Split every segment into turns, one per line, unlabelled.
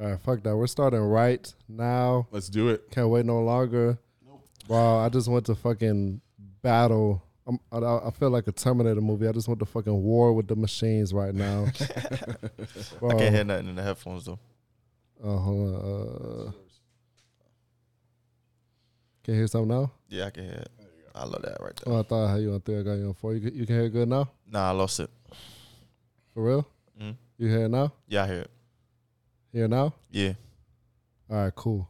All right, fuck that. We're starting right now.
Let's do it.
Can't wait no longer. Wow, I just want to fucking battle. I'm, I, I feel like a Terminator movie. I just want to fucking war with the machines right now. Bro.
I can't hear nothing in the headphones though.
Oh, hold on. Uh, can you hear something now?
Yeah, I can hear it. I love that right there.
Oh, I thought I had you on three. I got you on four. You, can- you can hear it good now?
Nah, I lost it.
For real?
Mm.
You hear it now?
Yeah, I hear it.
Hear it now?
Yeah.
All right, cool.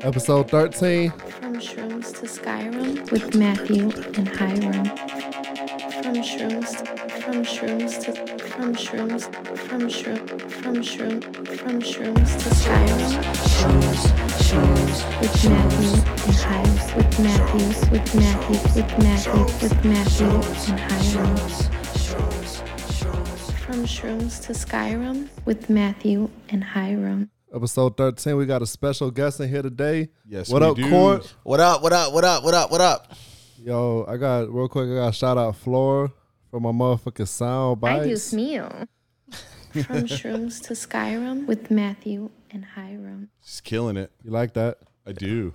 Episode 13.
From Shrooms to Skyrim with Matthew and Hiram. From Shrooms, from Shrooms to from Shrooms, from Shroom, from Shroom, from Shrooms to Skyrim. Shrooms, Shrooms with Matthew and Hiram. With Matthew, with Matthew, with Matthew, with Matthew and Hiram. From Shrooms to Skyrim with Matthew and Hiram.
Episode 13. We got a special guest in here today.
Yes,
What
we
up,
do.
Court?
What up? What up? What up? What up? What up?
Yo, I got real quick, I got to shout out Flora for my motherfucking sound bites.
meal. From Shrooms to Skyrim with Matthew and Hiram.
She's killing it.
You like that?
I do.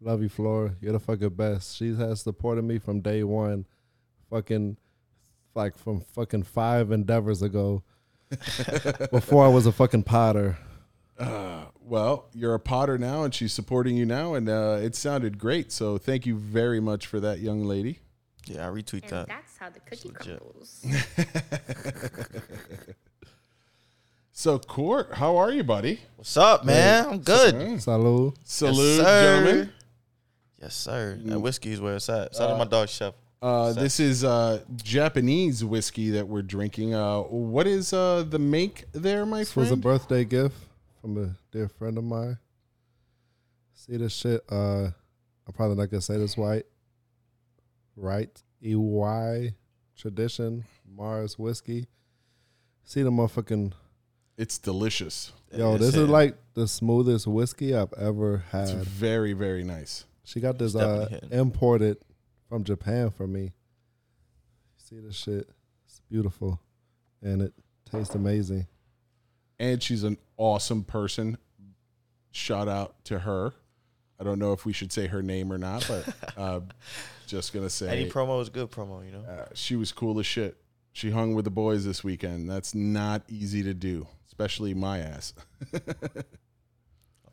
Love you, Flora. You're the fucking best. She has supported me from day one. Fucking like from fucking five endeavors ago. before I was a fucking potter.
Well, you're a Potter now, and she's supporting you now, and uh, it sounded great. So thank you very much for that, young lady.
Yeah, I retweet that.
that's how the cookie
legit.
crumbles.
So, Court, how are you, buddy?
What's up, man? I'm good.
Salud.
Salute,
sir. Mm.
gentlemen.
Yes, sir. That whiskey is where it's at. Shout out to my dog chef.
Uh, this is uh, Japanese whiskey that we're drinking. Uh, what is uh, the make there, my
This was a
friend?
birthday gift from a dear friend of mine. See this shit? Uh, I'm probably not gonna say this right. Right? EY Tradition Mars Whiskey. See the motherfucking
it's delicious.
yo.
Yes,
This
yeah.
is like the smoothest whiskey I've ever
It's
had.
very, very nice.
She got this uh,
definitely hitting.
imported from Japan for me. See this shit? It's beautiful, and it tastes amazing.
and she's an awesome person. Shout out to her. I don't know if we should say her name or not, but uh, just gonna
Any
say
promo is good promo, you know.
uh, she was cool as shit. She hung with the boys this weekend. That's not easy to do, especially my ass.
I'm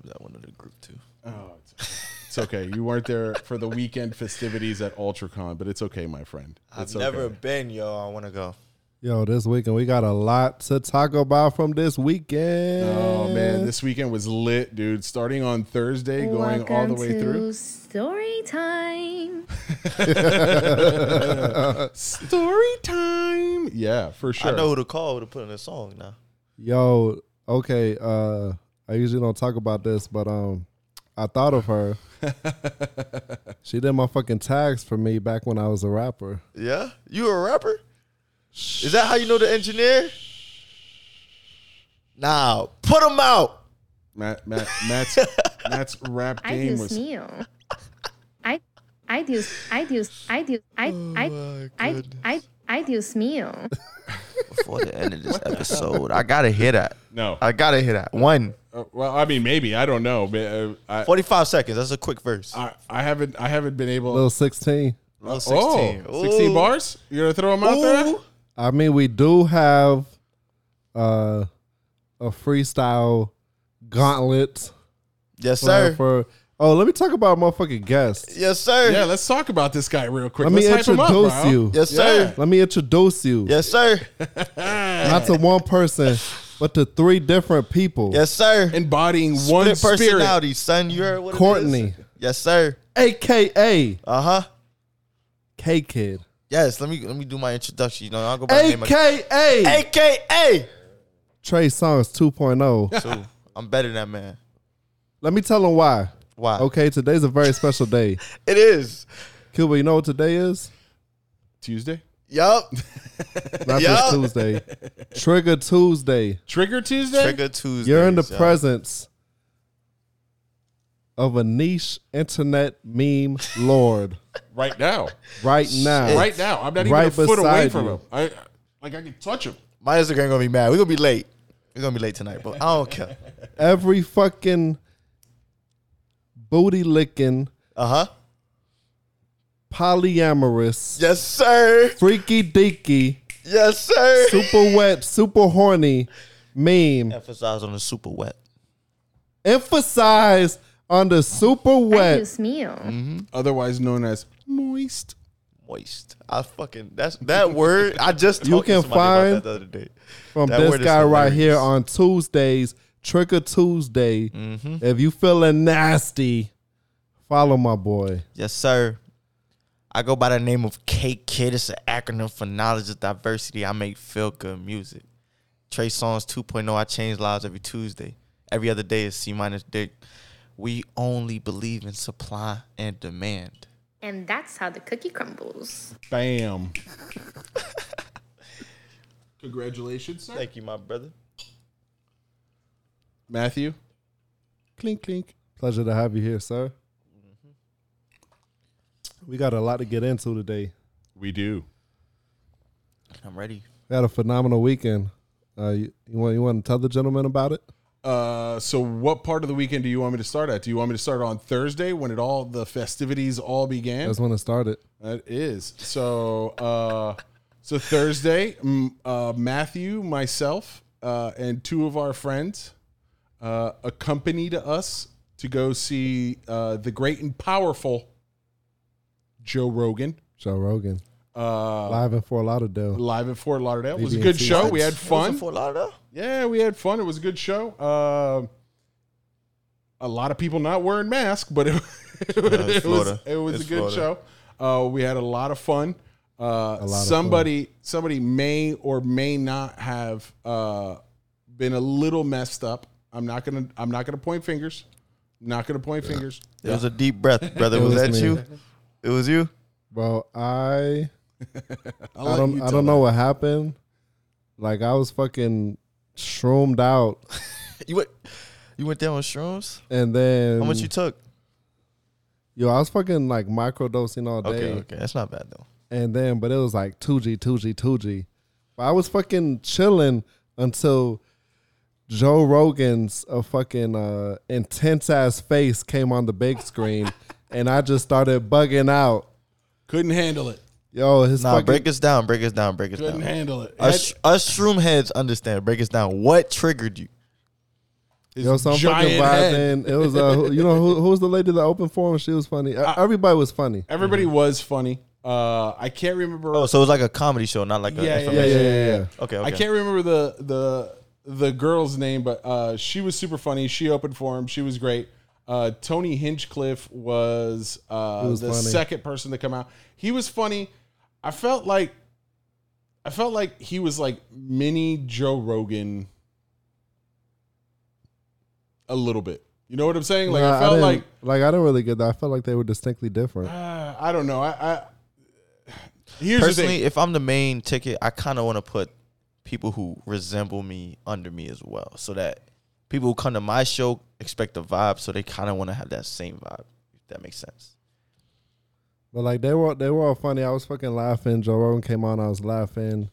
that one of the group too.
Oh, it's, it's okay. You weren't there for the weekend festivities at UltraCon, but it's okay, my friend. It's
I've never
okay.
been, yo. I want to go.
Yo, this weekend we got a lot to talk about from this weekend.
Oh man, this weekend was lit, dude. Starting on Thursday, going all the way through.
story time.
Story time. Yeah, for sure.
I know who to call to put in a song now.
Yo, okay. Uh, I usually don't talk about this, but um, I thought of her. she did my fucking tags for me back when I was a rapper.
Yeah, you a rapper? Is that how you know the engineer? Nah, put him out.
Matt, Matt, Matt's, Matt's rap
I
game
do
was.
meal. I I do I do I do
Oh
I I I I I do meal.
Before the end of this episode, I gotta hear that.
No.
I gotta hear that. One.
Uh, well, I mean, maybe I don't know. But, uh, I,
45 seconds. That's a quick verse.
I, I haven't, I haven't been able.
Little sixteen.
Little 16.
Oh, 16
Ooh.
bars. You're gonna throw them out there?
Ooh.
I mean, we do have uh a freestyle gauntlet
Yes,
for-
sir.
for. Oh, let me talk about motherfucking guests.
Yes, sir.
Yeah, let's talk about this guy real quick.
Let me
Let's hype him up,
introduce
bro.
you.
Yes, sir.
Let me introduce you.
Yes, sir.
not to one person, but to three different people.
Yes, sir.
Embodying one
Split
spirit.
personality, son. You heard what it is?
Courtney,
Yes, sir.
aka
Uh huh.
K Kid,
Yes. Let me let me do my introduction. You know, I'll go by the name of
aka
AKA.
Trey Songs 2.0.
Two. I'm better than that man.
oh. Let me tell them why.
Why?
Okay, today's a very special day.
It is.
Cuba, you know what today is?
Tuesday.
Yup.
Not
Yeah.
just Tuesday. Trigger Tuesday.
Trigger Tuesday.
Trigger Tuesday.
You're in the presence of a niche internet meme lord
Right now.
right now.
Right now. I'm not even
Right
a foot away
beside
from
you.
him. I, like I can touch him.
My Instagram gonna be mad. We're gonna be late. We're gonna be late tonight, but I don't care.
Every fucking booty licking,
Uh huh.
polyamorous,
Yes, sir.
freaky deaky,
Yes, sir.
super wet, super horny meme.
Emphasize on the super wet.
Emphasize on the super wet.
Excuse me.
Mm-hmm. otherwise known as moist.
Moist. I fucking that's that word. I just
You
talked to
can
somebody about
find
that the other day.
From
That
this
word is
guy right here
hilarious.
on Tuesdays, Trick or Tuesday.
Mm-hmm.
If you feeling nasty, follow my boy.
Yes, sir. I go by the name of K Kid. It's an acronym for Knowledge of Diversity. I make feel good music. Trey Songs 2.0. oh, I change lives every Tuesday. Every other day is C minus Dick. We only believe in supply and demand.
And that's how the cookie crumbles.
Bam. Congratulations, sir.
Thank you, my brother.
Matthew.
Clink, clink. Pleasure to have you here, sir.
Mm-hmm.
We got a lot to get into today.
We do.
I'm ready.
We had a phenomenal weekend. Uh, you, you want you want to tell the gentleman about it?
Uh, so what part of the weekend do you want me to start at? Do you want me to start on Thursday when it all the festivities all began?
That's when it started.
That is so. Uh, so Thursday, m- uh, Matthew, myself, uh, and two of our friends uh, accompanied us to go see uh, the great and powerful Joe Rogan
Joe Rogan
uh,
Oh. live in Fort Lauderdale.
live at Fort Lauderdale. It was a
BBC.
good show. We had
It was
fun.
in Fort Lauderdale?
Yeah, we had fun. It was a good show. Uh, a lot of people not wearing masks, but it, it was
Florida.
it was
It's
a good
Florida.
show. Uh, we had a lot of fun. Uh,
fun.
somebody somebody may or may not have uh, been a little messed up. I'm not gonna I'm not gonna point fingers. Not gonna point fingers.
It was a deep breath, brother. was
was
that
me.
you? It was you?
Bro, I
I'll
I
let
don't I don't
you tell that.
know what happened. Like I was fucking shroomed out,
You went you went down on shrooms?
and then
How much you took?
yo, I was fucking like microdosing all day,
Okay, okay. That's not bad though.
and then but it was like two G, two G, two G. But I was fucking chilling until Joe Rogan's a fucking uh, intense ass face came on the big screen, and I just started bugging out.
Couldn't handle it.
Yo, his
Nah,
fucking
break us down, break us down, break us
Couldn't
down.
handle it.
Us, us shroom heads understand. Break us down. What triggered you?
His
Yo, so I'm fucking
giant head.
vibing. It was uh, who- you know who, who was the lady that opened for him? She was funny. E- Everybody was funny.
Everybody was funny. Uh, I can't remember.
Oh, so it was like a comedy show, not like a
yeah, yeah, yeah,
information-
yeah,
yeah,
yeah.
yeah.
Okay,
I
okay.
can't remember the the the girl's name, but uh, she was super funny. She opened for him. She was great. Uh, Tony Hinchcliffe was, uh,
He was
the
funny.
second person to come out. He was funny. I felt like I felt like he was like mini Joe Rogan a little bit. You know what I'm saying? Like
Nah,
I felt
didn't-
like
like I didn't really get that. I felt like they were distinctly different.
uh, I don't know. I, I here's the thing.
Personally, if I'm the main ticket, I kind of want to put people who resemble me under me as well, so that people who come to my show expect the vibe, so they kind of want to have that same vibe. If that makes sense.
But like they were they were all funny. I was fucking laughing. Joe Rogan came on, I was laughing.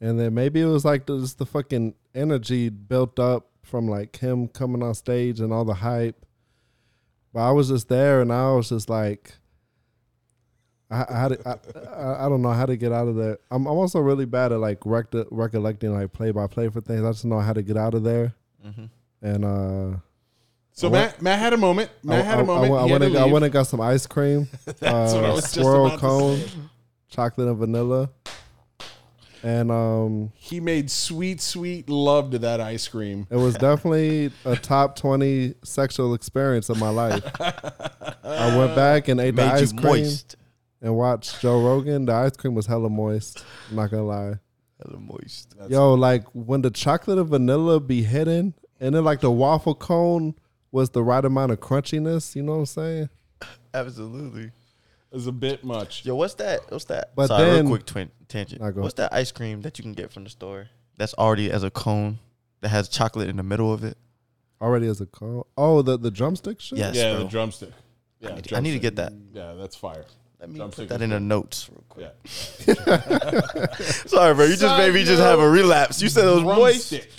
And then maybe it was like the, just the fucking energy built up from like him coming on stage and all the hype. But I was just there and I was just like I, I had to- I, I, I don't know how to get out of there. I'm, I'm also really bad at like rec- recollecting like play by play for things. I just know how to get out of there. And uh,
So Matt, Matt had a moment. Matt
I,
had
I-
a moment.
I, I,
He had
went
to
and, got- I
leave.
went and got some ice cream.
That's
uh,
what I was just
swirl
about to
cone,
say.
chocolate and vanilla, and um,
he made sweet, sweet love to that ice cream.
it was definitely a top twenty sexual experience of my life. I went back and ate the
Made
ice
you
cream
moist.
and watched Joe Rogan. The ice cream was hella moist. I'm not gonna lie,
Hella moist.
yo, like when the chocolate and vanilla be hidden, and then like the waffle cone was the right amount of crunchiness. You know what I'm saying?
Absolutely.
It was a bit much.
Yo, what's that? What's that?
But
Sorry,
then-
real quick twin, tangent.
Nah, go.
What's that ice cream that you can get from the store that's already as a cone that has chocolate in the middle of it?
Already as a cone. Oh, the the drumstick shit.
Yes,
yeah,
bro.
the drumstick. Yeah,
need- I need to get that.
Yeah, that's fire.
Let me
drumstick
put that
is
in the notes real quick.
Yeah.
Sorry, bro. You just made me just have a relapse. You said it was moist.
Drumstick.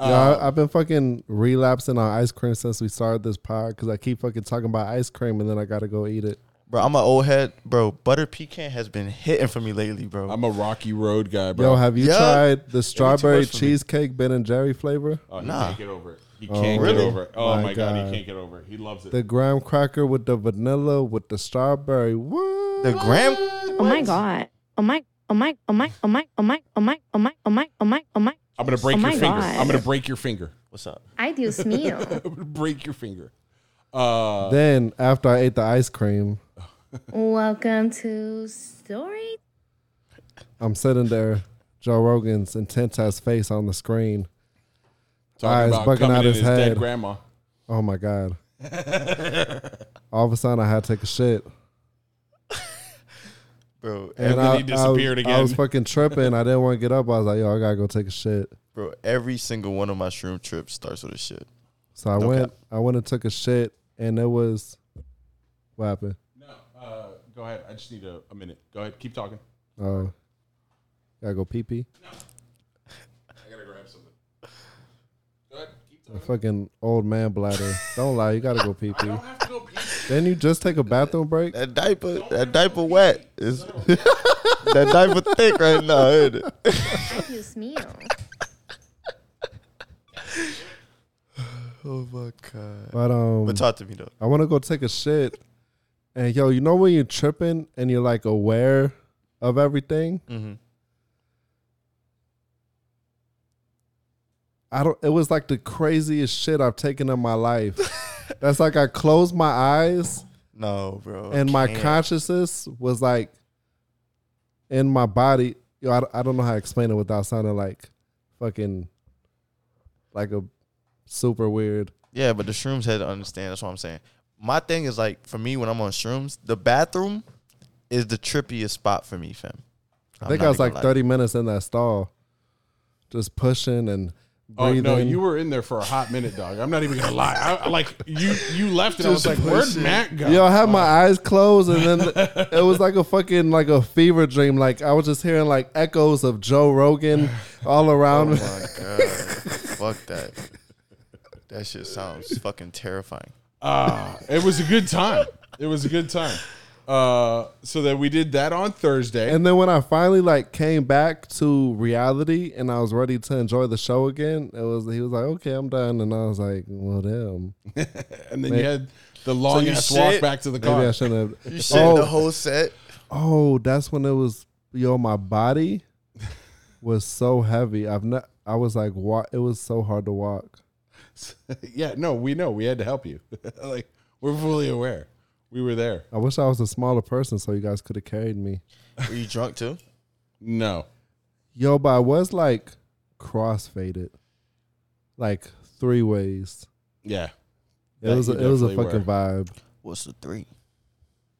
yeah, I, I've been fucking relapsing on ice cream since we started this pod because I keep fucking talking about ice cream and then I gotta go eat it.
Bro, I'm an old head, bro. Butter pecan has been hitting for me lately, bro.
I'm a Rocky Road guy, bro.
Yo, have you
Yeah.
tried the strawberry
much for me.
cheesecake Ben and Jerry flavor?
oh, he
Nah.
can't get over it. He can't
really?
get over it. Oh my,
My
god.
God.
he can't get over it. He loves it.
The graham cracker with the vanilla with the strawberry. What?
the gram,
Oh my god. Oh my oh my oh my oh my oh my oh my oh my oh my oh my oh my
I'm gonna break
Oh
your
my
finger.
God.
I'm gonna break your finger.
what's up?
I do smeal.
I'm gonna break your finger. Uh,
then after I ate the ice cream,
Welcome to Story
I'm sitting there, Joe Rogan's intense ass face on the screen.
talking
eyes
about
bugging
coming
out
in
his
his dead
head.
grandma.
Oh my god! All of a sudden, I had to take a shit,
Bro,
and,
then
I,
he disappeared
I,
again.
I was fucking tripping. I didn't want to get up. I was like, "Yo, I gotta go take a shit."
bro, every single one of my shroom trips starts with a shit.
So I went. I went and took a shit, and it was what happened.
No, uh, go ahead. I just need a, a minute. Go ahead. Keep talking.
Oh, gotta go pee pee.
I gotta grab something. Go ahead. Keep talking.
A fucking old man bladder. Don't lie, you gotta go pee pee.
I have to go pee.
Didn't you just take a bathroom break?
That diaper, that diaper wet is that diaper thick right now. Ain't it?
I do smeal.
Oh my god.
But um,
But talk to me though.
I want to go take a shit. And yo, you know when you're tripping and you're like aware of everything?
Mm-hmm.
I don't it was like the craziest shit I've taken in my life. That's like I closed my eyes
No, bro.
and my
can't.
consciousness was like in my body. Yo, I, I don't know how to explain it without sounding like fucking like a super weird.
Yeah, but the shrooms had to understand. That's what I'm saying. My thing is like for me when I'm on shrooms, the bathroom is the trippiest spot for me, fam.
I think I was like 30 minutes in that stall just pushing and
Oh
breathing.
no, you were in there for a hot minute, dog. I'm not even gonna lie. I, I, like you, you left and I was like, "Where'd Matt go?"
Yo, I had my eyes closed, and then it was like a fucking like a fever dream. Like I was just hearing like echoes of Joe Rogan all around. me.
Oh my god. Fuck that. That shit sounds fucking terrifying.
Ah, it was a good time. It was a good time. Uh, so then we did that on Thursday.
And then when I finally like came back to reality, and I was ready to enjoy the show again, it was he was like, "Okay, I'm done," and I was like, "Well, damn,
And then you had the long
you
ass walk
shit?
back to the
maybe I
car.
shouldn't
You
have."
shit the
Oh,
whole set.
oh, that's when it was. Yo, my body was so heavy. I've not. I was like, "What?" It was so hard to walk.
yeah, no, we know. We had to help you. like we're fully aware. We were there.
I wish I was a smaller person so you guys could have carried me.
Were you drunk too?
No.
Yo, but I was like crossfaded, like three ways.
Yeah.
It
That
was
you
a, it was a
definitely
fucking
were.
vibe.
What's the three?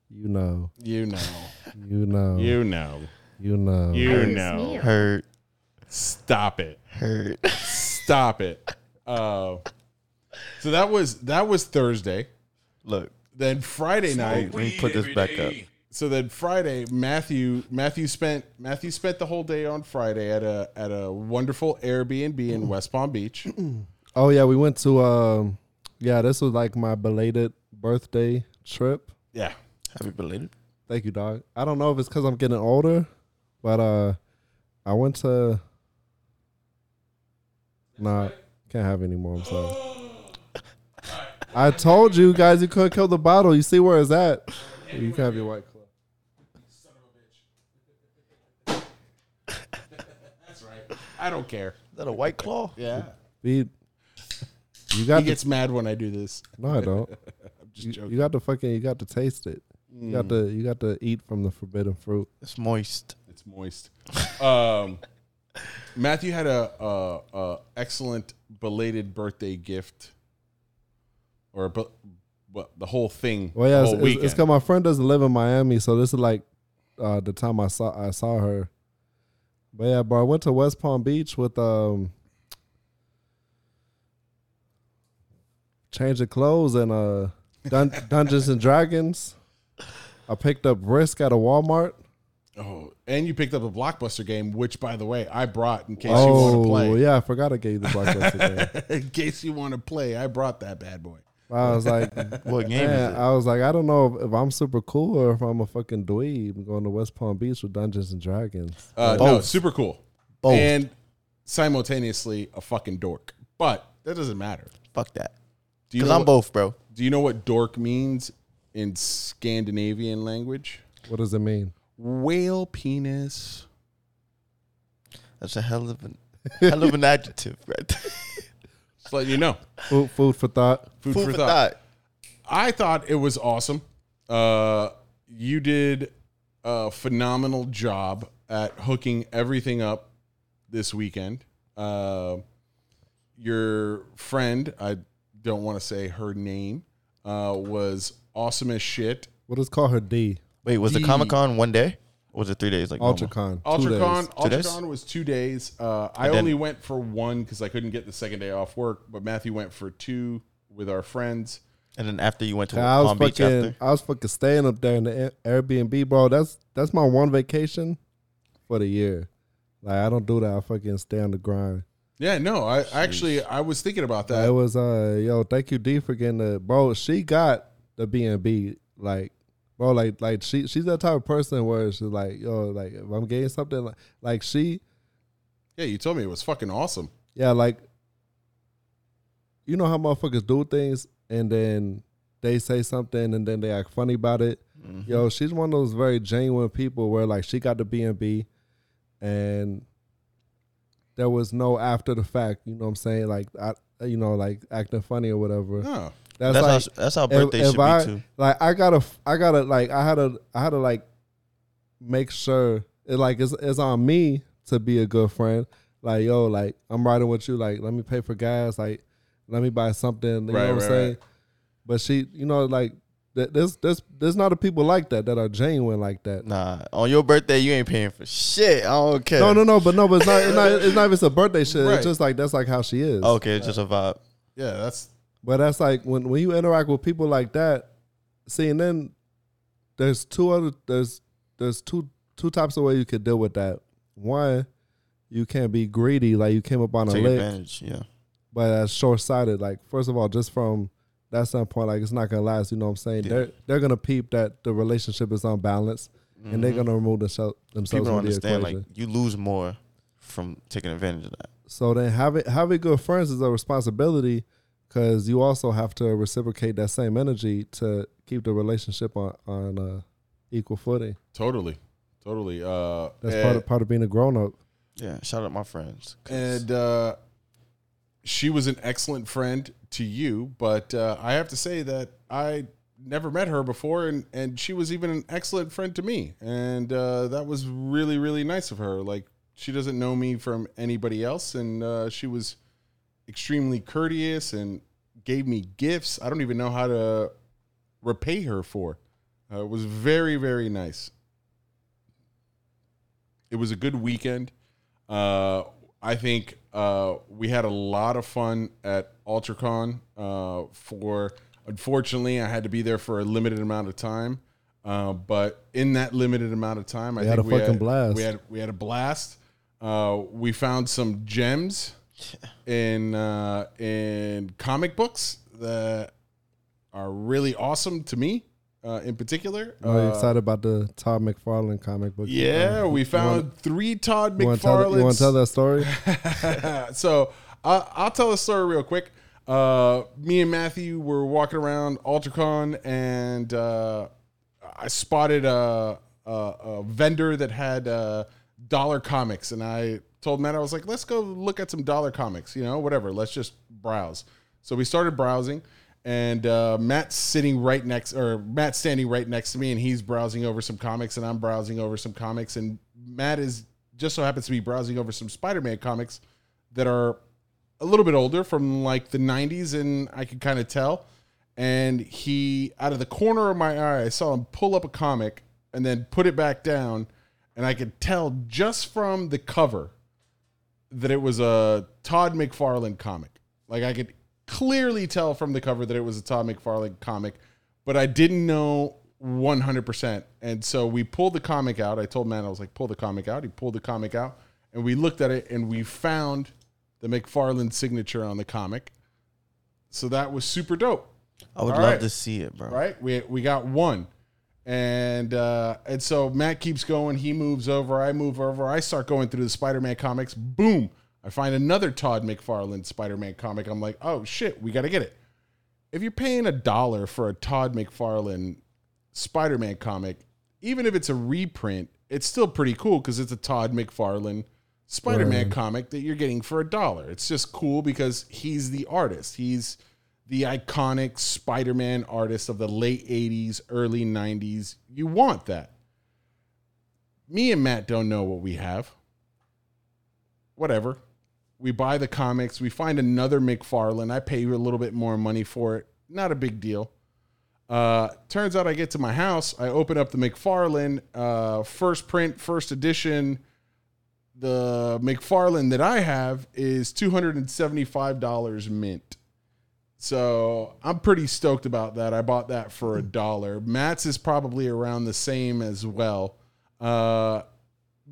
You know,
You know.
you know, you,
You know.
know.
You
do
know.
smeal.
Hurt.
Stop it.
Hurt.
Stop it. Uh, so that was that was Thursday.
Look,
Then Friday night.
let me put this back up.
so then Friday, Matthew Matthew spent Matthew spent the whole day on Friday at a at a wonderful Airbnb
Mm.
in West Palm Beach.
Oh yeah, we went to um, yeah, this was like my belated birthday trip.
Yeah.
Happy belated.
Thank you, dog. I don't know if it's because I'm getting older, but uh, I went to. Nah, can't have any more. I'm sorry. I told you guys you couldn't kill the bottle. You see where it's at? You can have your white club.
I don't care.
Is that a white claw?
Yeah.
Be- you
He
got the,
gets mad when I do this.
no, I don't.
Just
You,
joking. Mm.
you got to fucking you got to taste it. You got to you got to eat from the forbidden fruit.
It's moist.
It's moist. Um, Matthew had a, a, a excellent belated birthday gift, or but but the whole thing.
Well, yeah,
the
it's, it's-
whole
it's
weekend.
because my friend doesn't live in Miami, so this is like uh, the time I saw I saw her. But yeah, bro, I went to West Palm Beach with um change of clothes and uh Dun- Dungeons and Dragons. I picked up brisk at a Walmart.
Oh, and you picked up a blockbuster game, which, by the way, I brought in case you want to
Oh
play.
yeah, I forgot I gave you the blockbuster game.
in case you want to play, I brought that bad boy.
I was like,
What game
man,
is it?
I was like, I don't know if, if I'm super cool or if I'm a fucking dweeb going to West Palm Beach with Dungeons and Dragons.
Uh, no,
Both.
super cool.
Both.
And simultaneously a fucking dork. But that doesn't matter.
Fuck that.
Do you
Because
know
I'm
what,
both, bro.
Do you know what dork means in Scandinavian language?
What does it mean?
Whale penis.
That's a hell of an hell of an adjective, right? there.
Just letting you know.
Food, food for thought.
Food, for, thought. I thought it was awesome. Uh, you did a phenomenal job at hooking everything up this weekend. Uh, your friend, I don't want to say her name, uh, was awesome as shit.
What is called her D?
Wait, was the
The-
Comic Con one day? Or was it three days? Like normal?
UltraCon. two days.
UltraCon,
Two days?
UltraCon was two days. Uh, I
then-
only went for one because I couldn't get the second day off work. But Matthew went for two with our friends.
And then after you went to
I was
Palm Beach
fucking,
after.
I was fucking staying up there in the Air- Airbnb, bro. That's that's my one vacation for the year. Like I don't do that. I fucking stay on the grind.
Yeah, no, I actually I was thinking about
it
that.
was uh yo, thank you D for getting the bro. She got the B and B like bro, like like she she's that type of person where she's like yo, like if I'm getting something like like she
Yeah, you told me it was fucking awesome.
yeah like you know how motherfuckers do things and then they say something and then they act funny about it. Yo, she's one of those very genuine people where like she got the B and B and there was no after the fact, you know what I'm saying? Like I you know, like acting funny or whatever.
No,
That's,
That's, like
how, that's how birthday should
I,
be too.
Like I gotta, I gotta, like I had to, I had to like make sure it like it's, it's on me to be a good friend. Like yo, like I'm riding with you. Like let me pay for gas. Like let me buy something. You know
Right,
what I'm
right,
saying?
right.
But she, you know, like th- there's there's there's not a people like that that are genuine like that.
Nah, on your birthday you ain't paying for shit. I don't care.
No, no, no. But no, but it's not. It's not, it's not even a birthday shit.
Right.
It's just like that's like how she is.
Okay, it's just a vibe.
yeah, that's
But that's like when when you interact with people like that, see, and then there's two other there's there's two two types of way you could deal with that. One, you can't be greedy, like you came up on a
Take
lick,
advantage. Yeah.
but that's short sighted. Like first of all, just from that standpoint, like it's not gonna last. You know what I'm saying?
Yeah.
They're they're gonna peep that the relationship is unbalanced, and they're gonna remove themsel- themselves
Mm-hmm. People
from
don't
the
understand. Like
equation.
you lose more from taking advantage of that.
So then having having good friends is a responsibility because you also have to reciprocate that same energy to keep the relationship on on uh, equal footing.
totally, totally. Uh,
That's
and,
part of part of being a grown up.
Yeah. Shout out my friends. 'cause
and uh, she was an excellent friend to you, but uh, I have to say that I never met her before, and and she was even an excellent friend to me, and uh, that was really really nice of her. Like she doesn't know me from anybody else, and uh, she was extremely courteous and gave me gifts. I don't even know how to repay her for. Uh, it was very very nice. It was a good weekend. Uh, I think uh, we had a lot of fun at UltraCon. Uh, for unfortunately, I had to be there for a limited amount of time. Uh, but in that limited amount of time, I
We
think
had a
we
fucking
had,
blast.
We had we had a blast. Uh, we found some gems in uh, in comic books that are really awesome to me, uh, in particular.
Are you
Uh,
excited about the Todd McFarlane comic book? Uh,
yeah, we found three Todd
You want to tell, you wanna
McFarlanes.
tell that story?
so I I'll tell a story real quick. Uh, me and Matthew were walking around UltraCon, and uh, I spotted a, a, a vendor that had uh, dollar comics, and I told Matt I was like, "Let's go look at some dollar comics, you know, whatever. Let's just browse." So we started browsing, and uh, Matt's sitting right next, or Matt's standing right next to me, and he's browsing over some comics, and I'm browsing over some comics, and Matt is just so happens to be browsing over some Spider-Man comics that are a little bit older from like the 90s and I could kind of tell and he out of the corner of my eye I saw him pull up a comic and then put it back down and I could tell just from the cover that it was a Todd McFarlane comic like I could clearly tell from the cover that it was a Todd McFarlane comic but I didn't know one hundred percent. And so we pulled the comic out. I told man, I was like, pull the comic out. He pulled the comic out, and we looked at it, and we found the McFarland signature on the comic. So that was super dope
I would
All
love
right.
to see it, bro.
right? We we got one, and uh, and so Matt keeps going. He moves over. I move over. I start going through the Spider-Man comics. Boom! I find another Todd McFarlane Spider-Man comic. I'm like, oh shit, we gotta get it. If you're paying a dollar for a Todd McFarlane Spider-Man comic, even if it's a reprint, it's still pretty cool because it's a Todd McFarlane Spider-Man comic that you're getting for a dollar. It's just cool because he's the artist. He's the iconic Spider-Man artist of the late 80s, early 90s. You want that. Me and Matt don't know what we have. Whatever. We buy the comics, we find another McFarlane. I pay you a little bit more money for it. Not a big deal. Uh, turns out I get to my house, I open up the McFarlane uh, first print, first edition. The McFarlane that I have is $275 mint. So I'm pretty stoked about that. I bought that for a dollar. Matt's is probably around the same as well. Uh,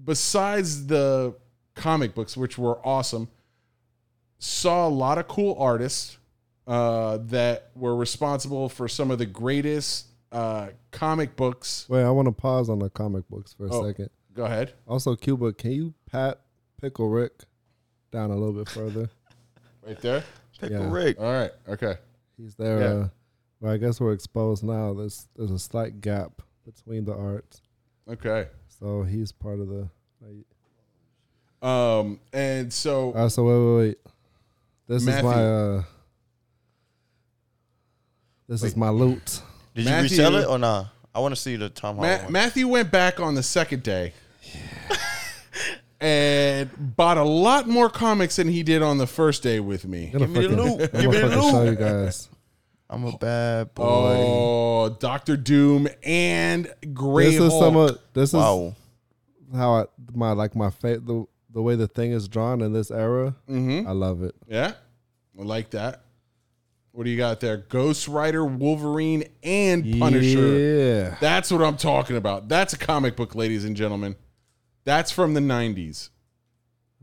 besides the comic books, which were awesome, saw a lot of cool artists uh, that were responsible for some of the greatest uh, comic books.
Wait, I want to pause on the comic books for a
Oh.
second.
Go ahead.
Also, Cuba, can you pat Pickle Rick down a little bit further?
Right there.
Pickle
Yeah.
Rick.
All right. Okay.
He's there.
Yeah.
Uh, well, I guess we're exposed now. There's there's a slight gap between the arts,
Okay.
so he's part of the.
Um, and so
Uh, so wait, wait, wait. This is
Matthew.
my. Uh, this is my loot.
Did
Matthew-
you resell it or nah? I want to see the Tom Holland.
Ma-
one.
Matthew went back on the second day and bought a lot more comics than he did on the first day with me.
Give
me the loot.
I'm
Give me the
gonna fucking show
loot.
you guys.
I'm a bad boy.
Oh, Doctor Doom and Grey
this is
Hulk.
some of this is
wow.
how I my like my fa- the the way the thing is drawn in this era.
Hmm.
I love it.
Mm-hmm. yeah, I like that. What do you got there? Ghost Rider, Wolverine, and Punisher.
Yeah.
That's what I'm talking about. That's a comic book, ladies and gentlemen. That's from the 90s.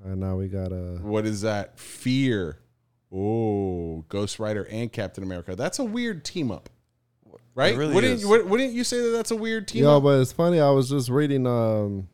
And now we got a.
What is that? Fear. Oh, Ghost Rider and Captain America. That's a weird team up, right?
It really
wouldn't
is.
wou- wouldn't you say that that's a weird team
Yo,
up?
but it's funny. I was just reading um,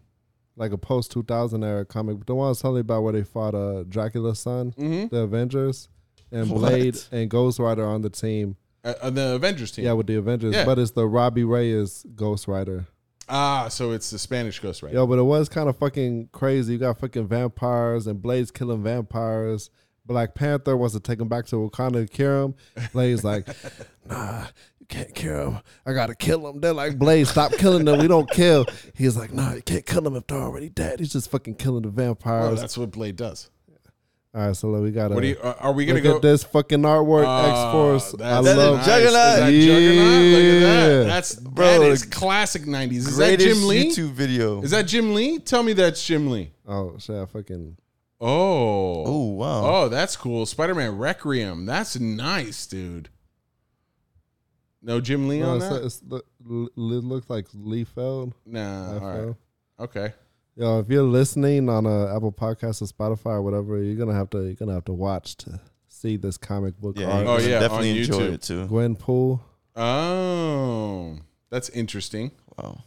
like a post two thousand era comic. But the one I was telling you about where they fought uh Dracula's son,
Mm-hmm.
the Avengers, and Blade
What?
and Ghost Rider on the team.
Uh, uh, the Avengers team.
Yeah, with the Avengers,
Yeah.
but it's the Robbie Reyes Ghost Rider.
Ah, so it's the Spanish Ghost Rider.
Yo, but it was kind of fucking crazy. You got fucking vampires and Blade's killing vampires. Black Panther wants to take him back to Wakanda to cure him. Blade's like, nah, you can't cure him. I gotta kill him. They're like, Blade, stop killing them. We don't kill. He's like, nah, you can't kill them if they're already dead. He's just fucking killing the
Oh,
vampires.
that's what Blade does.
All right, so look, we gotta
What do you? uh, Are, are we
look
gonna go?
at this fucking artwork. X Force.
Ah,
I
that's
love.
nice.
Juggernaut.
Is that Juggernaut? Look at that.
Yeah.
That's
Bro,
that is classic '90s. Is that
Greatest
Jim Lee?
YouTube video.
Is that Jim Lee? Tell me that's Jim Lee.
Oh shit, I fucking.
Oh.
oh wow.
Oh, that's cool. Spider Man Requiem. That's nice, dude. No Jim Lee
No,
on
it's,
that?
it's, it looks like Lee Feld.
nah.
I
all right.
feel.
Okay.
Yo, if you're listening on uh, Apple Podcast or Spotify or whatever, you're gonna have to you're gonna have to watch to see this comic book
Yeah,
art.
you
Oh,
can
yeah, on
definitely enjoy
YouTube.
it too.
Gwenpool.
Oh, that's interesting.
Wow,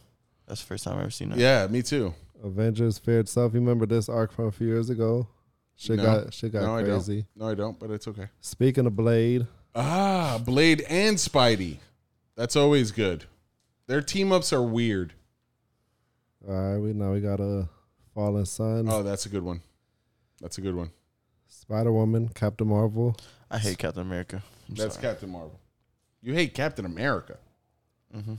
that's the first time I've ever seen that.
Yeah, me too.
Avengers Fear Itself. You remember this arc from a few years ago? Shit
No.
got shit got
no, I
crazy.
don't. No, I don't. But it's okay.
Speaking of Blade,
Ah, Blade and Spidey. That's always good. Their team ups are weird.
all right, we now we got a Fallen Sun,
Oh, that's a good one. That's a good one.
Spider Woman, Captain Marvel.
I hate Captain America. I'm
That's
sorry.
Captain Marvel. You hate Captain America.
Mm-hmm.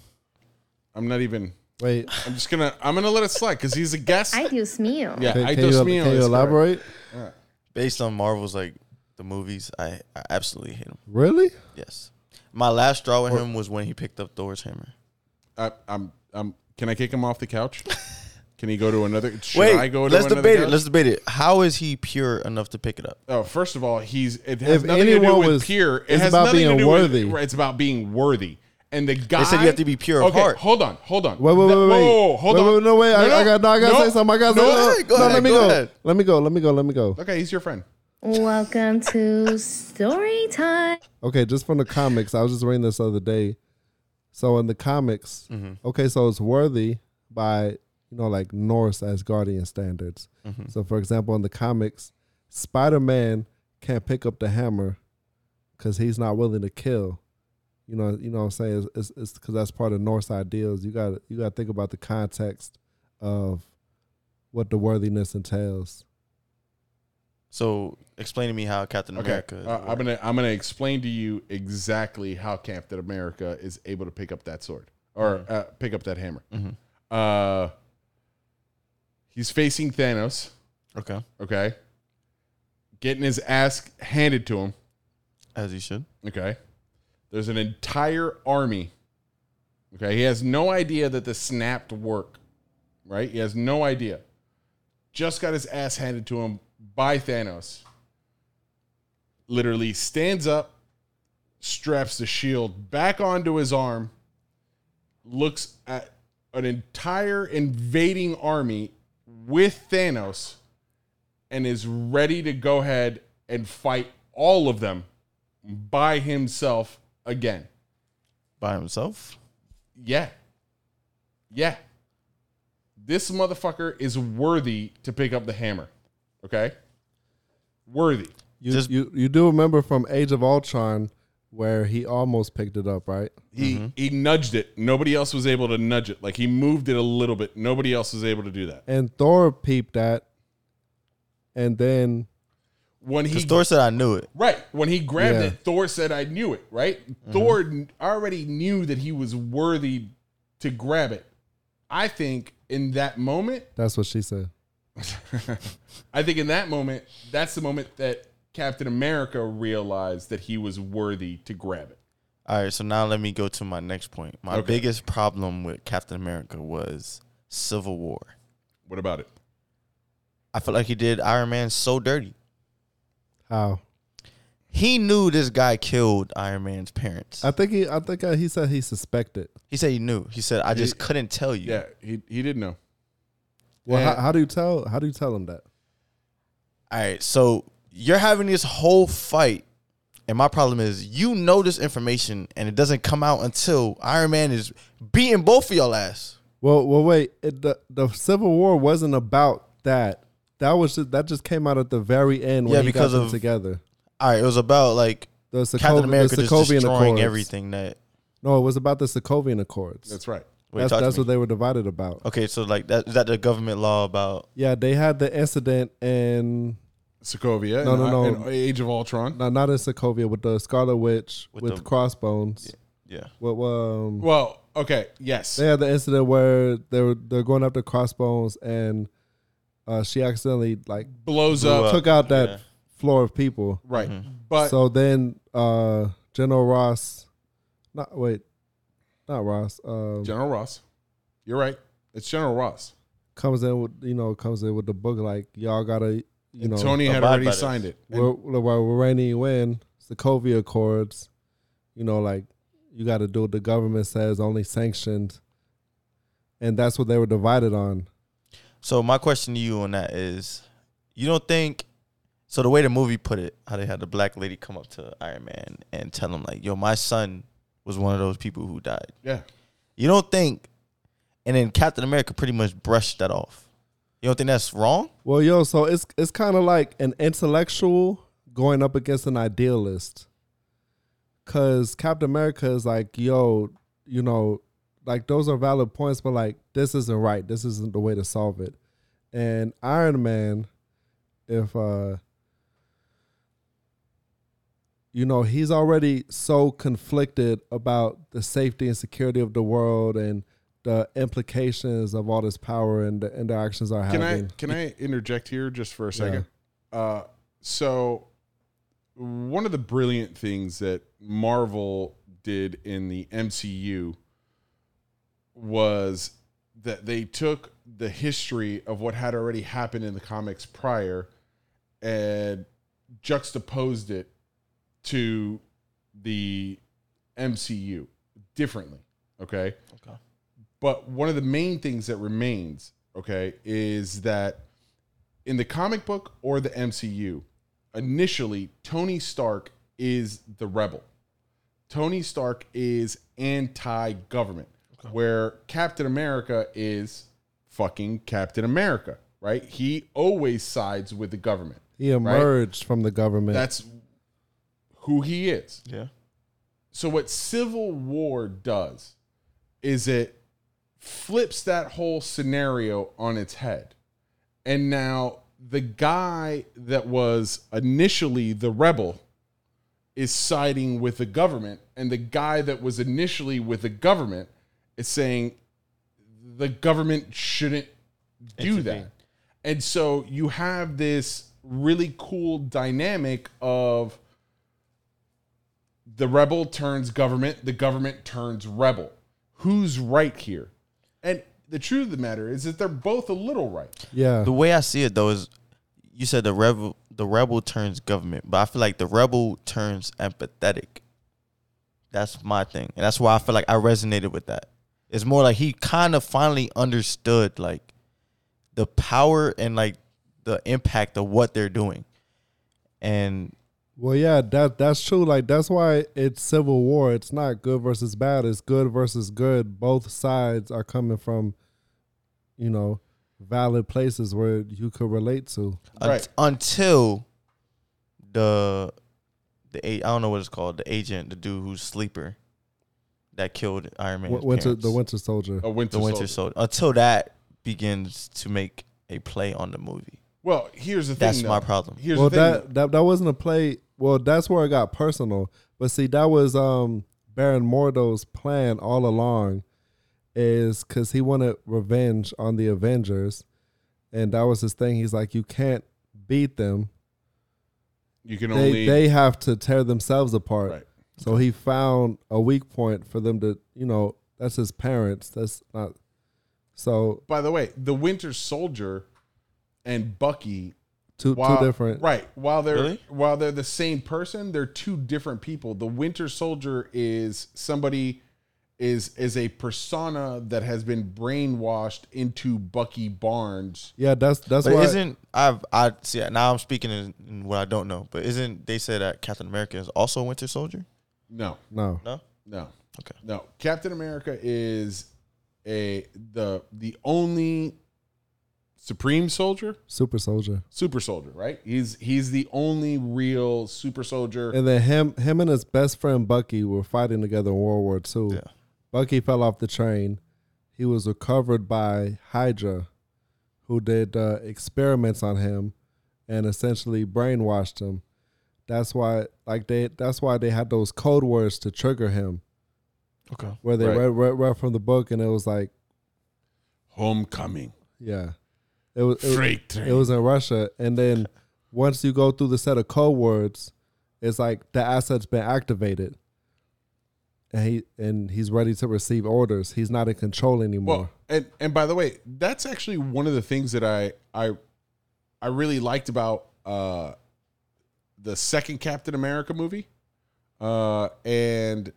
I'm not even.
Wait,
I'm just gonna. I'm gonna let it slide because he's a guest.
Ay, Dios mío.
yeah,
can,
I
can
just
you,
mean
can you
it's correct.
elaborate?
based on Marvel's like the movies. I, I absolutely hate him.
Really?
Yes, my last straw with him was when he picked up Thor's hammer.
I, I'm, I'm. Can I kick him off the couch? Can he go to another? Should
Wait,
I go to
let's
another
debate
couch?
it. Let's debate it. How is he pure enough to pick it up?
oh, first of all, he's. It has
If
nothing to do
anyone
with
was-
pure. It
it's
has
about
nothing to
being
do with-
worthy.
right, it's about being worthy. and the guy
said you have to be pure of
okay,
heart.
Hold on, hold on.
Wait, wait,
The-
wait, wait.
whoa, hold
wait,
on.
Wait, no, wait. I,
No,
I got, no, I got to
no,
say something. I got to
no.
say something.
Go
no,
ahead,
let me
go
go.
ahead.
Let me go. Let me go. Let me go.
Okay, he's your friend.
Welcome to story time.
Okay, just from the comics. I was just reading this the other day. So in the comics, okay, so it's worthy by you know like Norse Asgardian standards. So for example, in the comics, Spider Man can't pick up the hammer because he's not willing to kill. You know, you know what I'm saying? It's because that's part of Norse ideals. You got you got to think about the context of what the worthiness entails.
So explain to me how Captain
Okay,
America.
uh, I'm gonna I'm gonna explain to you exactly how Captain America is able to pick up that sword or uh, pick up that hammer.
Mhm.
Uh, he's facing Thanos.
okay,
Okay, getting his ass handed to him.
as you should.
Okay. There's an entire army. Okay. He has no idea that the snapped work, right? He has no idea. Just got his ass handed to him by Thanos. Literally stands up, straps the shield back onto his arm, looks at an entire invading army with Thanos, and is ready to go ahead and fight all of them by himself again.
By himself.
Yeah. Yeah. This motherfucker is worthy to pick up the hammer. Okay? Worthy.
You,
Just-
you you do remember from Age of Ultron where he almost picked it up, right?
He he nudged it. Nobody else was able to nudge it. Like he moved it a little bit. Nobody else was able to do that.
and Thor peeped at, and then
When he
Because Thor said I knew it.
Right. When he grabbed
Yeah.
it, Thor said, I knew it, right? Thor kn- already knew that he was worthy to grab it. I think in that moment,
that's what she said.
I think in that moment, that's the moment that Captain America realized that he was worthy to grab it.
All right, so now let me go to my next point. My
Okay.
biggest problem with Captain America was Civil War.
What about it?
I felt like he did Iron Man so dirty.
How?
He knew this guy killed Iron Man's parents.
I think he. I think uh, he said he suspected.
he said he knew. He said, I just couldn't tell you.
Yeah, he he didn't know.
Well,
Yeah.
how, how do you tell? How do you tell him that?
All right, so you're having this whole fight, and my problem is you know this information, and it doesn't come out until Iron Man is beating both of y'all ass.
Well, well, wait. It, the the Civil War wasn't about that. That was just, that just came out at the very end when
Yeah,
he
because
got them
of-
together.
All right, it was about like
The Sokovi-
Captain America
the
just
Sokovian
destroying
Accords.
everything that.
No, it was about the Sokovian Accords.
That's right.
Wait,
that's,
talk to
that's
me.
what they were divided about.
Okay, so like that is that the government law about
Yeah, they had the incident in
Sokovia.
No,
and,
no,
uh,
no.
and Age of Ultron.
no, not in Sokovia with the Scarlet Witch
With
with,
the-
crossbones.
yeah.
With, um,
Well, okay, yes.
They had the incident where they were they're going after crossbones and uh, she accidentally like
Blows
Blew
up. Mm-hmm.
up.
took out that
yeah.
floor of people.
Right. But
so then uh, General Ross, not wait, not Ross, um,
General Ross. You're right. It's General Ross.
comes in with you know comes in with the book like y'all gotta you know
Tony had
abide by
already
this.
signed it. And
we're, we're, we're reigning you in Sokovia Accords, you know like you got to do what the government says only sanctioned, and that's what they were divided on.
So my question to you on that is, you don't think? So the way the movie put it, how they had the black lady come up to Iron Man and tell him like, "Yo, my son was one of those people who died."
yeah.
You don't think? And then Captain America pretty much brushed that off. You don't think that's wrong?
Well, yo, so it's it's kind of like an intellectual going up against an idealist, because Captain America is like, yo, you know, like those are valid points, but like this isn't right. This isn't the way to solve it. And Iron Man, if uh, you know, he's already so conflicted about the safety and security of the world and the implications of all this power and the interactions are
Can
having.
I can I interject here just for a second? Uh, so one of the brilliant things that Marvel did in the MCU was that they took the history of what had already happened in the comics prior and juxtaposed it to the MCU. differently. Okay.
Okay.
But one of the main things that remains, okay, is that in the comic book or the MCU, initially Tony Stark is the rebel. Tony Stark is anti-government, where Captain America is fucking Captain America, right? He always sides with the government.
He emerged from the government.
That's who he is.
Yeah.
So what Civil War does is it flips that whole scenario on its head. And now the guy that was initially the rebel is siding with the government and the guy that was initially with the government is saying the government shouldn't do
Intervene.
that. And so you have this really cool dynamic of the rebel turns government, the government turns rebel. Who's right here? And the truth of the matter is that they're both a little right.
yeah.
The way I see it though is you said the rebel the rebel turns government, but I feel like the rebel turns empathetic. That's my thing. And that's why I feel like I resonated with that. It's more like he kind of finally understood like the power and like the impact of what they're doing. And
Well, yeah, that that's true. Like that's why it's civil war. It's not good versus bad. It's good versus good. Both sides are coming from, you know, valid places where you could relate to.
un-
Right.
until the the a- I don't know what it's called, the agent, the dude who's sleeper that killed Iron Man.
Win- Winter, the Winter Soldier.
A winter,
the Winter Soldier.
soldier.
Until that begins to make a play on the movie,
Well, here's the thing.
That's
though.
my problem.
Here's
well,
the thing.
that, that that wasn't a play. Well, that's where it got personal. But see, that was um Baron Mordo's plan all along, is because he wanted revenge on the Avengers, and that was his thing. He's like, you can't beat them.
you can
They
only
they have to tear themselves apart.
right.
So he found a weak point for them to, you know, that's his parents. That's not. So
By the way, the Winter Soldier and Bucky
two
while,
two different.
Right. While they're
Really?
while they're the same person, they're two different people. The Winter Soldier is somebody is is a persona that has been brainwashed into Bucky Barnes.
Yeah, that's that's
but
why.
isn't I've I see now I'm speaking in, in what I don't know, but isn't they said that Captain America is also a Winter Soldier?
No.
no.
No,
No.
Okay.
No. Captain America is a the the only supreme soldier,
super soldier.
super soldier, right? He's he's the only real super soldier.
And then him him and his best friend Bucky were fighting together in World War II.
Yeah.
Bucky fell off the train. He was recovered by Hydra, who did uh, experiments on him and essentially brainwashed him. That's why like they that's why they had those code words to trigger him.
okay,
Where they
Right.
read, read, read from the book and it was like
Homecoming.
Yeah, it was it, was-
Freight train.
it was in Russia, and then once you go through the set of code words, it's like the asset's been activated, and he and he's ready to receive orders. He's not in control anymore.
Well, and and by the way, that's actually one of the things that I I I really liked about uh the second Captain America movie. Uh and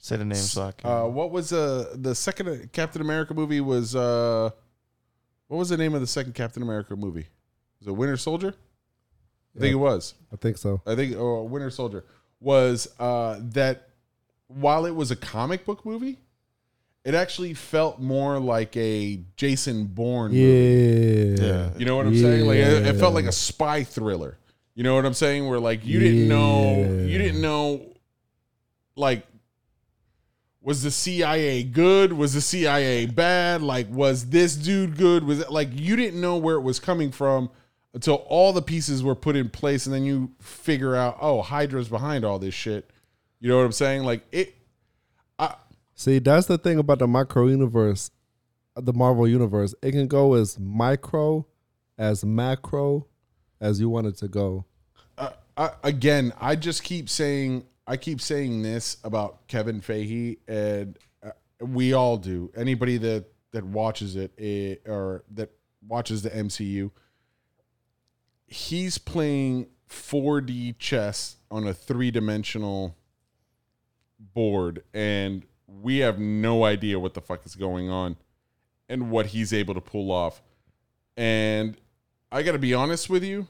say the name so I can.
uh what was uh the second Captain America movie was uh what was the name of the second Captain America movie? Was it Winter Soldier? I think it was.
I think so.
I think or Winter Soldier was uh, that while it was a comic book movie, it actually felt more like a Jason Bourne.
Yeah,
Movie. You know what I'm saying? Like it, it felt
Yeah.
like a spy thriller. You know what I'm saying? Where like you didn't know, you didn't know, like. Was the CIA good? Was the CIA bad? Like, was this dude good? Was it like you didn't know where it was coming from until all the pieces were put in place, and then you figure out, oh, Hydra's behind all this shit. You know what I'm saying? Like it,
See, that's the thing about the micro universe, the Marvel universe. It can go as micro, as macro, as you want it to go.
I, I, again, I just keep saying, I keep saying this about Kevin Feige, and uh, we all do. Anybody that that watches it, eh, or that watches the MCU, he's playing 4D chess on a three dimensional board, and we have no idea what the fuck is going on and what he's able to pull off. And I got to be honest with you,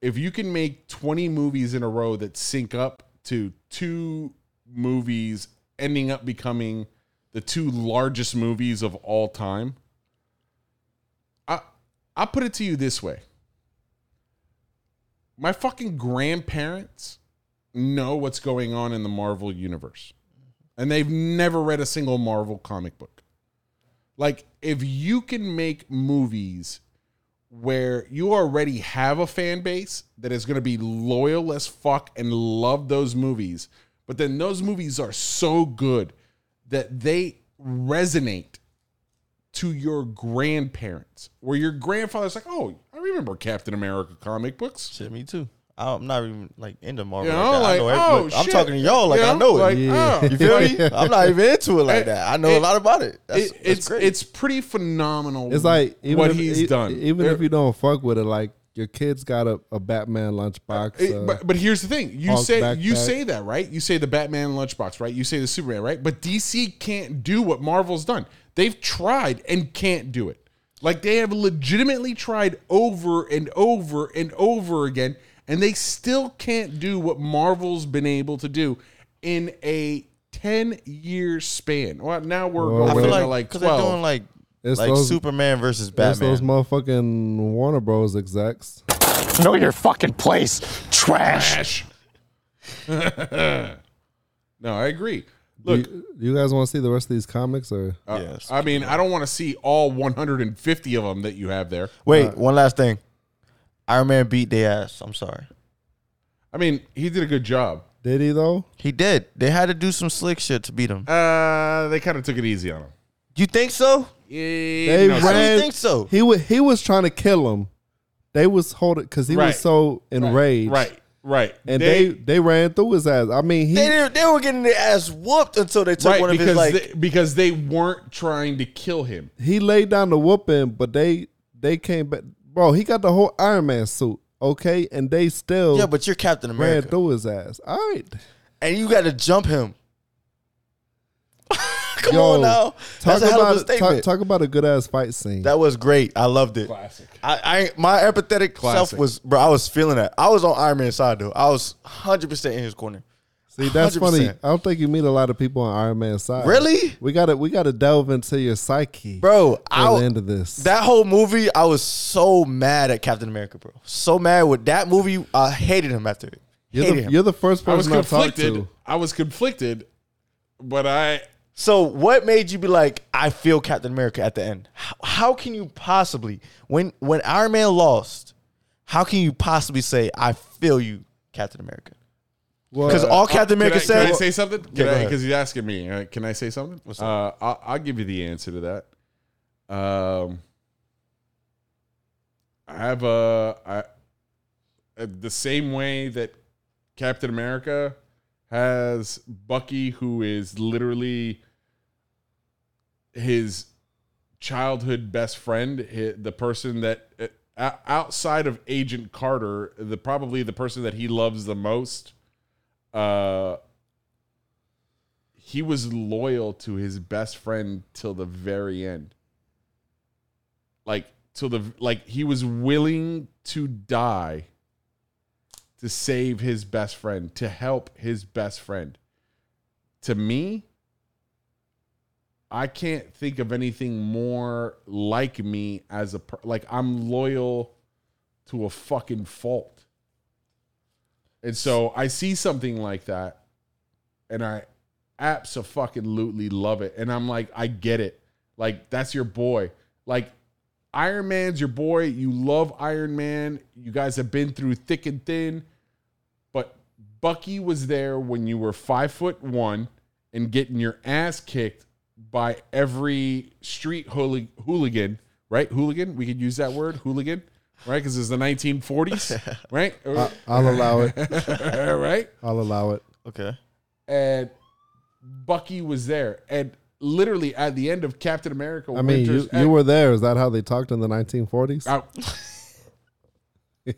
if you can make 20 movies in a row that sync up to two movies ending up becoming the two largest movies of all time, I I'll put it to you this way. My fucking grandparents know what's going on in the Marvel universe. And they've never read a single Marvel comic book. Like, if you can make movies where you already have a fan base that is going to be loyal as fuck and love those movies, but then those movies are so good that they resonate to your grandparents, where your grandfather's like, oh, I remember Captain America comic books.
Shit, me too. I'm not even like into Marvel.
You
like
know,
that.
like,
I know every-
oh,
look, I'm
shit.
talking to y'all like
You
I know it.
like,
Yeah.
oh,
You feel me? I'm not even into it like
It-
that. I know
it-
a lot about it. That's,
it,
that's
it's
great.
it's pretty phenomenal.
It's like even
Mm-hmm. what
if,
he's
e-
done. Uh,
Even
There-
if you don't fuck with it, like your kids got a, a Batman lunchbox.
it-
uh,
but, but here's the thing: you
Hulk
say
backpack.
you say that right? You say the Batman lunchbox, right? You say the Superman, right? But DC can't do what Marvel's done. They've tried and can't do it. Like they have legitimately tried over and over and over again, and they still can't do what Marvel's been able to do in a ten year span. Well, now we're
Well,
I
going
feel like
into like
because they're doing
twelve.
like
It's
like
those-
Superman versus
it's those
Batman.
motherfucking Warner Bros. execs.
Know your fucking place, trash.
Ash. no, I agree. Look,
you, you guys want to see the rest of these comics or
Uh,
Yes.
I mean, I don't want to see all 150 of them that you have there.
Wait, one last thing. Iron Man beat their ass. I'm sorry.
I mean, he did a good job.
did he though?
He did. They had to do some slick shit to beat him.
Uh, they kind of took it easy on him.
You think so?
They
no,
ran-
I don't think so.
He was he was trying to kill him. They was holding because he
Right.
was so enraged.
right, right.
And they, they ran through his ass. I mean, he
They, didn't, they were getting their ass whooped until they took
right
one of
because
his like.
they, because they weren't trying to kill him.
he laid down the whooping, but they they came back. Bro, he got the whole Iron Man suit, okay, and they still
yeah, but you're Captain
ran
America,
through his ass. All right,
and you got to jump him. Come
Yo,
on now,
talk
that's a hell
about
of a
talk-
statement.
talk about a good ass fight scene.
that was great. I loved it.
Classic.
I, I my empathetic
Classic.
self was bro. I was feeling that. I was on Iron Man's side though. I was hundred percent in his corner.
See, that's funny.
100%.
I don't think you meet a lot of people on Iron Man's side.
Really?
We gotta we gotta delve into your psyche,
Bro,
At the
I
end of this,
that whole movie, I was so mad at Captain America, bro. So mad with that movie. I hated him after it.
you're
hated
the,
him.
you're the first
I was
person I, talked
conflicted.
to.
I was conflicted, but I
So what made you be like, I feel Captain America at the end? How, how can you possibly, when when Iron Man lost, how can you possibly say, I feel you, Captain America?
Well, uh,
Because all Captain America
can I,
said,
Can I say something?
go ahead.
Because he's asking me. uh, Can I say something? Uh, I'll, I'll give you the answer to that. Um, I have a I, uh, the same way that Captain America has Bucky, who is literally his childhood best friend, hi- the person that uh, o- outside of Agent Carter, the probably the person that he loves the most. Uh, he was loyal to his best friend till the very end. Like till the like he was willing to die to save his best friend, to help his best friend. To me, I can't think of anything more like me as a per- like I'm loyal to a fucking fault. And so I see something like that and I absolutely love it. And I'm like, I get it. Like, that's your boy. Like, Iron Man's your boy. You love Iron Man. You guys have been through thick and thin. But Bucky was there when you were five foot one and getting your ass kicked by every street hooli- hooligan, right? Hooligan? We could use that word, hooligan, right? Because it's the 1940s, right?
I, I'll allow it.
right?
I'll allow it.
okay.
and Bucky was there. And literally at the end of Captain America,
I mean,
Winter's
you, you were there. Is that how they talked in the 1940s?
I,
You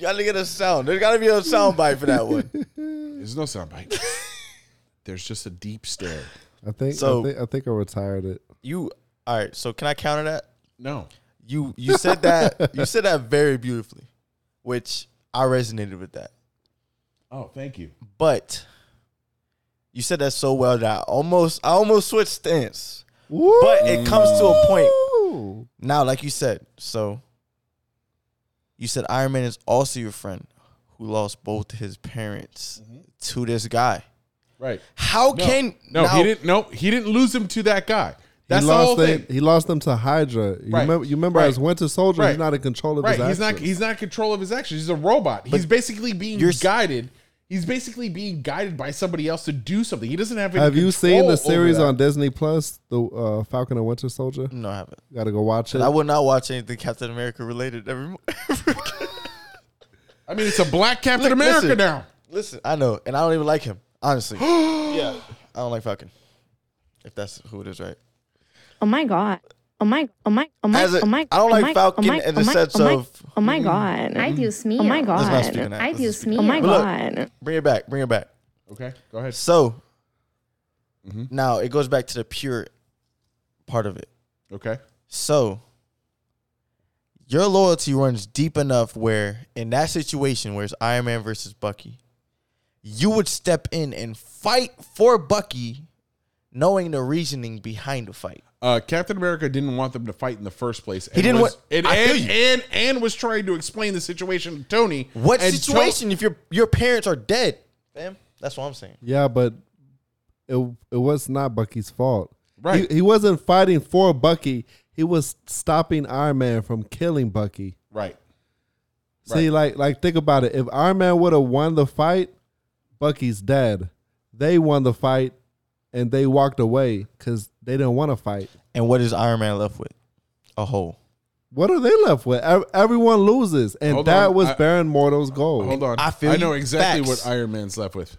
gotta get a sound. There's gotta be a sound bite for that one.
there's no soundbite. There's just a deep stare.
I think.
So-
I think. I think I retired it.
You all right? So can I counter that?
No.
You you said that you said that very beautifully, which I resonated with that.
Oh, thank you.
But you said that so well that I almost I almost switched stance. But it comes to a point
Ooh.
now, like you said. So you said Iron Man is also your friend who lost both his parents to this guy.
Right.
How
Mm-hmm. No,
can
no,
now-
he didn't. No, he didn't lose him to that guy. That's
he
the
lost
whole
they-
thing.
He lost them to Hydra. You
Right.
remember? You remember
Right.
as Winter Soldier,
Right.
he's not in control of
Right.
his
He's
actions.
not. He's not in control of his actions. He's a robot. he's basically being
you're s-
guided. He's basically being guided by somebody else to do something. He doesn't have. Any
Have you seen
control
the
over
series
that. Mm.
on Disney Plus, the uh, Falcon and Winter Soldier?
No, I haven't.
You gotta go watch it.
I will not watch anything Captain America related every. mo-
I mean, it's a black Captain
Look,
America
listen.
now.
Listen, I know, and I don't even like him, honestly. yeah, I don't like Falcon. If that's who it is, right?
Oh my god. Oh my, oh my, oh my,
As a-
oh my,
I don't like
oh my,
Falcon
oh my,
in the
oh my,
sense
oh my,
of-
Oh my god.
Ay, Dios mío.
Oh my
Let's not speak
god.
on that.
Ay,
Let's not
Dios
speak on
mío.
Oh my
But look,
god.
that. Bring it back. Bring it back.
Okay, go ahead.
So now it goes back to the pure part of it.
Okay,
So your loyalty runs deep enough where in that situation where it's Iron Man versus Bucky, you would step in and fight for Bucky, knowing the reasoning behind the fight.
uh, Captain America didn't want them to fight in the first place. and
didn't
was,
want-
and,
I feel
and,
you.
and and was trying to explain the situation to Tony.
What
and
situation if your your parents are dead? Fam, that's what I'm saying.
yeah, but it it was not Bucky's fault.
Right.
He, he wasn't fighting for Bucky. He was stopping Iron Man from killing Bucky.
Tony- right.
See, like like think about it. If Iron Man would have won the fight, Bucky's dead. They won the fight, and they walked away because they didn't want to fight.
And what is Iron Man left with? A hole.
What are they left with? Ev- Everyone loses, and
Hold
that
on,
was
I-
Baron Mortal's goal.
Hold on.
Oh, I feel
I know
you.
exactly
Facts.
what Iron Man's left with.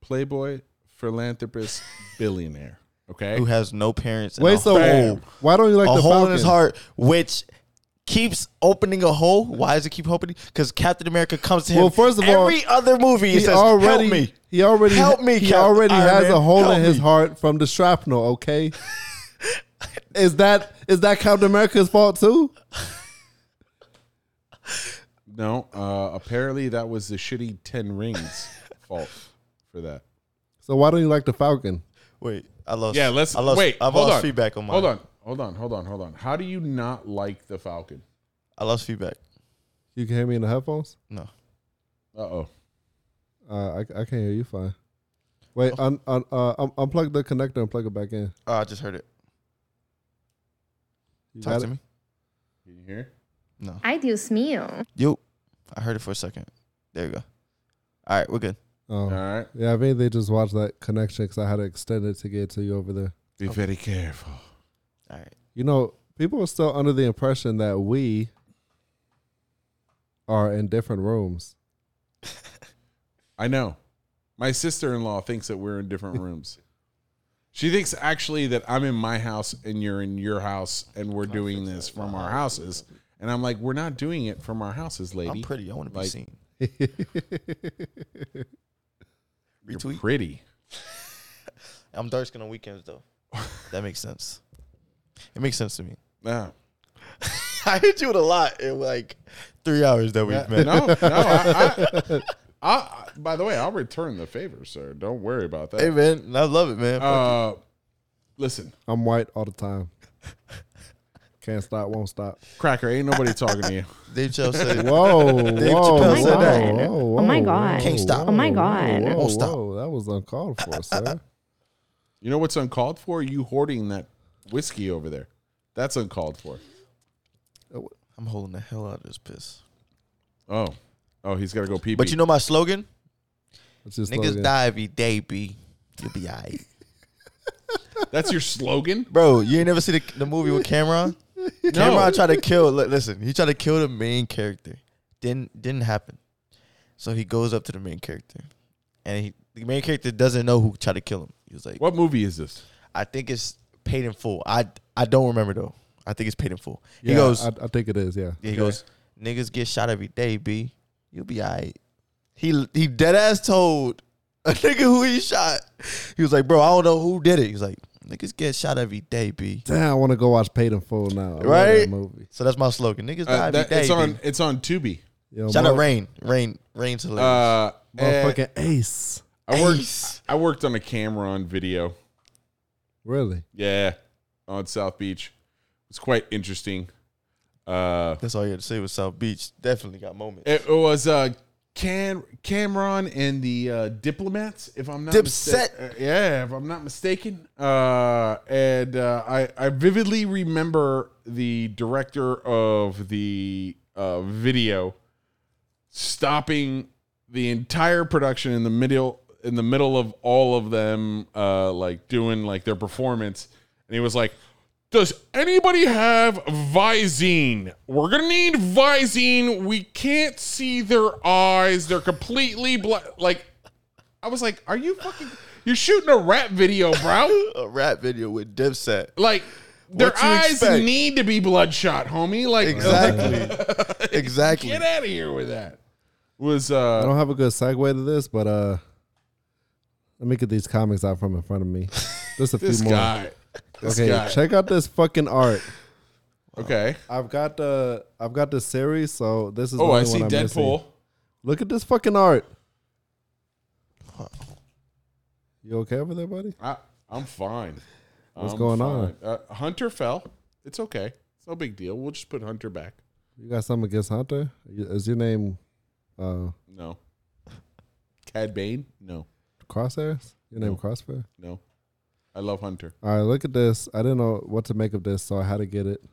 Playboy, philanthropist, billionaire. Okay.
Who has no parents. and a
Wait, so
Bam.
why don't you like
a
the
hole
Falcon?
in his heart, which keeps opening a hole. Why does it keep opening? Because Captain America comes to him.
Well, first of all,
every other movie, he
He
says,
already,
"Help me."
he already,
Help me,
He
Captain
already
Iron
has
Man.
a hole in
Help
his
me.
heart from the shrapnel. Okay, is that is that Captain America's fault too?
No. Uh, apparently, that was the shitty Ten Rings fault for that.
So why don't you like the Falcon?
Wait, I lost.
Yeah. Let's
I lost,
wait.
I
hold
lost
on.
feedback on mine.
Hold on. Hold on. Hold on. Hold on. How do you not like the Falcon?
I lost feedback.
You can hear me in the headphones.
No.
Uh oh.
Uh, I I can't hear you fine. Wait, un, un, uh, un, unplug the connector and plug it back in.
Oh, I just heard it.
You
Talk
got
to
it?
me.
Can you hear?
Ay, Dios mío.
Yo, I heard it for a second. There you go. All right, we're good.
Oh.
All right.
Yeah, I think they just watched that connection because I had to extend it to get to you over there.
Be very careful.
All right.
You know, people are still under the impression that we are in different rooms.
I know. My sister in law thinks that we're in different rooms. She thinks actually that I'm in my house and you're in your house and we're doing this from our houses. And I'm like, we're not doing it from our houses, lady.
I'm pretty. I want to be
Like-
seen.
You're
Retweet.
pretty.
I'm dark skin on weekends though. that makes sense. It makes sense to me.
Yeah.
I hit you with a lot in like three hours that we've
No,
met.
no. I, I, I, I- by the way, I'll return the favor, sir. Don't worry about
Hey
that.
man, I love it, man.
Uh, listen,
I'm white all the time. Can't stop, won't stop.
Cracker, ain't nobody talking to you.
Dave Chappelle said, it.
Whoa, whoa,
Dave
whoa,
Chappelle said that.
whoa,
Oh my
whoa,
God.
Can't
whoa,
stop.
Oh my God.
whoa,
Won't stop.
whoa. That was uncalled for, sir.
You know what's uncalled for? You hoarding that whiskey over there. That's uncalled for.
"I'm holding the hell out of this piss."
Oh, oh, he's got to go pee.
But you know my slogan:
It's just
"Niggas
slogan.
die every day, b. You'll be alright,
that's your slogan.
bro." You ain't never see the, the movie with Cameron. Cameron tried to kill. li- Listen, he tried to kill the main character. Didn't didn't happen. So he goes up to the main character, and he, the main character doesn't know who tried to kill him. He was like,
What movie is this?
"I think it's paid in full." I I don't remember though. I think it's paid in full.
Yeah,
he goes.
I, I think it is. Yeah.
Yeah, he goes, niggas get shot every day, B. You'll be all right. He, he dead ass told a nigga who he shot. He was like, bro, I don't know who did it. He's like, niggas get shot every day, b.
Damn, I want to go watch Paid in Full now. I love
Right?
that movie.
So that's my slogan. Niggas die
Uh,
every
that,
day.
it's on.
B.
It's on Tubi.
Yo,
Shout out
mother-
Rain, Rain, Rain to uh,
Uh, and
Motherfucking Ace.
I worked.
Ace.
I worked on a camera on video.
Really?
Yeah, on South Beach. It's quite interesting. Uh,
That's all you had to say was South Beach. Definitely got moments.
it, it was uh, Can Cameron and the uh, diplomats, if I'm not
Dipset.
mista- uh, yeah, if I'm not mistaken. Uh, and uh, I I vividly remember the director of the uh, video stopping the entire production in the middle in the middle of all of them uh like doing like their performance and he was like does anybody have Visine? We're gonna need Visine. We can't see their eyes. They're completely black. Like, I was like, "Are you fucking? You're shooting a rap video, bro?
A rap video with Dipset.
Like, their
What you
eyes
expect?
need to be bloodshot, homie. Like,
Exactly. Exactly.
get out of here with that." Was
I
uh,
don't have a good segue to this, but uh, let me get these comics out from in front of me. Just a
this
few more.
guy? This
okay,
guy.
check out this fucking art.
Okay.
I've got the I've got the series, so this is. the
Oh,
only
I see
one I'm missing.
Deadpool.
Look at this fucking art. You okay over there, buddy?
I, I'm fine.
What's
I'm
going on?
fine. Uh, Hunter fell. It's okay. It's no big deal. We'll just put Hunter back.
You got something against Hunter? You- Is your name uh
No. Cad Bane? No.
Crosshairs? Your name Crosshair?
No. I love Hunter.
All right, look at this. I didn't know what to make of this, so I had to get it.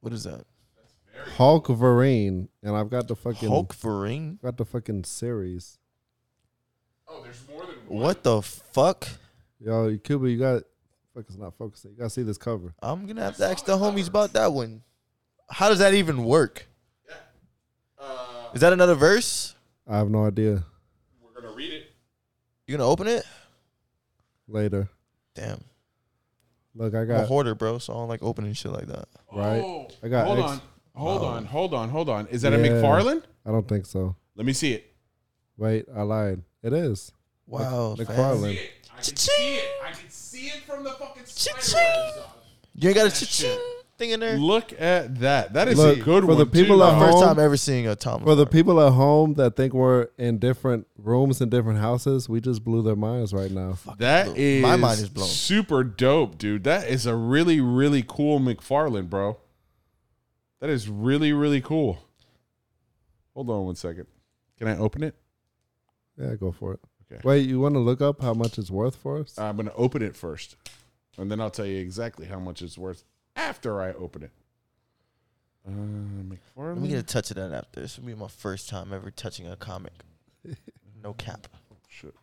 What is that?
Hulk Vereen, and I've got the fucking
Hulk Vereen?
got the fucking series.
Oh, there's more than
What the fuck?
Yo, Cuba, you got fuck. It's not focusing. You gotta see this cover.
I'm gonna have to ask the homies about that one. How does that even work? Is that another verse?
I have no idea.
We're going to read it.
You gonna open it?
Later,
Damn.
look, I
I'm a
got
hoarder, bro, so I don't like opening shit like that.
right.
Oh,
I got.
hold
X-
on. Hold on. Hold on. Hold on. Is that a
Yeah.
McFarlane?
I don't think so.
Let me see it.
Wait, I lied. It is
Wow. fam.
McFarlane.
I can see it. I can see it from the fucking
You ain't got a cha-ching thing in there?
Look at that. That is
Look,
a good
for
one.
the people
too.
at
Uh,
home-
First time ever seeing a Tom.
For the
Lord.
people at home that think we're in different rooms in different houses, we just blew their minds right now.
That is
My mind is blown.
Super dope, dude. That is a really really cool McFarlane, bro. That is really really cool. Hold on one second. Can I open it?
Yeah, go for it.
Okay. Uh,
Wait, you want to look up how much it's worth for us?
I'm gonna open it first, and then I'll tell you exactly how much it's worth after I open it. Uh,
Let me
McFarlane.
get a touch of that after. This will be my first time ever touching a comic. No cap.
Shit.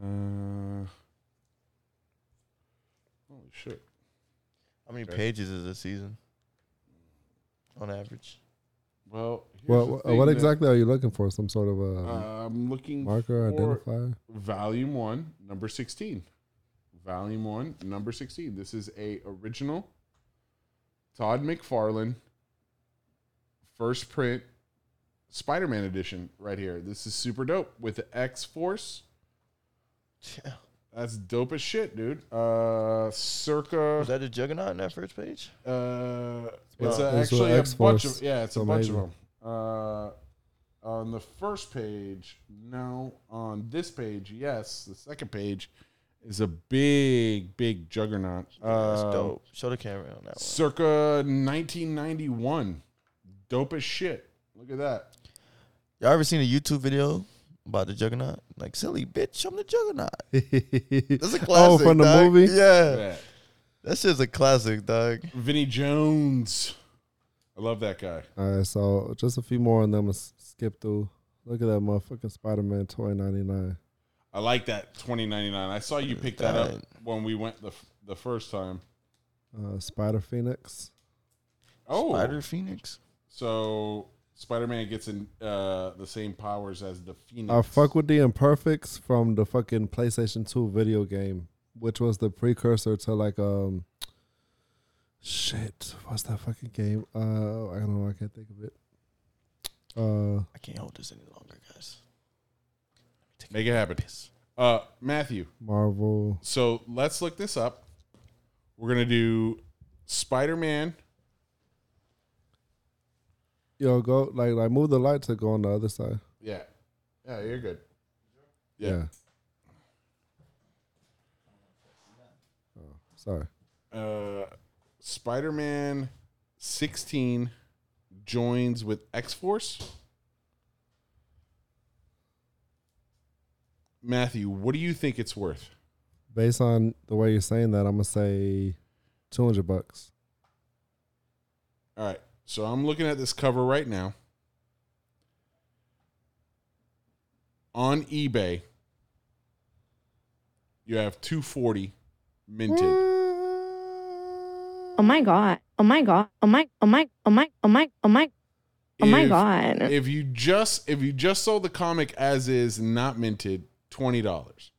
Uh, holy shit.
How many pages is a season? On average.
Well, here's
Well,
the
what,
thing
what
that,
exactly are you looking for? Some sort of a
uh, I'm looking
marker
for
identifier?
Volume One, number sixteen. Volume One, number sixteen. This is a original. Todd McFarlane. First print, Spider-Man edition, right here. This is super dope with the X Force.
Yeah.
That's dope as shit, dude. Uh, circa.
Was that a juggernaut in that first page?
Uh,
what- it's
it's
what
uh, actually a bunch
X-Force
of yeah, it's a
so
bunch of
amazing.
them. Uh, on the first page, no. On this page, yes. The second page is a big, big juggernaut.
That's
Uh,
dope. Show the camera on that one.
Circa 1991. Dope as shit. Look at that.
Y'all ever seen a YouTube video about the juggernaut? Like, silly bitch, I'm the juggernaut. That's a classic.
Oh, from the
dog.
movie?
Yeah.
that.
That shit's a classic, dog.
Vinny Jones. I love that guy.
All right, so just a few more and then I'm going to skip through. Look at that motherfucking Spider Man toy 99.
I like that 2099. I saw you pick that up
that?
when we went the f- the first time.
Uh, Spider Phoenix.
Oh,
Spider Phoenix.
So Spider-Man gets in uh, the same powers as the Phoenix.
I fuck with the imperfects from the fucking PlayStation 2 video game, which was the precursor to like, um, shit, what's that fucking game? Uh, I don't know, I can't think of it. Uh,
I can't hold this any longer, guys.
Make it happen. Uh, Matthew,
Marvel.
so let's look this up. We're gonna do Spider Man.
Yo, go like like move the light to go on the other side.
Yeah, yeah, you're good.
Yeah.
Yeah.
Oh, sorry.
Uh, Spider Man 16 joins with X Force. Matthew, what do you think it's worth?
Based on the way you're saying that, I'm gonna say two hundred bucks.
All right. So I'm looking at this cover right now. On eBay, you have 240 minted.
Mm, Oh my god. Oh my god. Oh my. Oh my. Oh my. Oh my. Oh my. Oh my
If-
god.
If you just if you just sold the comic as is, not minted, twenty dollars.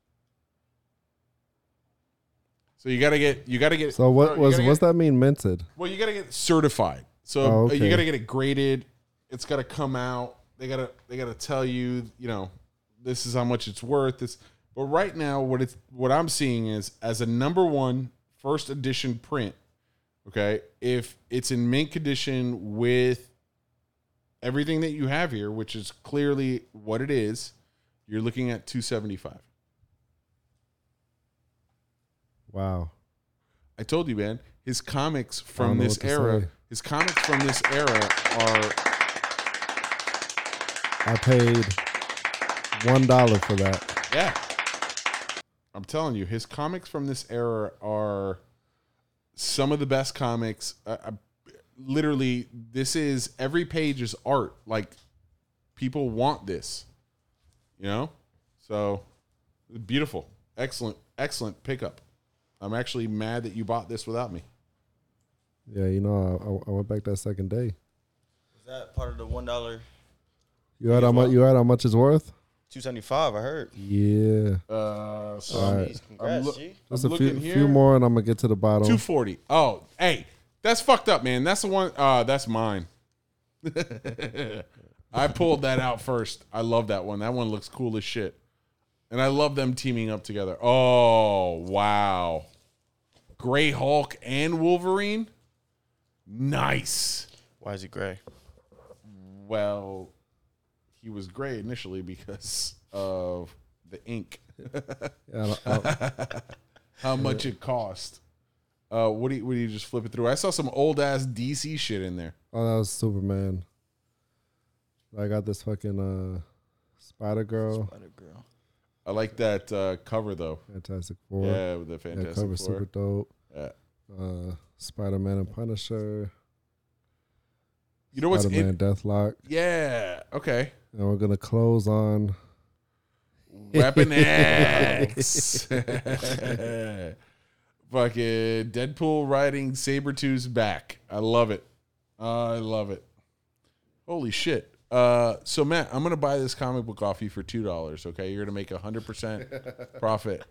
So you gotta get you gotta get
So
bro,
what
you
was
gotta
what's
get-
that mean minted?
Well, you gotta get certified. So
Oh,
uh, you
okay.
gotta get it graded. It's gotta come out. They gotta they gotta tell you you know this is how much it's worth. This but right now what it's what I'm seeing is as a number one first edition print. Okay, if it's in mint condition with everything that you have here, which is clearly what it is, you're looking at 275.
Wow.
I told you, man, his comics
I don't
from
know
this
what to
era,
say.
his comics from this era are
I paid one dollar for that.
yeah. I'm telling you, his comics from this era are some of the best comics. I, I, literally, this is every page is art. Like people want this, you know. So beautiful, excellent, excellent pickup. I'm actually mad that you bought this without me.
Yeah, you know, I, I went back that second day.
Was that part of the one dollar
You heard how much you heard how much it's worth?
two seventy five? I heard.
Yeah.
Uh, so
All right.
Jeez, congrats,
look-
G.
Just
I'm
a few,
looking here.
few more and I'm gonna get to the bottom.
240. Oh, hey, that's fucked up, man. That's the one. Uh, that's mine. I pulled that out first. I love that one. That one looks cool as shit. And I love them teaming up together. Oh, wow. Gray Hulk and Wolverine? Nice.
Why is he gray?
Well, he was gray initially because of the ink.
Yeah, I- I-
how much it cost. Uh, what do you, what do you just flip it through? I saw some old ass DC shit in there.
Oh, that was Superman. I got this fucking uh, Spider Girl,
Spider girl.
I like that uh, cover though.
Fantastic Four.
Yeah, with the
that
Fantastic
cover
Four.
super dope.
Yeah.
Uh, Spider Man and Punisher,
You know what's
Spider Man
in?
Deathlock,
Yeah. Okay.
and we're gonna close on.
Weapon X. Fucking Deadpool riding Sabretooth's back. I love it. I love it. Holy shit. Uh, so Matt, I'm gonna buy this comic book off you for two dollars. Okay, you're gonna make a hundred percent profit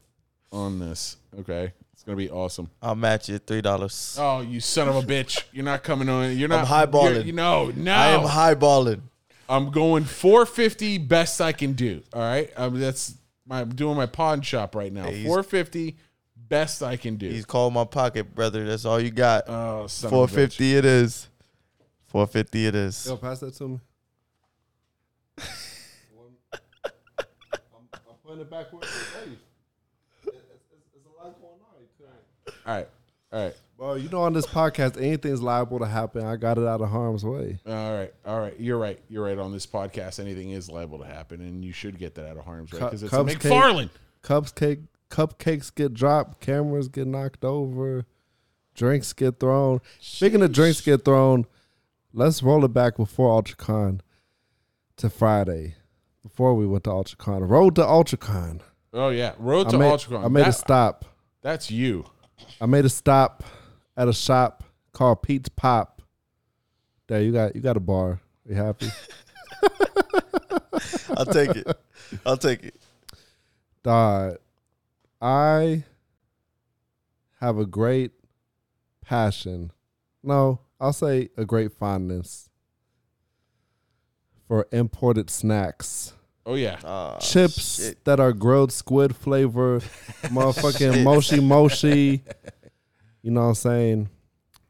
on this. Okay, it's gonna be awesome.
I'll match it three dollars.
Oh, you son of a bitch! You're not coming on. You're not
I'm highballing.
you're- You know, no.
I am highballing.
I'm going 450 best I can do. All right, um, that's my I'm doing my pawn shop right now.
he's-
450 best I can do.
He's called my pocket, brother. That's all you got.
Oh, son of a
Four fifty it is. Four fifty it is.
Yo, pass that to me. I'm, putting it back where
bitch. All right, all right,
Well, you know, on this podcast, anything's liable to happen. I got it out of harm's way.
all right, all right. You're right. You're right. On this podcast, anything is liable to happen, and you should get that out of harm's way
Cu-
because it's
Cubs
McFarlane.
Cups cake, cupcakes get dropped, cameras get knocked over, drinks get thrown. Speaking of drinks get thrown, let's roll it back before UltraCon to Friday. Before we went to UltraCon, road to UltraCon.
Oh yeah, Road to
I made,
Ultron.
I made a
That-
stop.
That's you.
I made a stop at a shop called Pete's Pop. There, you got you got a bar. You happy?
I'll take it. I'll take it.
Dog, I have a great passion. No, I'll say a great fondness for imported snacks.
Oh yeah.
Ah,
chips
shit.
that are grilled squid flavor, motherfucking moshi moshi. You know what I'm saying?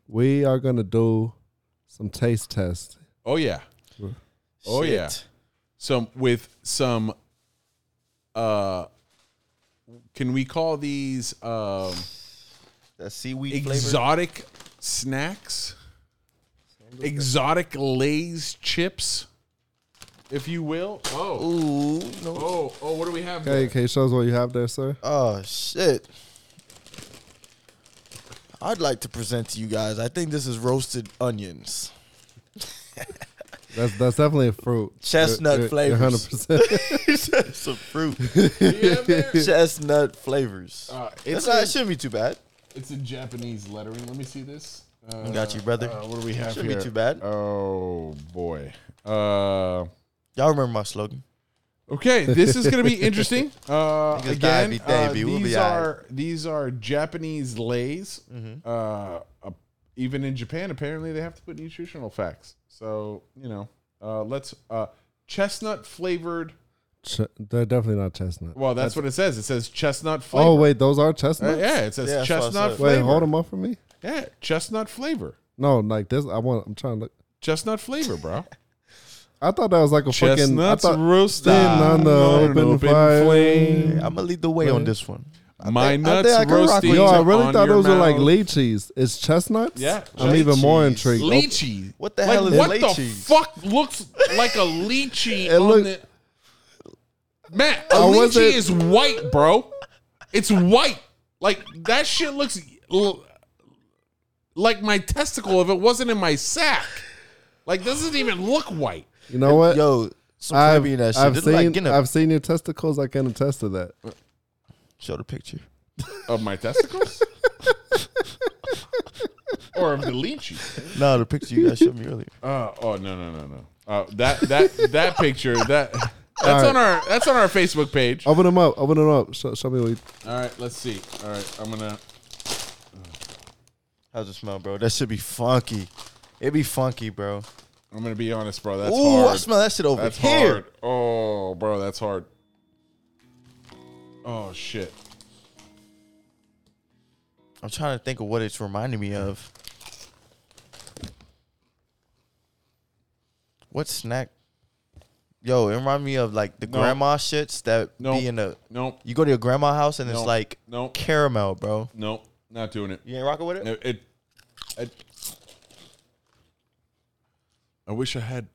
We are gonna do some taste tests.
Oh yeah. Oh, yeah.
Shit.
Some with some. Uh, can we call these um
That seaweed flavor.
exotic snacks? Exotic Lay's chips, if you will. Oh,
Ooh. No.
oh, oh! What do we have?
Okay,
there?
okay, show us what you have there, sir.
Oh shit. I'd like to present to you guys. I think this is roasted onions.
That's that's definitely a fruit.
Chestnut flavors.
Hundred percent.
Some fruit.
Do you have there?
Chestnut flavors.
Uh,
That's
it's
not,
a-
it shouldn't be too bad.
It's in Japanese lettering. Let me see this. Uh,
Got you, brother.
uh, what do we have
Shouldn't be
here?
too bad.
Oh boy. Uh,
Y'all remember my slogan?
okay, this is gonna be interesting. Uh,
Niggas
again,
die every
uh,
day, B. We'll be
these
alright.
are these are Japanese lays.
Mm-hmm.
Uh, uh, even in Japan, apparently they have to put nutritional facts. So you know, uh, let's uh, chestnut flavored.
Ch- they're definitely not chestnut.
Well, that's, what it says. It says chestnut flavor.
Oh wait, those are
Uh,
chestnuts.
yeah, it says
Yeah, that's what I
chestnut
said.
Wait,
flavor.
hold them up for me.
Yeah, chestnut flavor.
No, like this. I want. I'm trying to look.
Chestnut flavor, bro.
I thought that was like a fucking. I
Chestnuts
thought,
roasted
on the
on
open fire.
I'm gonna lead the way on this one.
My
think- I
nuts
think I can rock
roasting.
with
Yo, I
on
really thought
your
those were like
mouth.
lychees. It's chestnuts.
Yeah,
I'm even more
lychees.
intrigued.
Lychee.
What the
Like,
hell is
what
lychee?
the fuck looks like a lychee?
It
on
look-
the- Matt, a
I wasn't-
lychee is white, bro. It's white. Like that shit looks l- like my testicle if it wasn't in my sack. Like doesn't even look white.
You know what?
Yo, some
I've,
Caribbean that shit.
I've
This
seen
look like Guinea.
I've seen your testicles. I can attest to that.
Show the picture.
Of my testicles? or of the lychee.
No, the picture you guys showed me earlier.
Uh, oh no no no no. Uh, that that that picture that that's on our that's on our Facebook page.
Open them up. Open them up. Show, show me what. You,
All right, let's see. All right, I'm gonna.
How's it smell, bro? That should be funky. It be funky, bro.
I'm gonna be honest, bro. That's
Ooh,
hard.
I smell that shit over
that's
here.
hard. Oh, bro, that's hard. Oh shit.
I'm trying to think of what it's reminding me of. What snack? Yo, it remind me of like the
No.
grandma shits that
Nope.
be in the.
Nope.
You go to your grandma house and
Nope.
it's like
Nope.
caramel, bro.
Nope. Not doing it.
You ain't rocking with it?
No, it, it. I wish I had.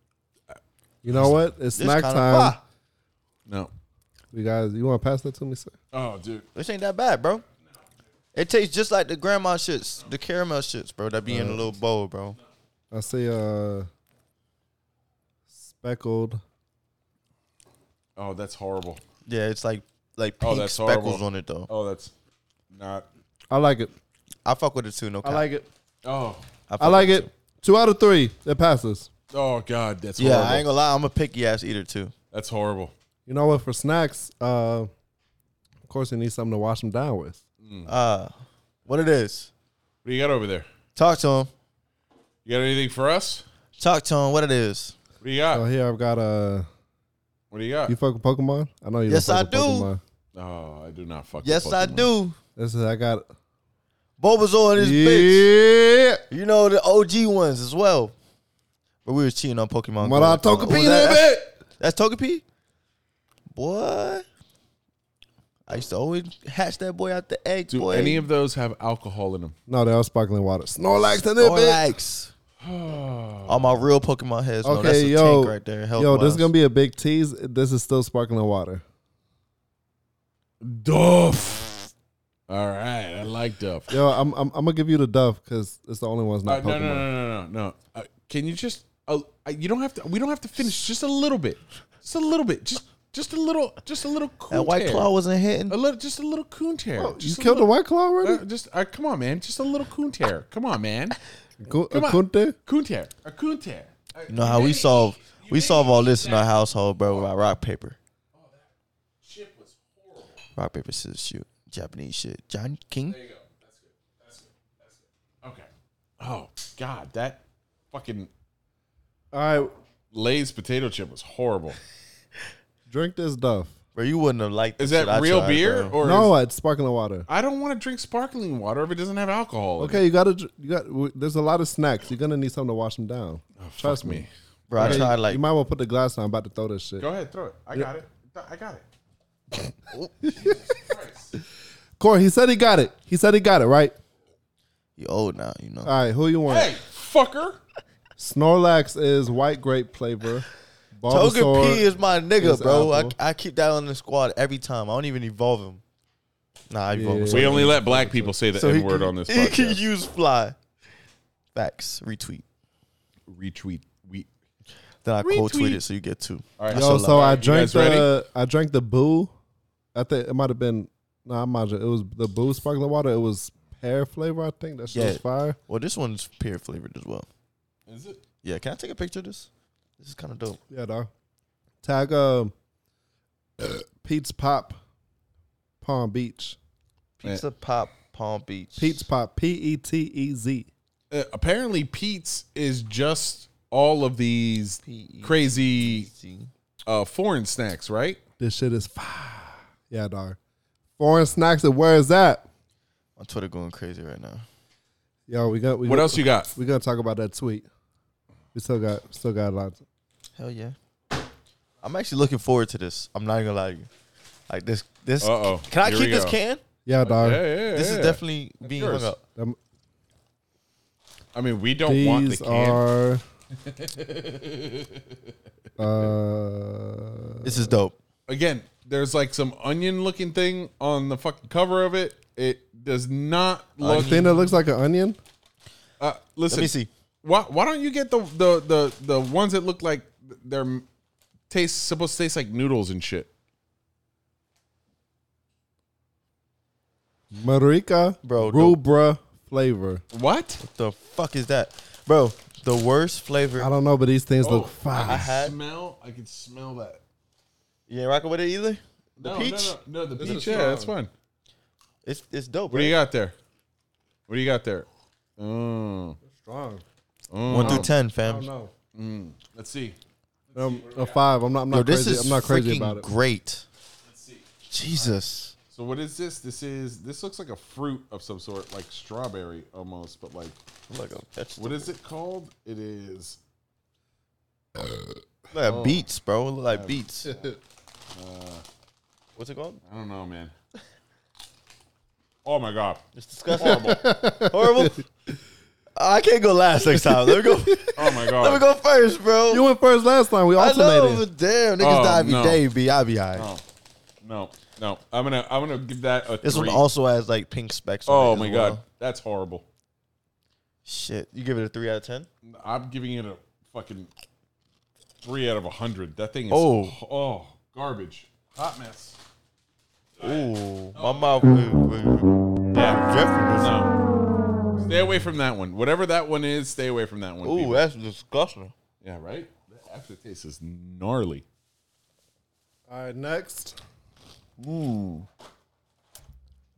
you know what? It's
This
snack
kinda-
time.
ah,
No.
You guys, you want to pass that to me, sir?
Oh, dude.
this ain't that bad, bro. It tastes just like the grandma shits, the caramel shits, bro. That be
Uh.
in a little bowl, bro.
I see uh speckled.
Oh, that's horrible.
Yeah, it's like like
Oh,
pink
that's
speckles
horrible.
on it though.
Oh, that's not.
I like it.
I fuck with it too. No,
I
cap.
like it.
Oh.
fuck
I like
with
it. Two out of three. It passes.
Oh God, that's
too. Yeah,
horrible.
I ain't gonna lie. I'm a picky ass eater too.
that's horrible.
You know what? For snacks, uh, of course you need something to wash them down with.
Uh, what it is?
What do you got over there?
Talk to him.
You got anything for us?
Talk to him. What it is?
What do you got?
So here I've got uh,
What do you got?
you fuck with Pokemon? I know you.
Yes,
don't
I
fuck
do.
with Pokemon.
oh, I do not fuck. with
Yes, I
Pokemon.
do.
This is I got.
Bulbasaur and his bitch.
Yeah.
You know the OG ones as well. But we was cheating on Pokemon.
What
Go.
I talk
Was
about,
that-
baby?
that's- That's Togepi. Boy, I used to always hatch that boy out the egg.
Do
boy.
any of those have alcohol in them?
No, they're all sparkling water. Snorlax in it, bitch.
Snorlax. All my real Pokemon heads. know
Okay,
that's a
yo,
tank right there.
yo, this is gonna be a big tease. This is still sparkling water.
Duff. All right, I like Duff.
Yo, I'm I'm, I'm gonna give you the Duff because it's the only one's
Uh,
not Pokemon.
no, no, no, no, no, no. Uh, can you just? Uh, uh, you don't have to. We don't have to finish. Just a little bit. Just a little bit. Just, just a little. Just a little. Coon
That White
tear.
Claw wasn't hitting.
A little. Just a little coon tear.
Oh, you
Just a
killed the
little-
White Claw already?
Uh, just uh, come on, man. Just a little coon tear. Come on, man.
Gu-
Come
uh,
on.
Kunte?
Coon tear. A coon tear. Uh,
You know how we
maybe-
solve
you
we
maybe
solve all this in
that
our household, bro, by rock paper.
Shit was horrible.
Rock paper scissors shoot. Japanese shit. John King.
There you go. That's good. That's good. That's good. Okay. Oh God, that fucking
All right,
Lay's potato chip was horrible.
Drink this stuff.
Bro, you wouldn't have liked the
Is
shit
that
I
real
tried,
beer
bro.
or
No,
Is,
it's sparkling water.
I don't want to drink sparkling water if it doesn't have alcohol. in
Okay,
it.
you gotta. dr- You got. w- There's a lot of snacks. You're gonna need something to wash them down. Trust
Fuck
me.
me.
Bro, I
Okay,
tried
you-
like
you might well put the glass down. I'm about to throw this shit.
Go ahead, throw it. I got it. I got it.
Corey, he said he got it. He said he got it right.
you old now, you know.
All right, who you want?
Hey, fucker.
Snorlax is white grape flavor.
Togepi
Bulbasaur-
is my nigga,
is
bro. I,
apple.
I keep that on the squad every time. I don't even evolve him. Nah, I evolve him.
Yeah.
so-
We only let black people say the
so he
N word
can-
on this
He can
podcast.
use fly. Facts. Retweet.
Retweet. We.
Then I quote tweet
Retweet.
it so you get two.
All right.
I
Yo,
so
so
love
I
it. You
drank
guys
the I drank the boo. I think it might have been no, nah, I'm not. It was the boo sparkling water. It was pear flavor. I think that shit was
Yeah.
fire.
Well, this one's pear flavored as well.
Is it?
Yeah, can I take a picture of this? This is kind of dope.
Yeah, dog. Tag um, Pete's Pop, Palm Beach.
Pizza Pop Palm Beach.
Pete's Pop. P E T E Z.
Uh, apparently, Pete's is just all of these crazy
P-E-T-Z.
uh, foreign snacks, right?
This shit is fire. Yeah, dog. Foreign snacks. And where is that?
On Twitter going crazy right now.
Yo, we got. We
What
got-
else you got?
We gonna talk about that tweet. We still got still got a lot.
Hell yeah. I'm actually looking forward to this. I'm not gonna lie to you. Like this, this.
Uh-oh.
Can I
Here
keep
we
this
go.
can?
Yeah, dog.
Yeah, yeah,
This
yeah.
is definitely being
yours.
hung up.
Um,
I mean, we don't want the
These
can.
are. uh,
This is dope.
Again, there's like some onion-looking thing on the fucking cover of it. It does not
the
look.
thing that looks like an onion.
Uh, listen,
Let me see.
Why, why don't you get the, the the the ones that look like they're taste supposed to taste like noodles and shit?
Marika
Bro, no.
rubra flavor.
What?
The fuck is that, bro? The worst flavor.
I don't know, but these things
Oh,
look fire.
I had-
smell. I can smell that.
You ain't rocking with it either.
The
peach?
No, the
peach.
Yeah, that's fine.
It's it's dope.
What do you got there? What do you got there? Mm.
Strong.
got? One through ten, fam.
know.
Let's see.
Um, a five. I'm not. I'm not
Yo, this
crazy.
is
I'm not crazy
freaking
about it.
great. Jesus.
So what is this? This is this looks like a fruit of some sort, like strawberry almost, but like
Look, a vegetable.
what is it called? It is
Look like beets, bro. It Look like beets. Uh, What's it called?
I don't know, man. Oh my god.
It's disgusting. Horrible. Horrible. I can't go last next time. Let me go.
Oh my god.
Let me go first, bro.
You went first last time. We
I know,
alternated.
but damn, niggas
Oh,
die every
no.
day, B. I be high.
Oh. No, no. I'm gonna I'm gonna give that a
This
three.
one also has like pink specks. on it
oh
as
my
well.
god, that's horrible.
Shit, you give it a three out of ten.
I'm giving it a fucking three out of a hundred. That thing is
Oh.
oh garbage. Hot mess.
Ooh, my mouth. was-
Yeah.
was-
No. Stay away from that one. Whatever that one is, stay away from that one.
Ooh,
people.
that's disgusting.
yeah, right? That aftertaste is gnarly.
All right, next.
Ooh,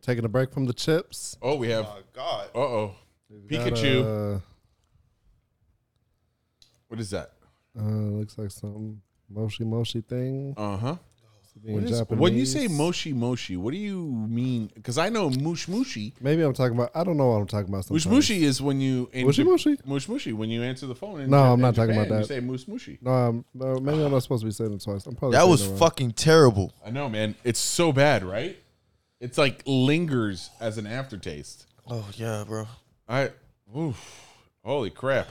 Taking a break from the chips.
Oh, we have uh
God.
oh.
Got,
Pikachu.
uh,
What is that?
Uh, looks like some moshi moshi thing.
Uh huh.
Being
What is,
Japanese.
when you say moshi moshi, what do you mean? Because I know mush mushi.
Maybe I'm talking about. I don't know what I'm talking about.
Mush
Sometimes.
mushi is when you in
Mushi
Jap-
mushi?
mush mushi when you answer the phone. in
No,
Ja-
I'm not
in
talking
Japan,
about
You
that.
say mush mushi.
No, I'm, no, maybe I'm not supposed to be saying it twice. I'm probably
That
saying
was
it wrong.
fucking terrible.
I know, man. It's so bad, right? It's like lingers as an aftertaste.
Oh yeah, bro.
I oof, holy crap.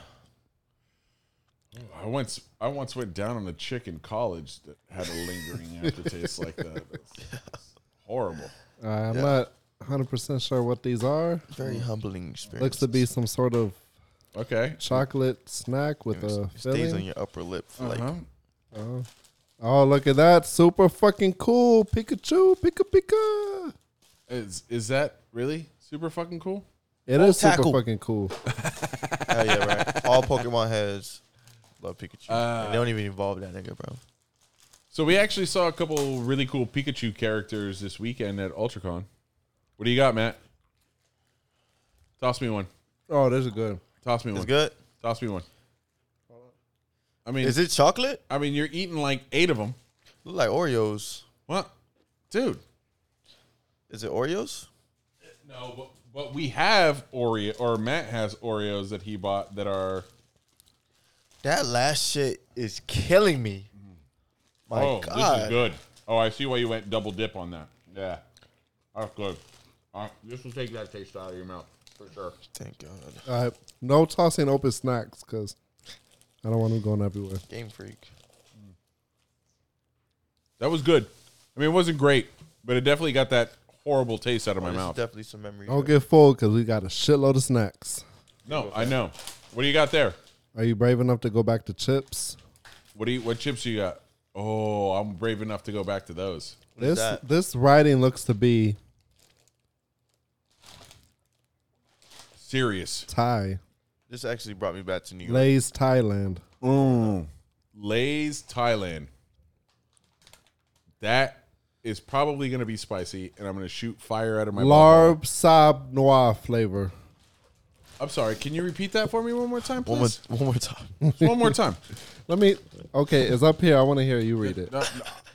I once I once went down on a chick in college that had a lingering aftertaste like that. It's, it's horrible.
Uh, I'm not 100 percent sure what these are.
Very humbling experience.
Looks to be some sort of
Okay.
chocolate snack with
It
a
stays on
filling.
your upper lip for
Uh-huh.
like
Oh, look at that! Super fucking cool, Pikachu, Pika Pika.
Is is that really super fucking cool?
It is super
tackle.
fucking cool.
hell Oh, yeah, right. All Pokemon heads love Pikachu. and they don't even involve that nigga, bro.
So we actually saw a couple really cool Pikachu characters this weekend at UltraCon. What do you got, Matt? Toss me one.
Oh, this is good.
Toss me
It's
one.
good.
Toss me one. I mean,
Is it chocolate?
I mean, you're eating like eight of them.
Look like Oreos.
What, dude?
Is it Oreos?
No, but, but we have Oreo, or Matt has Oreos that he bought that are.
That last shit is killing me. My
oh,
God.
this is good. Oh, I see why you went double dip on that. Yeah, that's good. Uh, this will take that taste out of your mouth for sure.
Thank God.
All right. No tossing open snacks because I don't want them going everywhere.
Game Freak.
That was good. I mean, it wasn't great, but it definitely got that horrible taste out of my
This is
mouth.
definitely some memory.
Don't get full because we got a shitload of snacks.
no, I know. What do you got there?
Are you brave enough to go back to chips?
What do you? What chips you got? Oh, I'm brave enough to go back to those.
this
that?
this writing looks to be
Serious.
Thai.
This actually brought me back to New York.
Lay's Thailand.
Lay's Thailand. That is probably going to be spicy, and I'm going to shoot fire out of my. butthole.
Larb Sab Noir flavor.
I'm sorry. Can you repeat that for me one more time,
One more,
please?
one more time.
Just One, more time.
Let me. Okay, it's up here. I want to hear you read it.
No, no.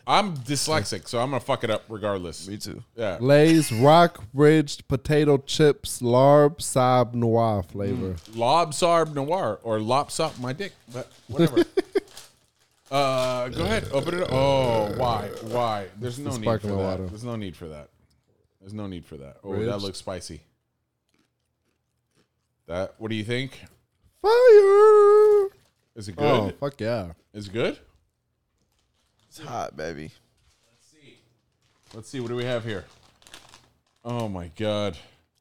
I'm dyslexic, so I'm going to fuck it up regardless.
Me too.
Yeah.
Lay's Rock Ridged Potato Chips Larb Sab Noir flavor.
Lobsarb Noir or Lopsop My Dick, but whatever. uh, go ahead, open it up. Oh, why? Why? There's no need for
sparkling
that.
water.
There's no need for that. There's no need for that. Oh, that
Ribs.
looks spicy. That, what do you think?
Fire!
Is it
Oh
Mm. good?
fuck yeah!
Is it good?
It's hot, baby.
Let's see, what do we have here? Oh my god.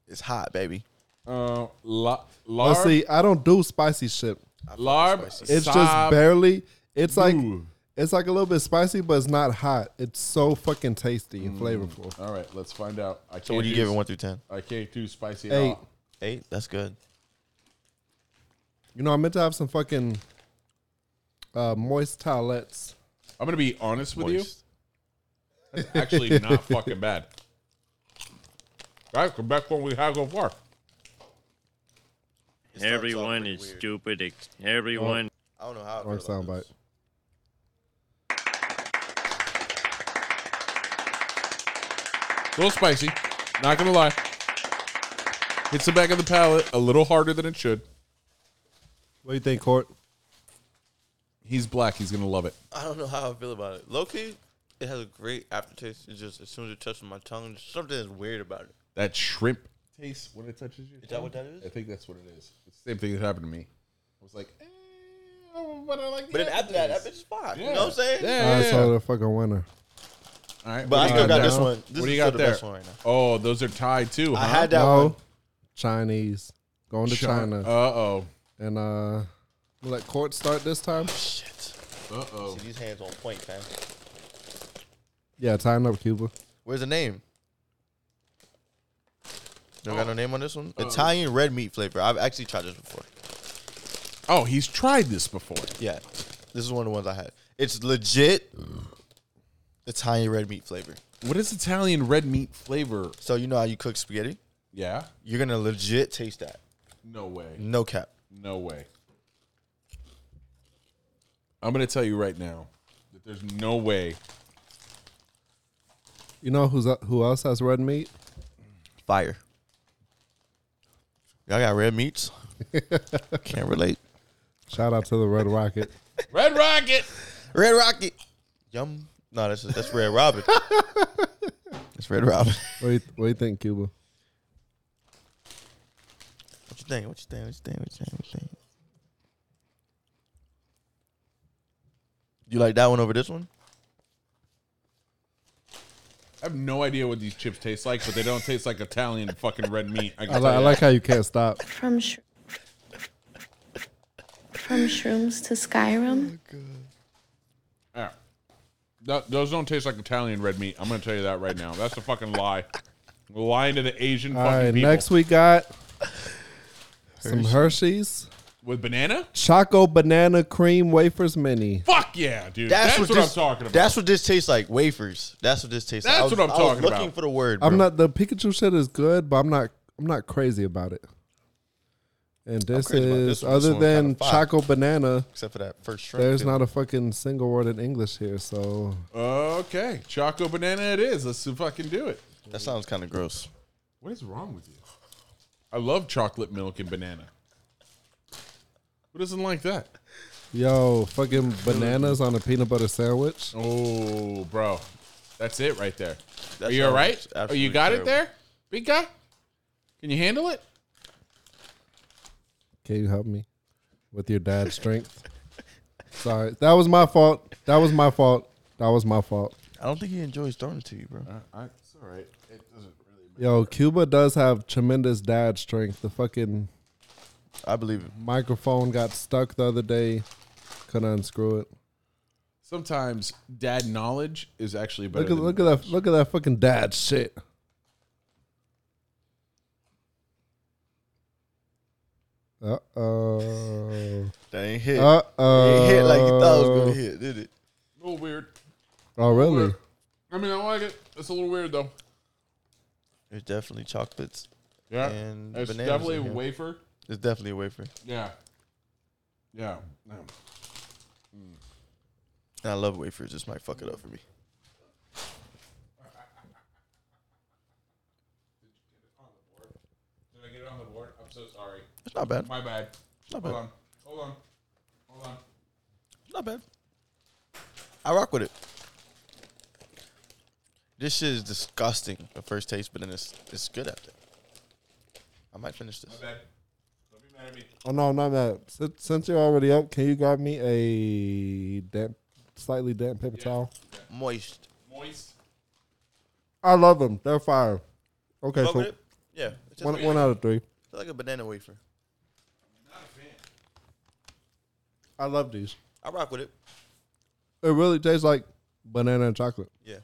It's hot, baby.
Uh, la,
Oh,
larb,
see, I don't do spicy shit.
larb,
It's just
Saab-
barely. It's like
Ooh.
it's like a little bit spicy, but it's not hot. It's so fucking tasty and flavorful.
All right, let's find out. I can't
So what do you
do
give it? One through ten?
I can't do spicy at
Eight.
all.
Eight. That's good.
You know, I meant to have some fucking uh, moist towelettes.
I'm gonna be honest with you.
Moist.
That's actually not fucking bad. That's the best one we had so far.
Everyone is stupid. Ex- everyone
I don't know how. I
Or
feel about
soundbite.
this.
A little spicy, not gonna lie. Hits the back of the palate a little harder than it should.
What do you think, Court?
He's black. He's gonna love it.
I don't know how I feel about it. Low key, it has a great aftertaste. It's just as soon as it touches my tongue, something is weird about it.
That shrimp taste when it touches you.
Is that what that is?
I think that's what it is. It's the same thing that happened to me. I was like, eh, oh, but I like. the
But then after that, that
aftertaste.
bitch is fine.
yeah.
You know what I'm saying?
Yeah,
All right,
yeah,
so
yeah.
the fucking winner.
All right,
But
what
I
do you
still got
there?
this one. This
what do
is
you
still
got
the
there?
best one right now.
Oh, those are tied too.
I
huh?
had that
No
one.
Chinese going to China,
Uh oh.
and uh, we'll let Court start this time.
Shit.
Uh oh.
See, these hands on point, fam.
Yeah, tying up Cuba.
Where's the name? Don't got no name on this one. Italian red meat flavor. I've actually tried this before.
Oh, he's tried this before.
Yeah, this is one of the ones I had. It's legit Italian red meat flavor.
What is Italian red meat flavor?
So you know how you cook spaghetti?
Yeah.
You're gonna legit taste that.
No way.
No cap.
No way. I'm gonna tell you right now that there's no way.
You know who's uh, who else has red meat?
Fire. Y'all got red meats? Can't relate.
Shout out to the Red Rocket.
Red Rocket.
Red Rocket. Yum. No, that's that's Red Robin. that's Red Robin.
What do you, what do you think, Cuba?
What you think? What you think? What you think? What you think? What you think? You like that one over this one?
I have no idea what these chips taste like, but they don't taste like Italian fucking red meat. I, can
I,
tell
li- I
you.
like how you can't stop.
From sh- from shrooms to Skyrim,
Yeah. Th- those don't taste like Italian red meat. I'm gonna tell you that right now. That's a fucking lie. Lying to the Asian
All
fucking
right,
people.
next we got some Hershey's
with banana.
Choco Banana Cream Wafers Mini.
Fuck yeah, dude. That's, what,
this,
I'm talking about.
That's what this tastes like. Wafers. That's what this tastes like. I
That's
was-
what I'm
I was
talking
looking
about.
for the word.
I'm
bro.
not the Pikachu shit is good, but I'm not I'm not crazy about it. And this
crazy about this
is
one. This
other
one kinda
than
fire.
Choco Banana.
Except for that first shrimp.
There's
dude.
not a fucking single word in English here, so
Okay, Choco Banana it is. Let's see if I can do it.
That sounds kind of gross.
What is wrong with you? I love chocolate milk and banana. Who doesn't like that?
yo, fucking bananas on a peanut butter sandwich.
Oh, bro. That's it right there.
That
Are you all
sounds
right? Oh, you
absolutely
got it
terrible.
there? Big guy? Can you handle it?
Can you help me with your dad's strength? Sorry, that was my fault. That was my fault. That was my fault.
I don't think he enjoys throwing it to you, bro.
Uh. it's all right. It doesn't really
Yo, Cuba does have tremendous dad strength. The fucking
I believe it.
microphone got stuck the other day. Couldn't unscrew it.
Sometimes dad knowledge is actually better.
Look at
than
look at that look at that fucking dad shit. Uh oh.
That ain't hit.
Uh oh.
it hit like you thought it was gonna hit, did it?
a little weird.
Oh really?
I mean, I like it. It's a little weird though.
It's definitely chocolates.
Yeah,
And
it's
bananas
definitely
in here.
wafer.
It's definitely a wafer.
Yeah, yeah. Mm.
And I love wafers. This might fuck it up for me.
Did I get it on the board? I'm so sorry.
It's not bad.
My bad.
Not
Hold
bad.
on. Hold on. Hold on.
Not bad. I rock with it. This shit is disgusting at first taste, but then it's it's good after. I might finish this.
My bad. Don't be mad at me.
Oh no, not that. Since, since you're already up, can you grab me a damp, slightly damp paper towel?
Moist.
Moist.
I love them. They're fire. Okay,
Fuck with
so
it? Yeah. It's just
one,
like,
one out of three.
it's like a banana wafer.
I love these.
I rock with it.
It really tastes like banana and chocolate.
Yeah.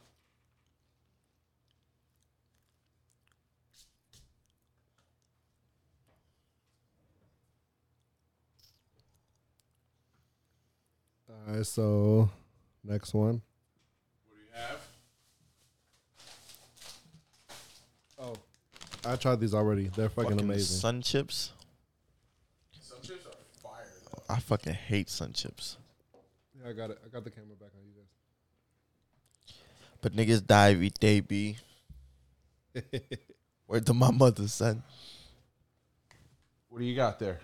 All right, so next one.
What do you have?
Oh, I tried these already. They're fucking,
Fucking
amazing.
Sun chips.
Some chips are fire. Though.
I fucking hate sun chips.
Yeah, I got it. I got the camera back on you guys.
But niggas die every day, B. Word to my mother, son.
What do you got there?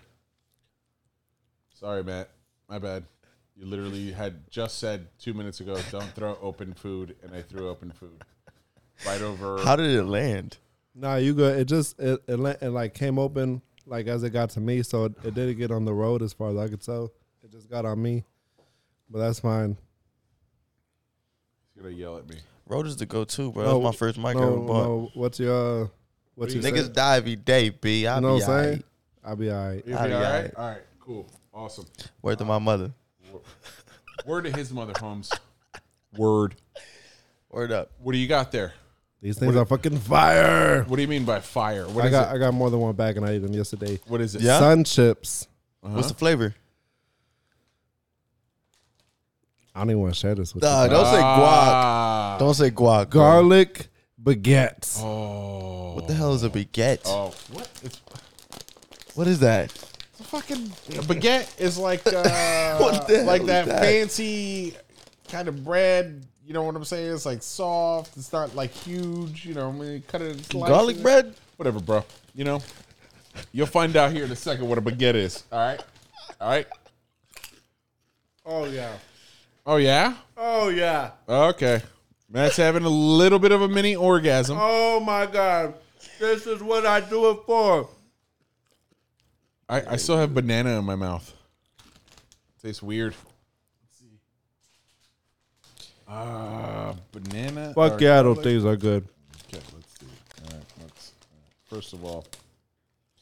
Sorry, Matt. My bad. You literally had just said two minutes ago, don't throw open food, and I threw open food right over.
How did it land?
Nah, you good. It just it it, la- it like came open like as it got to me, so it, it didn't get on the road as far as I could tell. It just got on me, but that's fine.
He's gonna yell at me.
Road is the go to, bro.
No,
That's my first mic I
No,
ever bought.
no. What's your uh, what's your
Niggas die every day, B. I
You
be
know what I'm
all
saying?
right.
I'll be all right.
You
I'll
be
be
all right?
alright.
All right, cool, awesome.
Word to my mother.
Word to his mother, Holmes. Word.
Word up.
What do you got there?
These things are fucking fire.
What do you mean by fire? What
I
is
got
it?
I got more than one bag, and I ate them yesterday.
What is it?
Yeah.
Sun chips.
Uh-huh.
What's the flavor?
I don't even want to share this with
Nah,
you.
don't say guac.
Ah.
Don't say guac. bro.
Garlic baguettes.
Oh.
What the hell is a baguette?
Oh, what? It's,
What is that?
it's a fucking a baguette is like uh,
What the hell
like
is
that,
that?
fancy kind of bread. You know what I'm saying? It's like soft. It's not like huge. You know, when you cut it. in slices.
Garlic bread?
Whatever, bro. You know, you'll find out here in a second what a baguette is. All right, all right.
Oh yeah.
Oh yeah.
Oh yeah.
Okay. Matt's having a little bit of a mini orgasm.
Oh my God. This is what I do it for.
I, I still have banana in my mouth. Tastes weird. Ah, banana.
Fuck
or-
yeah, those things are good.
Okay, let's see. All right, let's. First of all,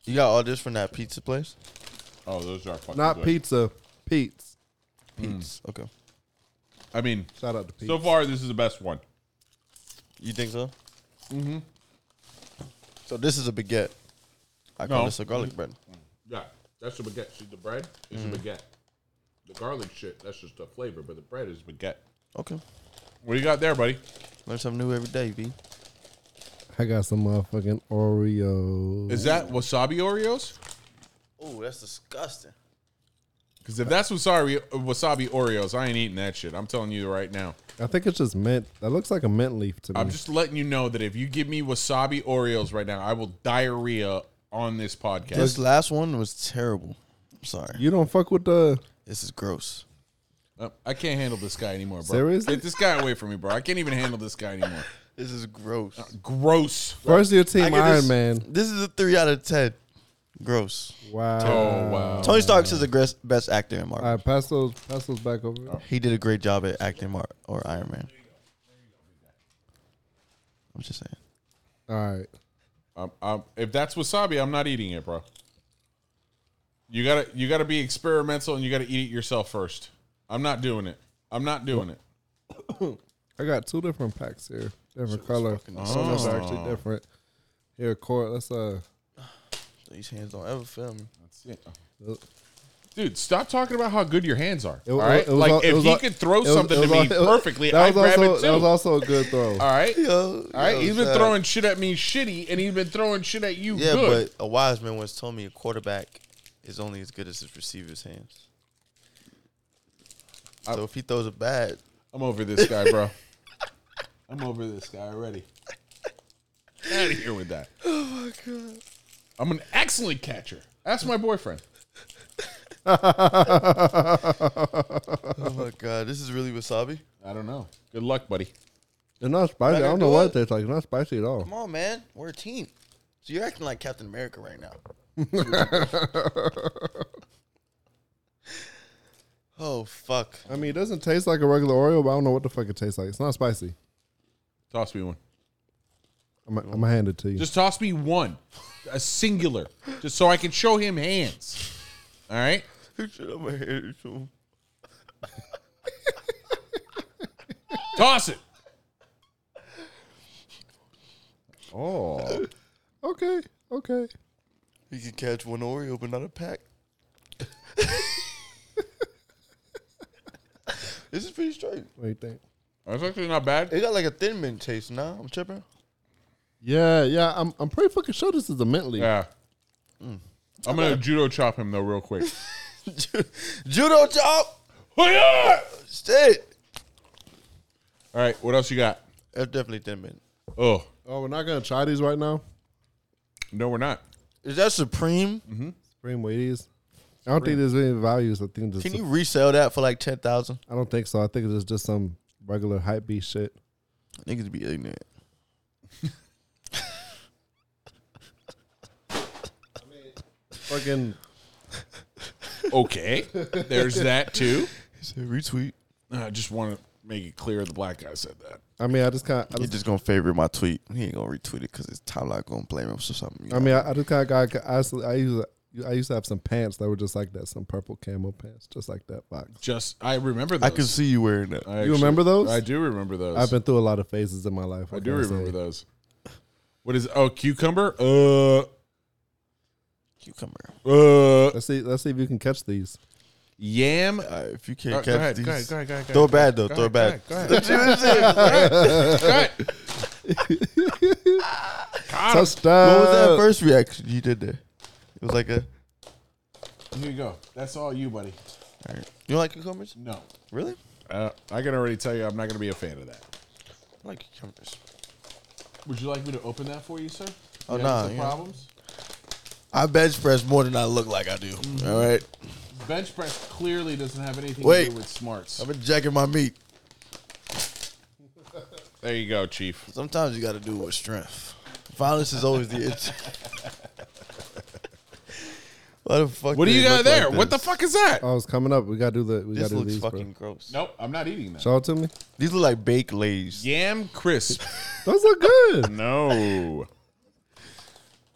You got all this from that pizza place?
oh, those are fucking
Not
good.
pizza, Pete's.
Hmm.
Pizza. Okay.
I mean,
Shout out to Pete's.
so far this is the best one.
You think so? Mm-hmm. So this is a baguette. I
No.
call this a garlic bread.
Yeah, that's a baguette. See the bread is a baguette. The garlic shit, that's just a flavor, but the bread is baguette.
Okay.
What do you got there, buddy?
Learn something new every day, B.
I got some motherfucking uh, Oreos.
Is that wasabi Oreos?
Oh,
Ooh, that's disgusting.
Because if that's wasabi, wasabi Oreos, I ain't eating that shit. I'm telling you right now.
I think it's just mint. That looks like a mint leaf to me.
I'm just letting you know that if you give me wasabi Oreos right now, I will diarrhea on this podcast.
This last one was terrible. I'm sorry.
you don't fuck with the.
This is gross.
Uh, I can't handle this guy anymore, bro.
Seriously?
Get this guy away from me, bro. I can't even handle this guy anymore.
This is gross.
Uh, Gross.
First, your team
I give
Iron
this-
Man.
This is a three out of ten. Gross.
Wow.
Oh wow.
Tony Stark is the gres- best actor in Marvel.
All right, pass those, pass those back over.
He did a great job at acting Mar- or Iron Man. I'm just saying.
All right.
Um, um, if that's wasabi, I'm not eating it, bro. You gotta you gotta be experimental and you gotta eat it yourself first. I'm not doing it. I'm not doing it.
I got two different packs here, different color. Some that's actually different. Here, Court. Let's uh.
These hands don't ever fail me.
Dude, stop talking about how good your hands are.
It,
all right,
it was
like
al- it
if
was
he
al-
could throw
it was-
something
it was
to
al-
me
it was-
perfectly,
that
I'd
was
grab
also-
it
That was
too.
also a good throw.
all right,
Yo,
all right. He's been
sad.
throwing shit at me shitty, and he's been throwing shit at you.
Yeah,
good.
but a wise man once told me a quarterback is only as good as his receiver's hands. So if he throws a bad,
I'm over this guy, bro. I'm over this guy already. Out of here with that. Oh my god. I'm an excellent catcher. That's my boyfriend.
oh my god, this is really wasabi.
I don't know. Good luck, buddy.
It's not spicy. I
Better
don't
do
know what
it.
it tastes like. It's not spicy at all.
Come on, man, we're a team. So you're acting like Captain America right now. oh fuck!
I mean, it doesn't taste like a regular Oreo, but I don't know what the fuck it tastes like. It's not spicy.
Toss me one.
I'm, I'm gonna hand it to you.
Just toss me one. A singular. Just so I can show him hands. All right? Toss it. Oh.
okay, okay.
You can catch one Oreo, but not a pack. this is pretty straight.
What do you think?
That's actually not bad.
It got like a thin mint taste. Nah, I'm tripping.
Yeah, yeah. I'm I'm pretty fucking sure this is a mint leaf.
Yeah. I'm gonna judo chop him though, real quick. Oh,
Judo chop.
All
Shit.
right, what else you got?
That's definitely thin mint.
Oh,
Oh, we're not gonna try these right now.
no, we're not.
Is that supreme?
Mm-hmm.
Supreme Wheaties. I don't think there's any values. I think this.
Can you resell that for like ten thousand?
I don't think so. I think it's just some regular hype beast shit.
Niggas be ignorant.
Fucking
Okay, there's that too. Uh,
He said retweet.
I just want to make it clear the black guy said that.
I mean, I just kind of. I,
He's
just-
just gonna favorite my tweet. He ain't gonna retweet it because his timeline gonna blame him for something. you
I
know?
mean, I, I just kind of got. I used, to- I used to- I used to have some pants that were just like that, some purple camo pants, just like that box.
Just I remember. Those.
I can see you wearing that.
I
You remember those?
I do remember those.
I've been through a lot of phases in my life.
I
what
do
can
remember
say?
those. What is oh cucumber? Uh,
Cucumber.
uh,
Let's see. Let's see if you can catch these.
yam.
All right, if you
All
can't catch
right, go ahead,
these,
go ahead, go ahead, go ahead, go
throw it bad
ahead.
though.
Go
throw it
ahead,
bad.
go
what
ahead, Go ahead. Got him.
Touchdown.
was
Uh,
that first reaction you did there? It was like a.
Here you go. That's all you, buddy.
All right. You don't like cucumbers?
No,
Really?
uh, I can already tell you, I'm not going to be a fan of that.
I like cucumbers.
Would you like me to open that for you, sir?
Oh,
You having
nah,
some
yeah.
Problems.
I bench press more than I look like I do. All right.
Bench press clearly doesn't have anything
Wait.
to do with smarts.
I've been jacking my meat.
There you go, Chief.
Sometimes you got to do it with strength. Violence is always the itch. Why the fuck?
What do
did
you
it
got
look
there?
like
what the
this?
fuck is that?
Oh, it's coming up. We gotta do the. We
This
gotta do
looks
these.
fucking
Fucking
gross.
Nope, I'm not eating that.
Show it to me.
These look like baked lays.
Yam crisp.
Those look good.
no.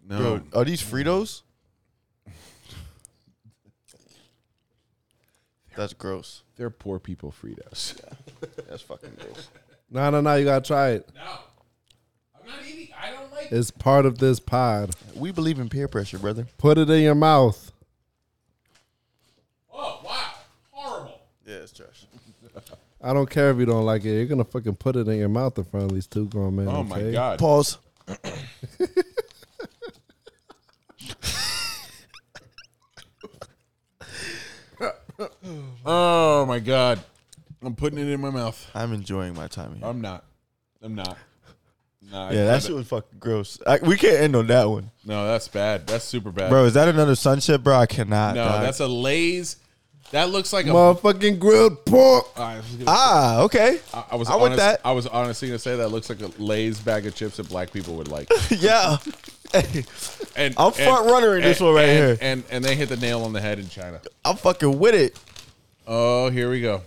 No.
Bro, are these Fritos? That's gross.
They're poor people Fritos.
That's fucking gross.
no, no, no. You gotta try it.
No. I'm not eating. I don't like
It's part of this pod.
We believe in peer pressure, brother.
Put it in your mouth.
Oh, wow. Horrible.
Yeah, it's trash.
I don't care if you don't like it. You're gonna fucking put it in your mouth in front of these two grown men.
Oh
okay?
my god.
Pause.
Oh my god. I'm putting it in my mouth.
I'm enjoying my time here.
I'm not. I'm not. Nah, I
yeah, that
kinda-
shit was fucking gross. I, we can't end on that one,
No, that's bad. That's super bad.
bro. Is that another sunset, bro? I cannot.
no,
dog.
that's a Lay's. That looks like a.
Motherfucking grilled pork.
I was gonna-
ah okay.
I- I was
I'm with
honest-
that.
I was honestly gonna say that looks like a Lay's bag of chips that black people would like.
yeah,
And
I'm
and-
front runner in this
and-
one right
and-
here.
And and they hit the nail on the head in China.
I'm fucking with it.
Oh, here we go.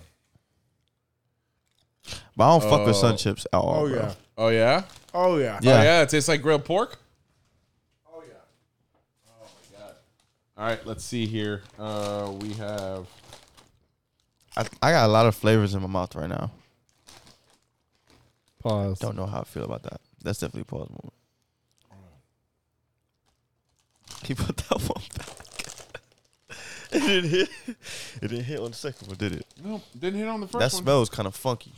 But I don't fuck with sun chips at all.
Oh
bro.
yeah.
Oh yeah.
Oh yeah.
Oh
Yeah.
yeah. It tastes like grilled pork. Oh yeah. Oh my god. All right. Let's see here. Uh, we have.
I, I got a lot of flavors in my mouth right now.
Pause.
Don't know how I feel about that. That's definitely a pause moment. He put that one back. it didn't hit. It didn't hit on the second one, did it?
No, didn't hit on the first
That
one.
smells kind of funky.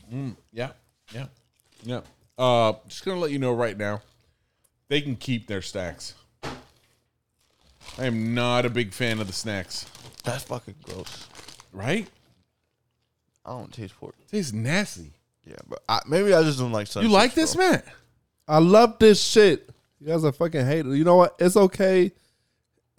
Yeah, yeah, yeah. Uh, just gonna let you know right now, they can keep their snacks. I am not a big fan of the snacks.
That's fucking gross.
Right?
I don't taste pork.
Tastes nasty.
Yeah, but I, maybe I just don't like sun.
You like this, Matt?
I love this shit. You guys are fucking hating. You know what? It's okay.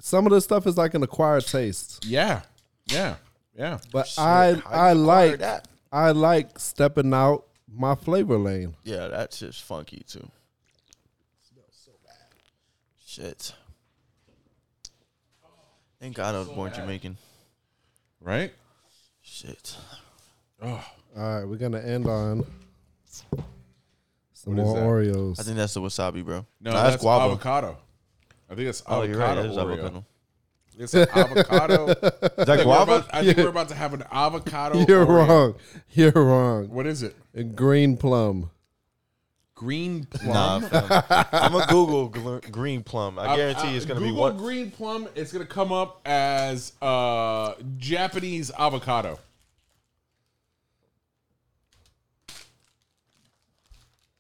Some of this stuff is like an acquired taste,
Yeah, yeah, yeah.
but I I like
that?
I like stepping out my flavor lane.
Yeah, that shit's funky too. Shit. Thank God I was born Jamaican.
Right?
Shit.
All right, we're gonna end on some
What is
more Oreos.
I think that's the wasabi, bro.
No,
Nah,
that's,
guava.
avocado. I think it's
Oh,
avocado.
you're right. It is
Oreo.
avocado.
It's an avocado.
Is that
We're
guava?
about- I think we're about to have an avocado.
You're
Oreo.
wrong. You're wrong.
What is it?
And green plum.
Green plum.
Nah, I'm gonna Google gl- green plum. I guarantee
Uh,
it's gonna be
Google
one.
green plum. It's gonna come up as uh, Japanese avocado.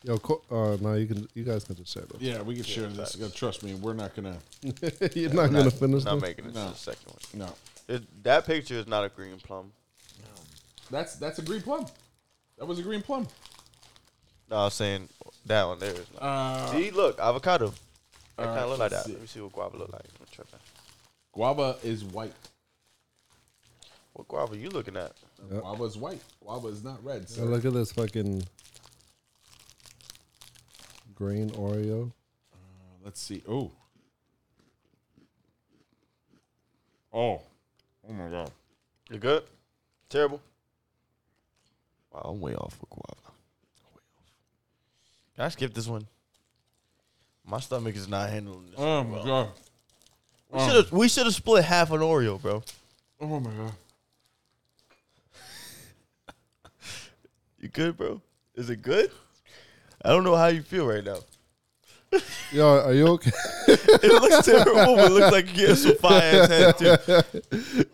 Yo, co- uh, no, you can. You guys can just share them.
Yeah, we can share this. Trust me, we're not gonna.
You're not gonna
Not-
finish
Not
them.
making it to the second one.
No,
It- that picture is not a green plum.
that's that's a green plum. That was a green plum.
No, I was saying that one there is not.
Uh,
See, look, avocado. It kind
right,
of look like
let's
that.
see.
Let me see what guava look like. I'm tripping.
guava is white.
What guava you looking at?
Guava is white. Guava is not red.
Now
So
look at this fucking green Oreo.
let's see. Oh, oh, oh my god.
You good? Terrible. Wow, I'm way off with guava. I'm way off. Can I skip this one? My stomach is not handling this.
Oh my god.
We should have we should have split half an Oreo, bro.
Oh my god.
You good, bro? Is it good? I don't know how you feel right now.
Yo, are you okay?
It looks terrible, but it looks like you're getting some fire ass head too.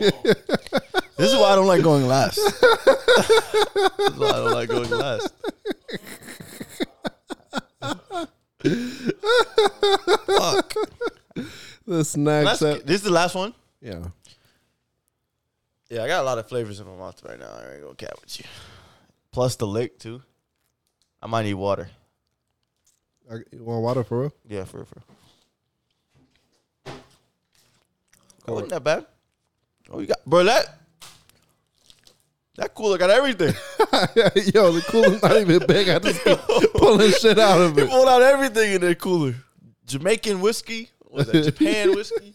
This is why I don't like going last. this is why I don't like going last. Fuck.
the snack
Let's-
set.
this is the last one.
Yeah.
Yeah, I got a lot of flavors in my mouth right now. I ain't gonna cap with you. Plus the lick too. I might need water.
I, you want water for real?
Yeah, for for. That wasn't that bad. Oh, you got bro that that cooler got everything.
Yo, the cooler's not even big. I just keep pulling shit out of
He
it.
pulled out everything in that cooler. Jamaican whiskey. What was that Japan whiskey?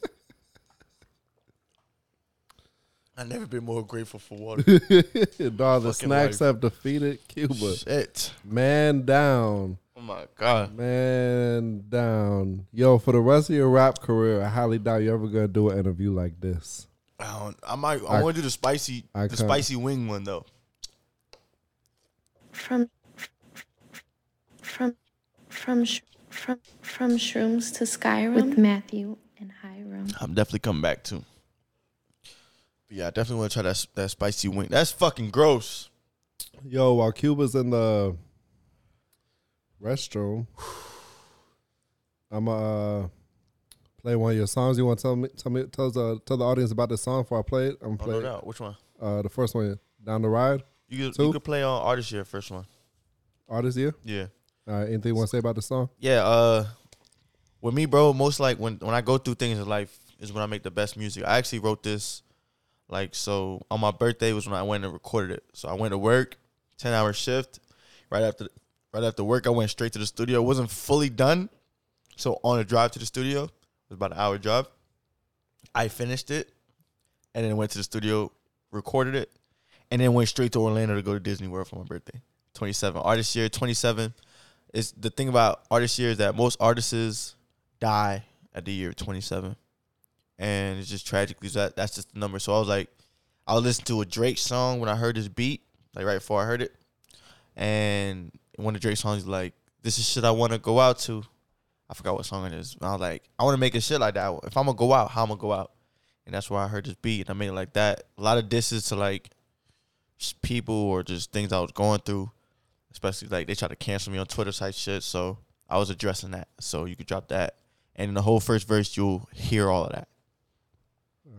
I've never been more grateful for water.
Dog, the snacks
life.
have defeated Cuba.
Shit.
Man down.
Oh my god.
Man down. Yo, for the rest of your rap career, I highly doubt you're ever gonna do an interview like this.
I, don't, I might. I, want to do the spicy,
I
the
can't.
spicy wing one though.
from from from sh- from from shrooms to Skyrim with
Matthew.
and Hiram.
I'm definitely coming back too. But yeah, I definitely want to try that that spicy wing. That's fucking gross.
Yo, while Cuba's in the restroom, I'm uh play one of your songs. You want to tell me, tell me, tell the tell the audience about this song before I play it. I'm
Oh, no
playing
doubt. Which one?
uh, the first one, "Down the Ride,"
You could,
Two?
you could play on artist year first one.
artist year.
Yeah.
All right, anything you want to say about the song?
Yeah, uh with me, bro, most like when when I go through things in life is when I make the best music. I actually wrote this like so on my birthday was when I went and recorded it. So I went to work, 10-hour shift. Right after right after work, I went straight to the studio. It wasn't fully done. So on the drive to the studio, it was about an hour drive. I finished it and then went to the studio, recorded it, and then went straight to Orlando to go to Disney World for my birthday. 27 artist year 27 it's the thing about artist year is that most artists die at the year of 27 and it's just tragic because that, that's just the number so i was like i was listening to a drake song when i heard this beat like right before i heard it and one of drake's songs is like this is shit i want to go out to i forgot what song it is and i was like i want to make a shit like that if i'm gonna go out how i'm gonna go out and that's where i heard this beat and i made it like that a lot of disses to like just people or just things i was going through especially like they tried to cancel me on Twitter type shit. So I was addressing that. So you could drop that, and in the whole first verse, you'll hear all of that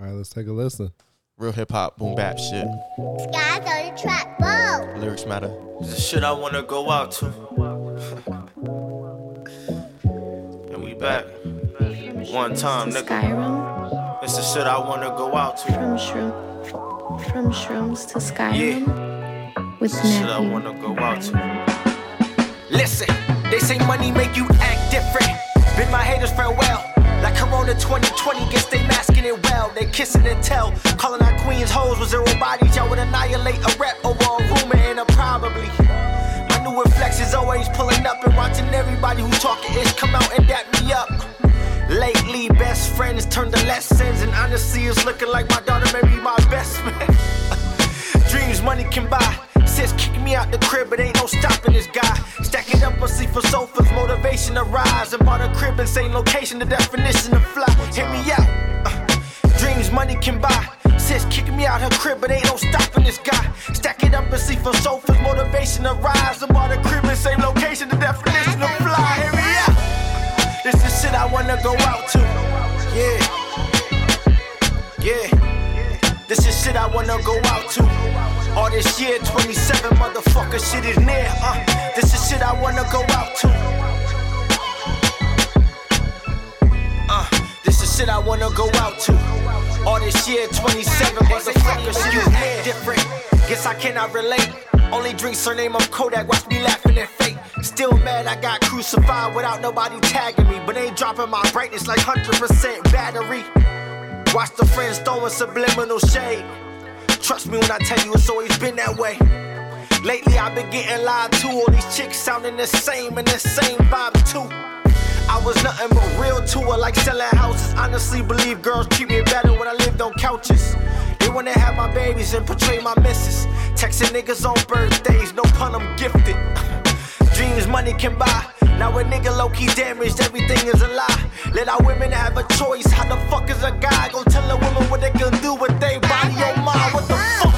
All right, let's take a listen.
real hip hop, boom bap shit.
Guys on the track, whoa.
Lyrics matter. This is shit I wanna go out to. and we back. One time,
to
nigga.
Skyrim,
This is shit I wanna go out to.
from shroom, from shrooms to Skyrim, with
Shit I
Matthew
wanna go
and
out to.
Hiram.
Listen, they say money make you act different. Bid my haters farewell. Like Corona 2020, guess they masking it well. They kissing and tell. Calling out queens hoes with zero bodies. Y'all would annihilate a rep over a rumor and a probably. My new reflex is always pulling up and watching everybody who talking ish come out and dap me up. Lately, best friends turned to lessons, and honestly, it's looking like my daughter may be my best man. Dreams money can buy. Sis kicking me out the crib, but ain't no stopping this guy. Stacking up a seat for sofas, motivation to rise. And bought a crib and same location, the definition of fly. Hit me out. Uh, dreams money can buy. Sis kicking me out her crib, but ain't no stopping this guy. Stacking up a seat for sofas, motivation to rise. And bought a crib and same location, the definition of fly. Hit me out. This is shit I wanna go out to. Yeah. Yeah. This is shit I wanna go out to. All this year, 27 motherfucker shit is near. Uh, this is shit I wanna go out to. Uh, this is shit I wanna go out to. All this year, 27 motherfucker shit is near. Different. Guess I cannot relate. Only drink surname of Kodak, watch me laughing at fate. Still mad I got crucified without nobody tagging me. But they ain't dropping my brightness like 100% battery. Watch the friends throwing subliminal shade. Trust me when I tell you it's always been that way. Lately I've been getting lied to. All these chicks sounding the same and the same vibe too. I was nothing but real to her, like selling houses. Honestly, believe girls treat me better when I lived on couches. They wanna have my babies and portray my missus. Texting niggas on birthdays, no pun, I'm gifted. Dreams money can buy. Now a nigga low key damaged, everything is a lie. Let our women have a choice. How the fuck is a guy gonna tell a woman what they can do with their body or mind? What the fuck?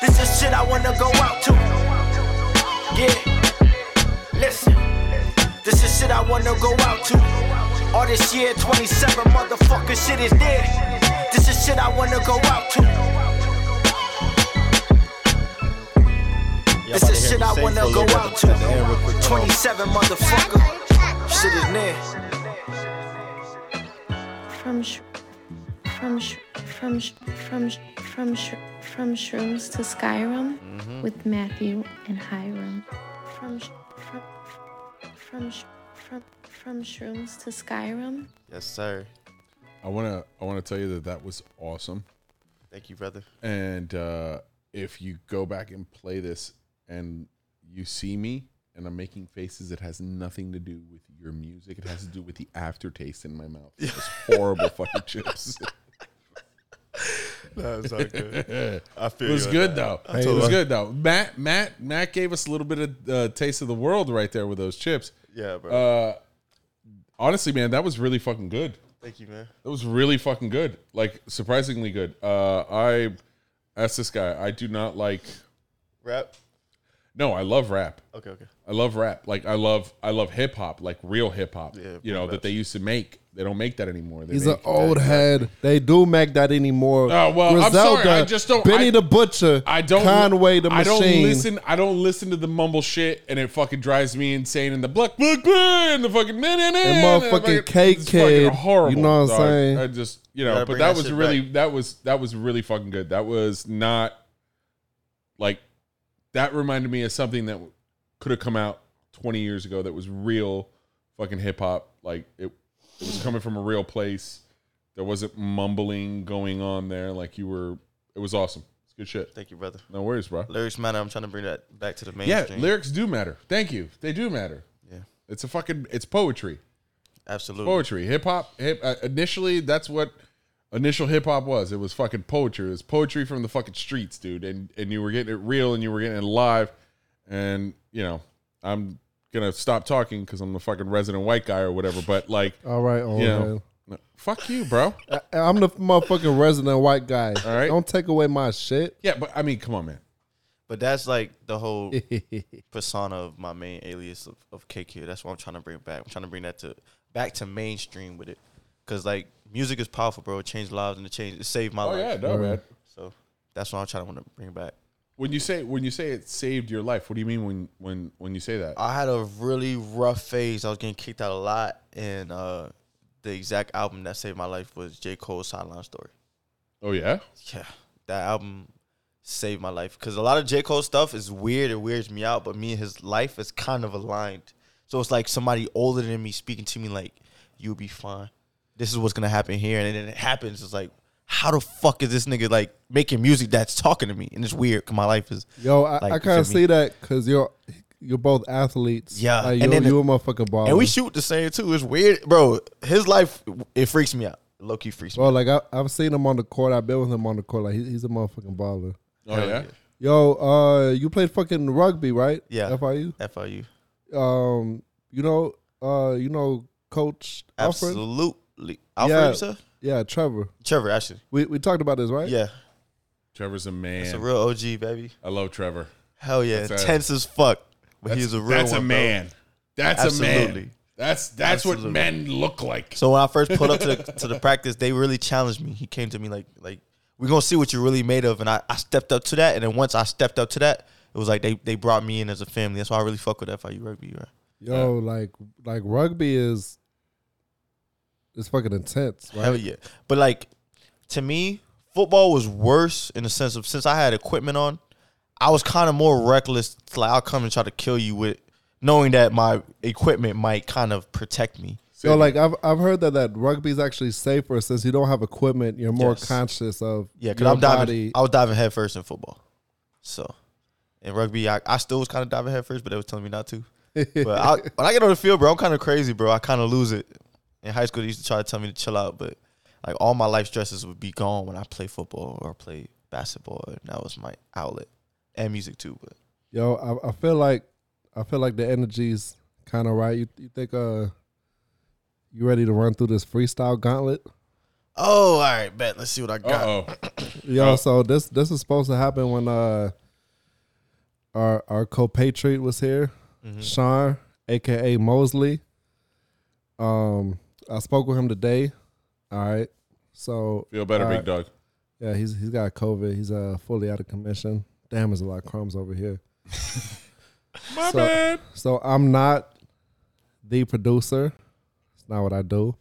This is shit I wanna go out to. Yeah, listen. This is shit I wanna go out to. All this year, 27 motherfucking shit is there. This is shit I wanna go out to. This is shit I wanna go out to. 27
Guys on
motherfucker.
the track,
Shit is
whoa.
near.
from sh- from sh- from sh- from sh- from sh- from shrooms to Skyrim with Matthew and Hiram. From sh- from from sh- from from shrooms to Skyrim.
Yes, sir.
I wanna I wanna tell you that that was awesome.
Thank you, brother.
And uh, if you go back and play this, and you see me, and I'm making faces, it has nothing to do with your music. It has to do with the aftertaste in my mouth. It's horrible fucking chips.
That was all good. I feel
It was good though. It was good though. Matt Matt Matt gave us a little bit of uh, taste of the world right there with those chips.
Yeah, bro.
Uh, honestly, man, that was really fucking good.
Thank you, man.
That was really fucking good. Like surprisingly good. Uh, I asked this guy. I do not like
Rap.
No, I love rap.
Okay, okay.
I love rap. Like I love I love hip hop, like real hip hop.
Yeah,
you know
pretty
that they used to make. They don't make that anymore. They
He's
make
an old head. They do make that anymore.
Oh, well, I'm sorry, I just don't-
Benny
I-
the Butcher.
I don't
Conway the
I
Machine.
don't listen. I don't listen to the mumble shit, and it fucking drives me insane. And the black black black and the fucking nah, nah, nah,
And
nah,
motherfucking
fucking-
K
it's fucking
Kid.
Horrible.
You know what I'm
dog.
saying?
I just you know,
Gotta
but
bring
that
that
was
shit
really that was that was really fucking good. That was not like that reminded me of something that could have come out 20 years ago that was real fucking hip hop. Like it, it was coming from a real place. There wasn't mumbling going on there. Like you were. It was awesome. It's good shit.
Thank you, brother.
No worries, bro.
Lyrics matter. I'm trying to bring that back to the
Yeah,
mainstream.
lyrics do matter. Thank you. They do matter.
Yeah.
It's a fucking it's poetry.
absolutely.
Poetry. Hip hop hip uh, initially that's what initial hip hop was. It was fucking poetry. It was poetry from the fucking streets, dude. And and you were getting it real and you were getting it live and you know, I'm going to stop talking cuz I'm the fucking resident white guy or whatever, but like
All right, old
you
head.
know, no, fuck you, bro.
I- I'm the motherfucking resident white guy. All
right.
Don't take away my shit.
Yeah, but I mean, come on, man.
But that's like the whole persona of my main alias of, of KQ. That's what I'm trying to bring back. I'm trying to bring that to back to mainstream with it, because like music is powerful, bro. It changed lives and it changed. It saved my
Oh
life.
yeah, no,
Alright.
man.
So that's what I'm trying to want to bring back.
When you say when you say it saved your life, what do you mean when when when you say that?
I had a really rough phase. I was getting kicked out a lot, and uh, the exact album that saved my life was J Cole's Sideline Story.
Oh yeah.
yeah, that album saved my life because a lot of J Cole stuff is weird. It weirds me out, but me and his life is kind of aligned. So it's like somebody older than me speaking to me like, "You'll be fine. This is what's gonna happen here," and then it happens. It's like, how the fuck is this nigga like making music that's talking to me? And it's weird. 'cause my life is
Yo, I,
Like,
I
you
kind of
feel
see
me?
that because you're you're both athletes.
Yeah,
like,
and
you
then
you a motherfucking baller.
and we shoot the same too. It's weird, bro. His life it freaks me out. Low key freaks me.
Bro,
out.
like I, I've seen him on the court. I've been with him on the court. Like he, he's a motherfucking baller.
Oh
Hell
yeah.
Yo, uh, you played fucking rugby, right?
Yeah.
FIU.
FIU.
Um, you know, uh, you know, Coach Alfred.
Absolutely. Alfred, you said?
Yeah, Trevor.
Trevor, actually.
We we talked about this, right?
Yeah.
Trevor's a man.
It's a real OG, baby.
I love Trevor.
Hell yeah,
That's a-
intense as fuck. But he's a real
That's
one,
a
bro.
man. That's a
Absolutely.
man. That's that's
Absolutely.
what men look like.
So when I first pulled up to the, to the practice, they really challenged me. He came to me like, like we're gonna see what you're really made of, and I, I stepped up to that. And then once I stepped up to that, it was like they, they brought me in as a family. That's why I really fuck with FIU rugby, right?
Yo, like like rugby is it's fucking intense, right?
Hell yeah. But like to me, football was worse in the sense of since I had equipment on, I was kind of more reckless. It's Like I'll come and try to kill you with knowing that my equipment might kind of protect me.
So like I've I've heard that that rugby is actually safer since you don't have equipment. You're more
Yes.
conscious of
Yeah, because
your
I'm diving.
body.
I was diving head first in football. So in rugby, I, I still was kind of diving head first, but they was telling me not to. But I, when I get on the field, bro, I'm kind of crazy, bro. I kind of lose it. In high school, they used to try to tell me to chill out, but like all my life stresses would be gone when I play football or play basketball, and that was my outlet and music too. But
Yo, I, I feel like I feel like the energy's kind of right. You you think uh you ready to run through this freestyle gauntlet?
oh, all right, bet. Let's see what I got.
Uh oh.
Yo, so this this is supposed to happen when uh our our co-patriot was here,
Mm-hmm.
Sean, aka Mosley. Um, I spoke with him today. All right, so
Feel better,
uh,
big dog.
Yeah, he's he's got COVID. He's uh fully out of commission. Damn, there's a lot of crumbs over here.
My
so-
man.
So I'm not the producer. It's not what I do.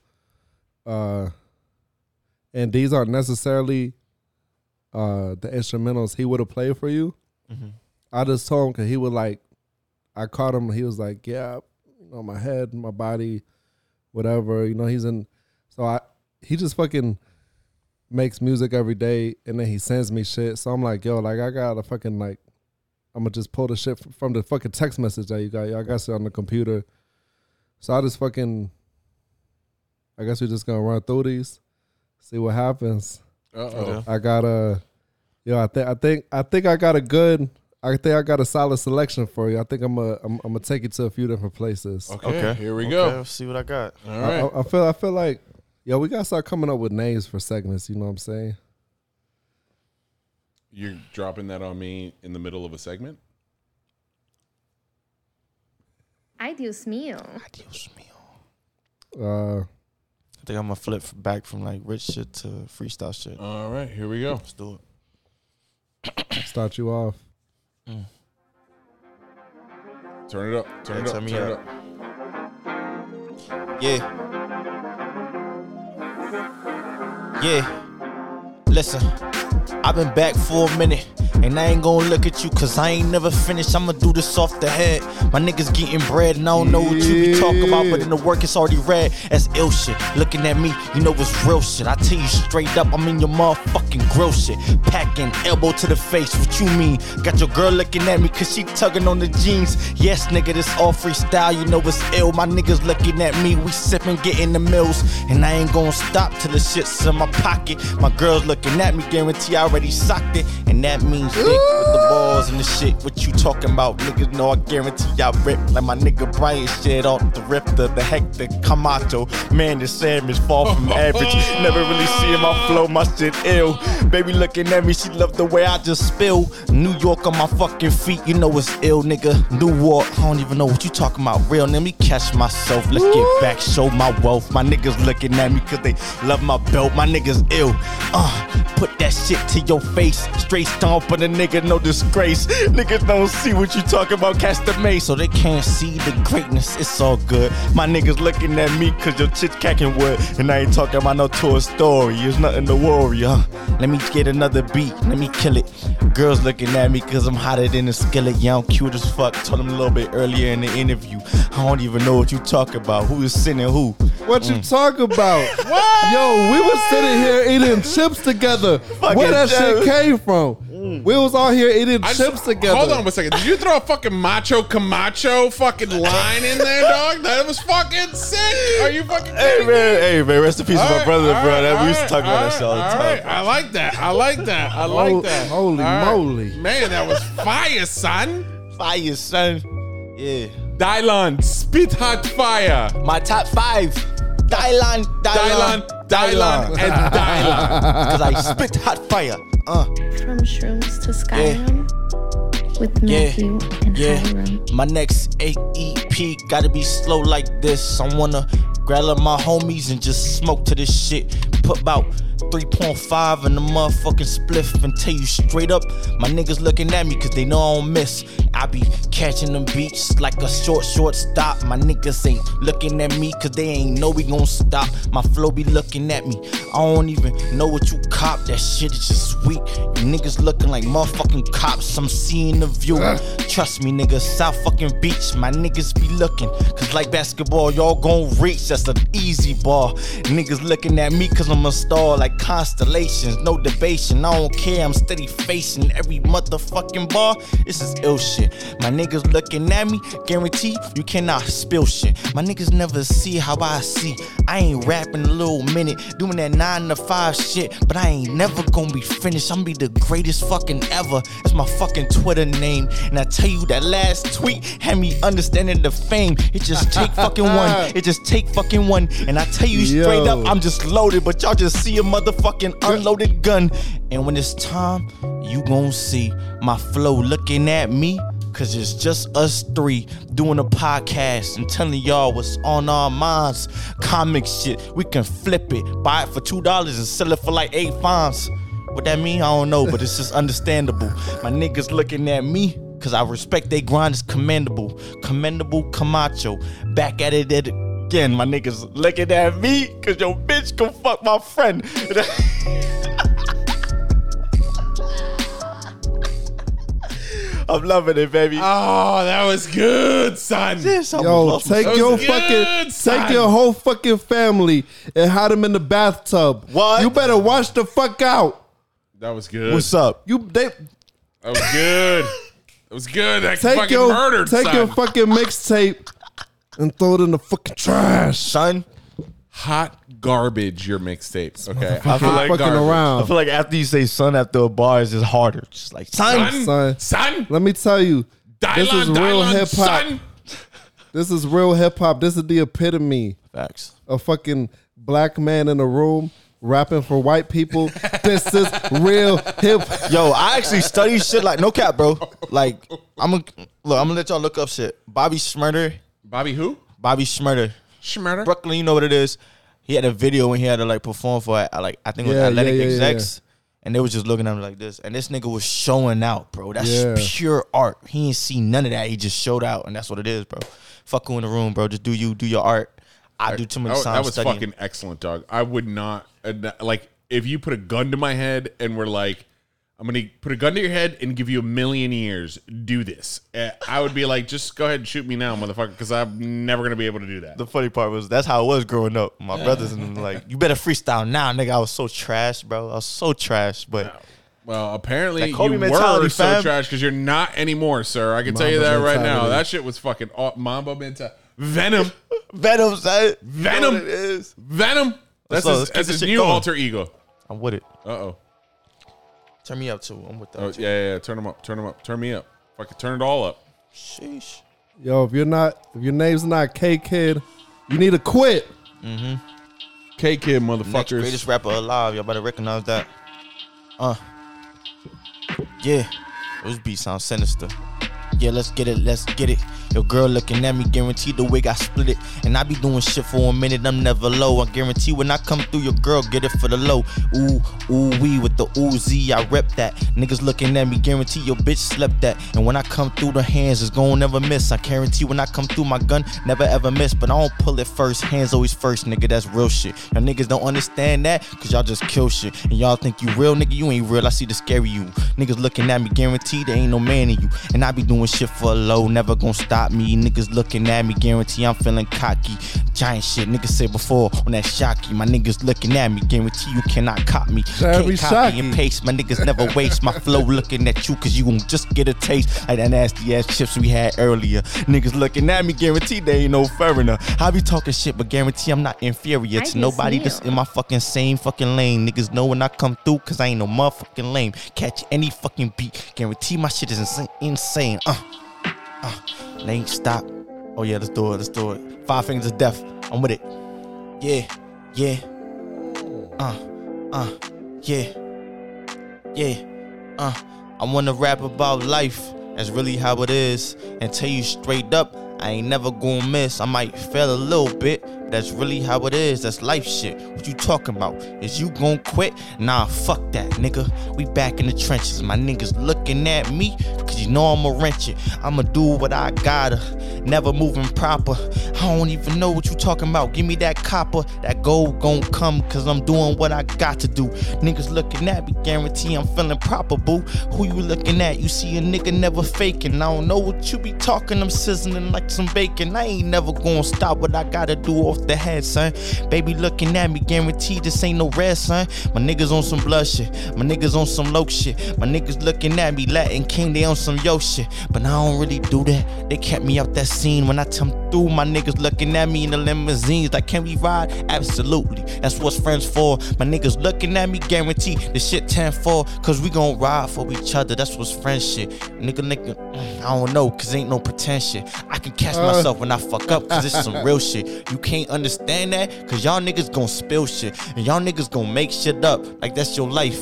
Uh, and these aren't necessarily uh the instrumentals he would have played for you. I just told him because he was like, I caught him. He was like, yeah, you know, my head, my body, whatever. You know, he's in. So I, he just fucking makes music every day, and then he sends me shit. So I'm like, yo, like I got to fucking like, I'm gonna just pull the shit f- from the fucking text message that you got. Y'all got shit on the computer. So I just fucking, I guess we're just gonna run through these, see what happens.
Uh oh.
I got a, yo. I think I think I think I got a good. I think I got a solid selection for you. I think I'm a I'm, I'm gonna take you to a few different places.
Oh, Okay, Here we go.
Let's see what I got.
All
I,
right.
I, I feel I feel like yo, we gotta start coming up with names for segments. You know what I'm saying?
You're dropping that on me in the middle of a segment.
Adios mio.
Adios mio.
Uh,
I think I'm gonna flip back from like rich shit to freestyle shit.
All right, here we go.
Let's do it.
Start you off.
Mm.
Turn it up. Turn
Yeah,
it up.
turn me
turn
up.
it up.
Yeah. Yeah. Listen, I've been back for a minute. And I ain't gonna look at you, cause I ain't never finished. I'ma do this off the head. My niggas getting bread, and I don't know what you be talking about, but in the work it's already red. That's ill shit. Looking at me, you know it's real shit. I tell you straight up, I'm in your motherfucking grill shit. Packing, elbow to the face, what you mean? Got your girl looking at me, cause she tugging on the jeans. Yes, nigga, this all freestyle, you know it's ill. My niggas looking at me, we sipping, getting the mills. And I ain't gonna stop till the shit's in my pocket. My girl's looking at me, guarantee I already socked it. And that means dick with the balls and the shit. What you talking about, niggas? No, I guarantee I rip like my nigga Brian shit off the Ripter, the Hector Camacho. Man, this Sam is far from average. Never really seeing my flow, my shit ill. Baby looking at me, she love the way I just spill. New York on my fucking feet, you know it's ill, nigga. New York, I don't even know what you talking about. Real, let me catch myself. Let's get back, show my wealth. My niggas looking at me cause they love my belt. My niggas ill. Uh, put that shit to your face. Straight stomp on a nigga, no disgrace. Niggas don't see what you talking about, catch the mace. So they can't see the greatness, it's all good. My niggas looking at me cause your chit cacking wood. And I ain't talking about no tour story, it's nothing to worry, huh? Let me get another beat, let me kill it. Girls looking at me cause I'm hotter than a skillet. Yeah, I'm cute as fuck. Told them a little bit earlier in the interview. I don't even know what you talk about. Who is sending who?
What you
Mm.
talk about? Yo, we was sitting here eating chips together. Where that
Joe.
shit came from? We was all here eating
Mm. I just-
chips together.
Hold on a second. Did you throw a fucking macho Camacho fucking line in there, dog? That was fucking sick. Are you fucking
Hey
kidding me?
man, hey man, rest in peace
All
to my
right,
brother,
all
bro.
right,
that we
all
used to talk about
right,
that shit all the
all
time.
right. I like that. I like that. I like
Hol-
that.
Oh, holy
All
moly.
Man, that was fire, son.
Fire, son. Yeah.
Dylan, spit hot fire.
My top five. Dylan,
Dylan,
Dylan,
Dylan, and Dylan.
Cause I spit hot fire. Uh.
From Shrooms to Skyrim with
Yeah.
Matthew and
Yeah.
Hiram.
My next AEP gotta be slow like this. I wanna grab up my homies and just smoke to this shit. Put about 3.5 in the motherfucking spliff and tell you straight up. My niggas looking at me cause they know I don't miss. I be catching them beats like a short, short stop. My niggas ain't looking at me cause they ain't know we gon' stop. My flow be looking at me. I don't even know what you cop. That shit is just weak. You niggas looking like motherfucking cops. I'm seeing the view. Trust me, nigga. South fucking beach. My niggas be looking. Cause like basketball, y'all gon' reach. That's an easy ball. Niggas looking at me cause I'm a star like constellations. No debation. I don't care. I'm steady facing every motherfucking bar. This is ill shit. My niggas looking at me. Guarantee you cannot spill shit. My niggas never see how I see. I ain't rapping a little minute. Doing that nine to five shit. But I ain't never gonna be finished. I'm be the greatest fucking ever. That's my fucking Twitter name. And I tell you that last tweet had me understanding the fame. It just take fucking one. It just take fucking one. And I tell you straight
Yo.
up, I'm just loaded. But y'all just see a motherfucking unloaded gun. And when it's time, you gon' see my flow looking at me. Cause it's just us three doing a podcast and telling y'all what's on our minds. Comic shit. We can flip it, buy it for two dollars and sell it for like eight fonts. What that mean? I don't know, but it's just understandable. My niggas looking at me, cause I respect they grind is commendable. Commendable Camacho. Back at it at again. My niggas looking at me, cause your bitch can fuck my friend. I'm loving it, baby.
Oh, that was good, son.
Yes, I'm
Yo,
loving it.
take
was
your
good,
fucking
son.
take your whole fucking family and hide them in the bathtub.
What?
You better watch the fuck out.
That was good.
What's up?
You they
That was good. That was good. That
take
fucking
your
murdered,
take
son.
your fucking mixtape and throw it in the fucking trash.
Son,
hot garbage, your mixtape. Okay.
I feel
Not
like
fucking
I
around,
feel like after you say son after a bar, it's just harder. Just like son.
Son, son,
son. Let me tell you, this
Dylan,
is real
Dylan,
hip hop.
son.
This is real hip hop. This is the epitome
Facts.
of fucking black man in a room rapping for white people. this is real hip.
Yo, I actually study shit like no cap, bro. Like I'm gonna look. I'm gonna let y'all look up shit. Bobby Schmurder
Bobby who?
Bobby Schmurter.
Schmurter.
Brooklyn, you know what it is. He had a video when he had to like perform for uh, like I think it was
Yeah,
athletic
yeah, yeah,
execs. And they was just looking at him like this. And this nigga was showing out, bro. That's
Yeah.
pure art. He ain't seen none of that. He just showed out. And that's what it is, bro. Fuck who in the room, bro. Just do you, do your art. I do too
That,
much
wa-
time
that was
studying.
fucking excellent, dog. I would not and that- like if you put a gun to my head and were like, "I'm gonna put a gun to your head and give you a million years, do this," eh, I would be like, "Just go ahead and shoot me now, motherfucker," because I'm never gonna be able to do that.
the funny part was that's how it was growing up. My brothers and them like, you better freestyle now, nigga. I was so trash, bro. I was so trash, but
Well, apparently
That Kobe
you
mentality,
were so
fam.
trash because you're not anymore, sir. I can tell you that
Mamba
right now.
mentality.
That shit was fucking aw- Mamba mentality. Venom,
Venom, son.
Venom.
You know what it is.
Venom.
Let's
That's
go.
his,
Let's keep
that's
this
his
shit
new
going.
alter ego.
I'm with it.
Uh oh.
Turn me up too. I'm with that.
Oh yeah,
too.
yeah, yeah. Turn him up. Turn him up. Turn me up. Fucking turn it all up.
Sheesh.
Yo, if you're not, if your name's not K Kid, you need to quit.
K Kid,
Next
motherfuckers.
greatest rapper alive. Y'all better recognize that. Uh. Yeah. Those beats sound sinister. Yeah, let's get it, let's get it. Your girl looking at me, guaranteed the wig I split it. And I be doing shit for a minute, I'm never low. I guarantee when I come through, your girl get it for the low. Ooh, ooh, wee with the oozy, I rep that. Niggas looking at me, guarantee your bitch slept that. And when I come through, the hands is gon' never miss. I guarantee when I come through, my gun never ever miss. But I don't pull it first, hands always first, nigga, that's real shit. Y'all niggas don't understand that, cause y'all just kill shit. And y'all think you real, nigga, you ain't real, I see the scary you. Niggas looking at me, guarantee there ain't no man in you. And I be doing shit for a low, never gonna stop me. Niggas looking at me, guarantee I'm feeling cocky. Giant shit, niggas said before on that shocky. My niggas looking at me, guarantee you cannot cop me.
Jeremy
Can't copy and
Shockey.
paste, my niggas never waste. My flow looking at you, cause you gon' just get a taste like that nasty ass chips we had earlier. Niggas looking at me, guarantee they ain't no foreigner. I be talking shit, but guarantee I'm not inferior
I
to
just
nobody
knew.
that's in my fucking same fucking lane. Niggas know when I come through, cause I ain't no motherfucking lame. Catch any fucking beat, guarantee my shit is insane. insane. Uh, uh, lane stop. Oh yeah, let's do it, let's do it. Five fingers of death, I'm with it. Yeah, yeah. Uh, uh, yeah. Yeah, uh, I wanna rap about life. That's really how it is. And tell you straight up, I ain't never gonna miss. I might fail a little bit. but That's really how it is. That's life shit. What you talking about? Is you gonna quit? Nah, fuck that, nigga. We back in the trenches. My niggas looking at me, cause you know I'ma wrench it. I'ma do what I gotta. Never moving proper. I don't even know what you talking about. Give me that copper. That gold gon' come, cause I'm doing what I got to do. Niggas looking at me, guarantee I'm feeling proper, boo. Who you looking at? You see a nigga never faking. I don't know what you be talking, I'm sizzling like some bacon. I ain't never gonna stop what I gotta do off the head, son. Baby looking at me, guarantee this ain't no red, son. My niggas on some blood shit, my niggas on some low shit. My niggas looking at me, Latin King, they on some yo shit. But I don't really do that, they kept me out that scene. When I come through, my niggas looking at me in the limousines, like, can we ride? Absolutely, that's what's friends for. My niggas looking at me, guarantee this shit 10 4, cause we gon' ride for each other. That's what's friendship. Nigga, nigga, mm, I don't know, cause ain't no pretension. I can catch myself when I fuck up, cause this is some real shit. You can't understand that, cause y'all niggas gon' spill shit, and y'all niggas gon' make shit up like that's your life.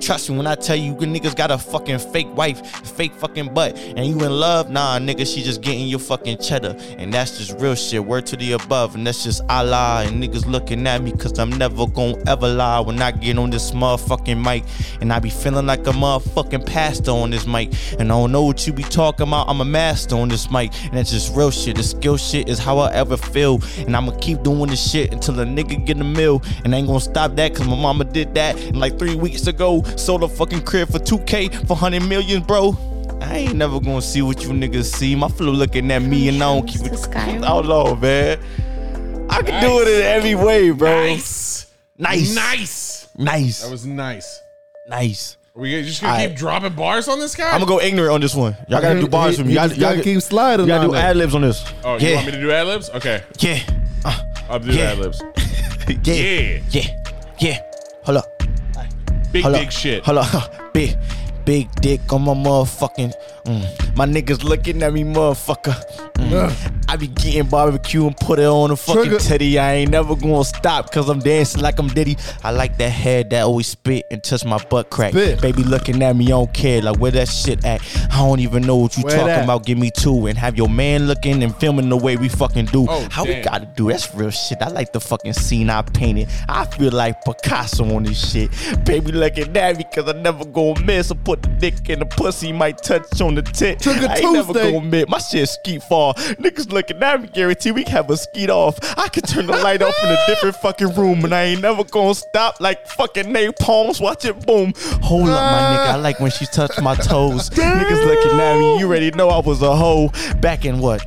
Trust me when I tell you, you niggas got a fucking fake wife, fake fucking butt, and you in love? Nah, nigga, she just getting your fucking cheddar, and that's just real shit. Word to the above, and that's just Allah. And niggas looking at me, cause I'm never gonna ever lie when I get on this motherfucking mic, and I be feeling like a motherfucking pastor on this mic, and I don't know what you be talking about. I'm a master on this mic, and that's just real shit. The skill shit is how I ever feel, and I'ma keep doing this shit until a nigga get a meal, and I ain't gonna stop that, cause my mama did that, and like three weeks ago, sold a fucking crib for 2K for 100 million, bro. I ain't never gonna see what you niggas see. My flu looking at me, and I don't keep it.
Skyrim.
Oh Lord, man. I can do it in every way, bro.
Nice.
Nice.
Nice.
Nice.
That was nice.
nice.
Are we just gonna
Alright.
keep dropping bars on this guy?
I'm gonna go ignorant on this one. Y'all gotta do bars
He-
for me.
he
Y'all,
just
y'all,
gotta
get-
keep sliding.
y'all do
on it.
ad libs on this.
oh,
yeah.
you want me to do ad libs? Okay,
yeah. Uh,
I'll do
Yeah.
ad libs.
yeah.
Yeah.
Yeah. Yeah. Hold up.
Big
Hold
dick
up.
shit.
Hold up. Big, big dick on my motherfucking. mm. My niggas looking at me, motherfucker. Mm. I be getting barbecue and put it on a fucking
Trigger.
titty. I ain't never gonna stop cause I'm dancing like I'm Diddy. I like that head that always spit and touch my butt crack.
Spit.
Baby looking at me, I don't care. Like where that shit at? I don't even know what you
Where
talking
that?
about. Give me two and have your man looking and filming the way we fucking do.
Oh,
How we
damn.
gotta do that's real shit. I like the fucking scene I painted. I feel like Picasso on this shit. Baby looking at me cause I never gonna miss. I put the dick in the pussy, might touch on the tit.
Took a
I ain't never
Tuesday.
gonna admit my shit skeet fall. Niggas looking at me, guarantee we have a skeet off. I could turn the light off in a different fucking room, and I ain't never gonna stop like fucking napalms. Watch it boom. Hold up, my
Ah.
nigga. I like when she touched my toes. Niggas looking at me. You already know I was a hoe back in what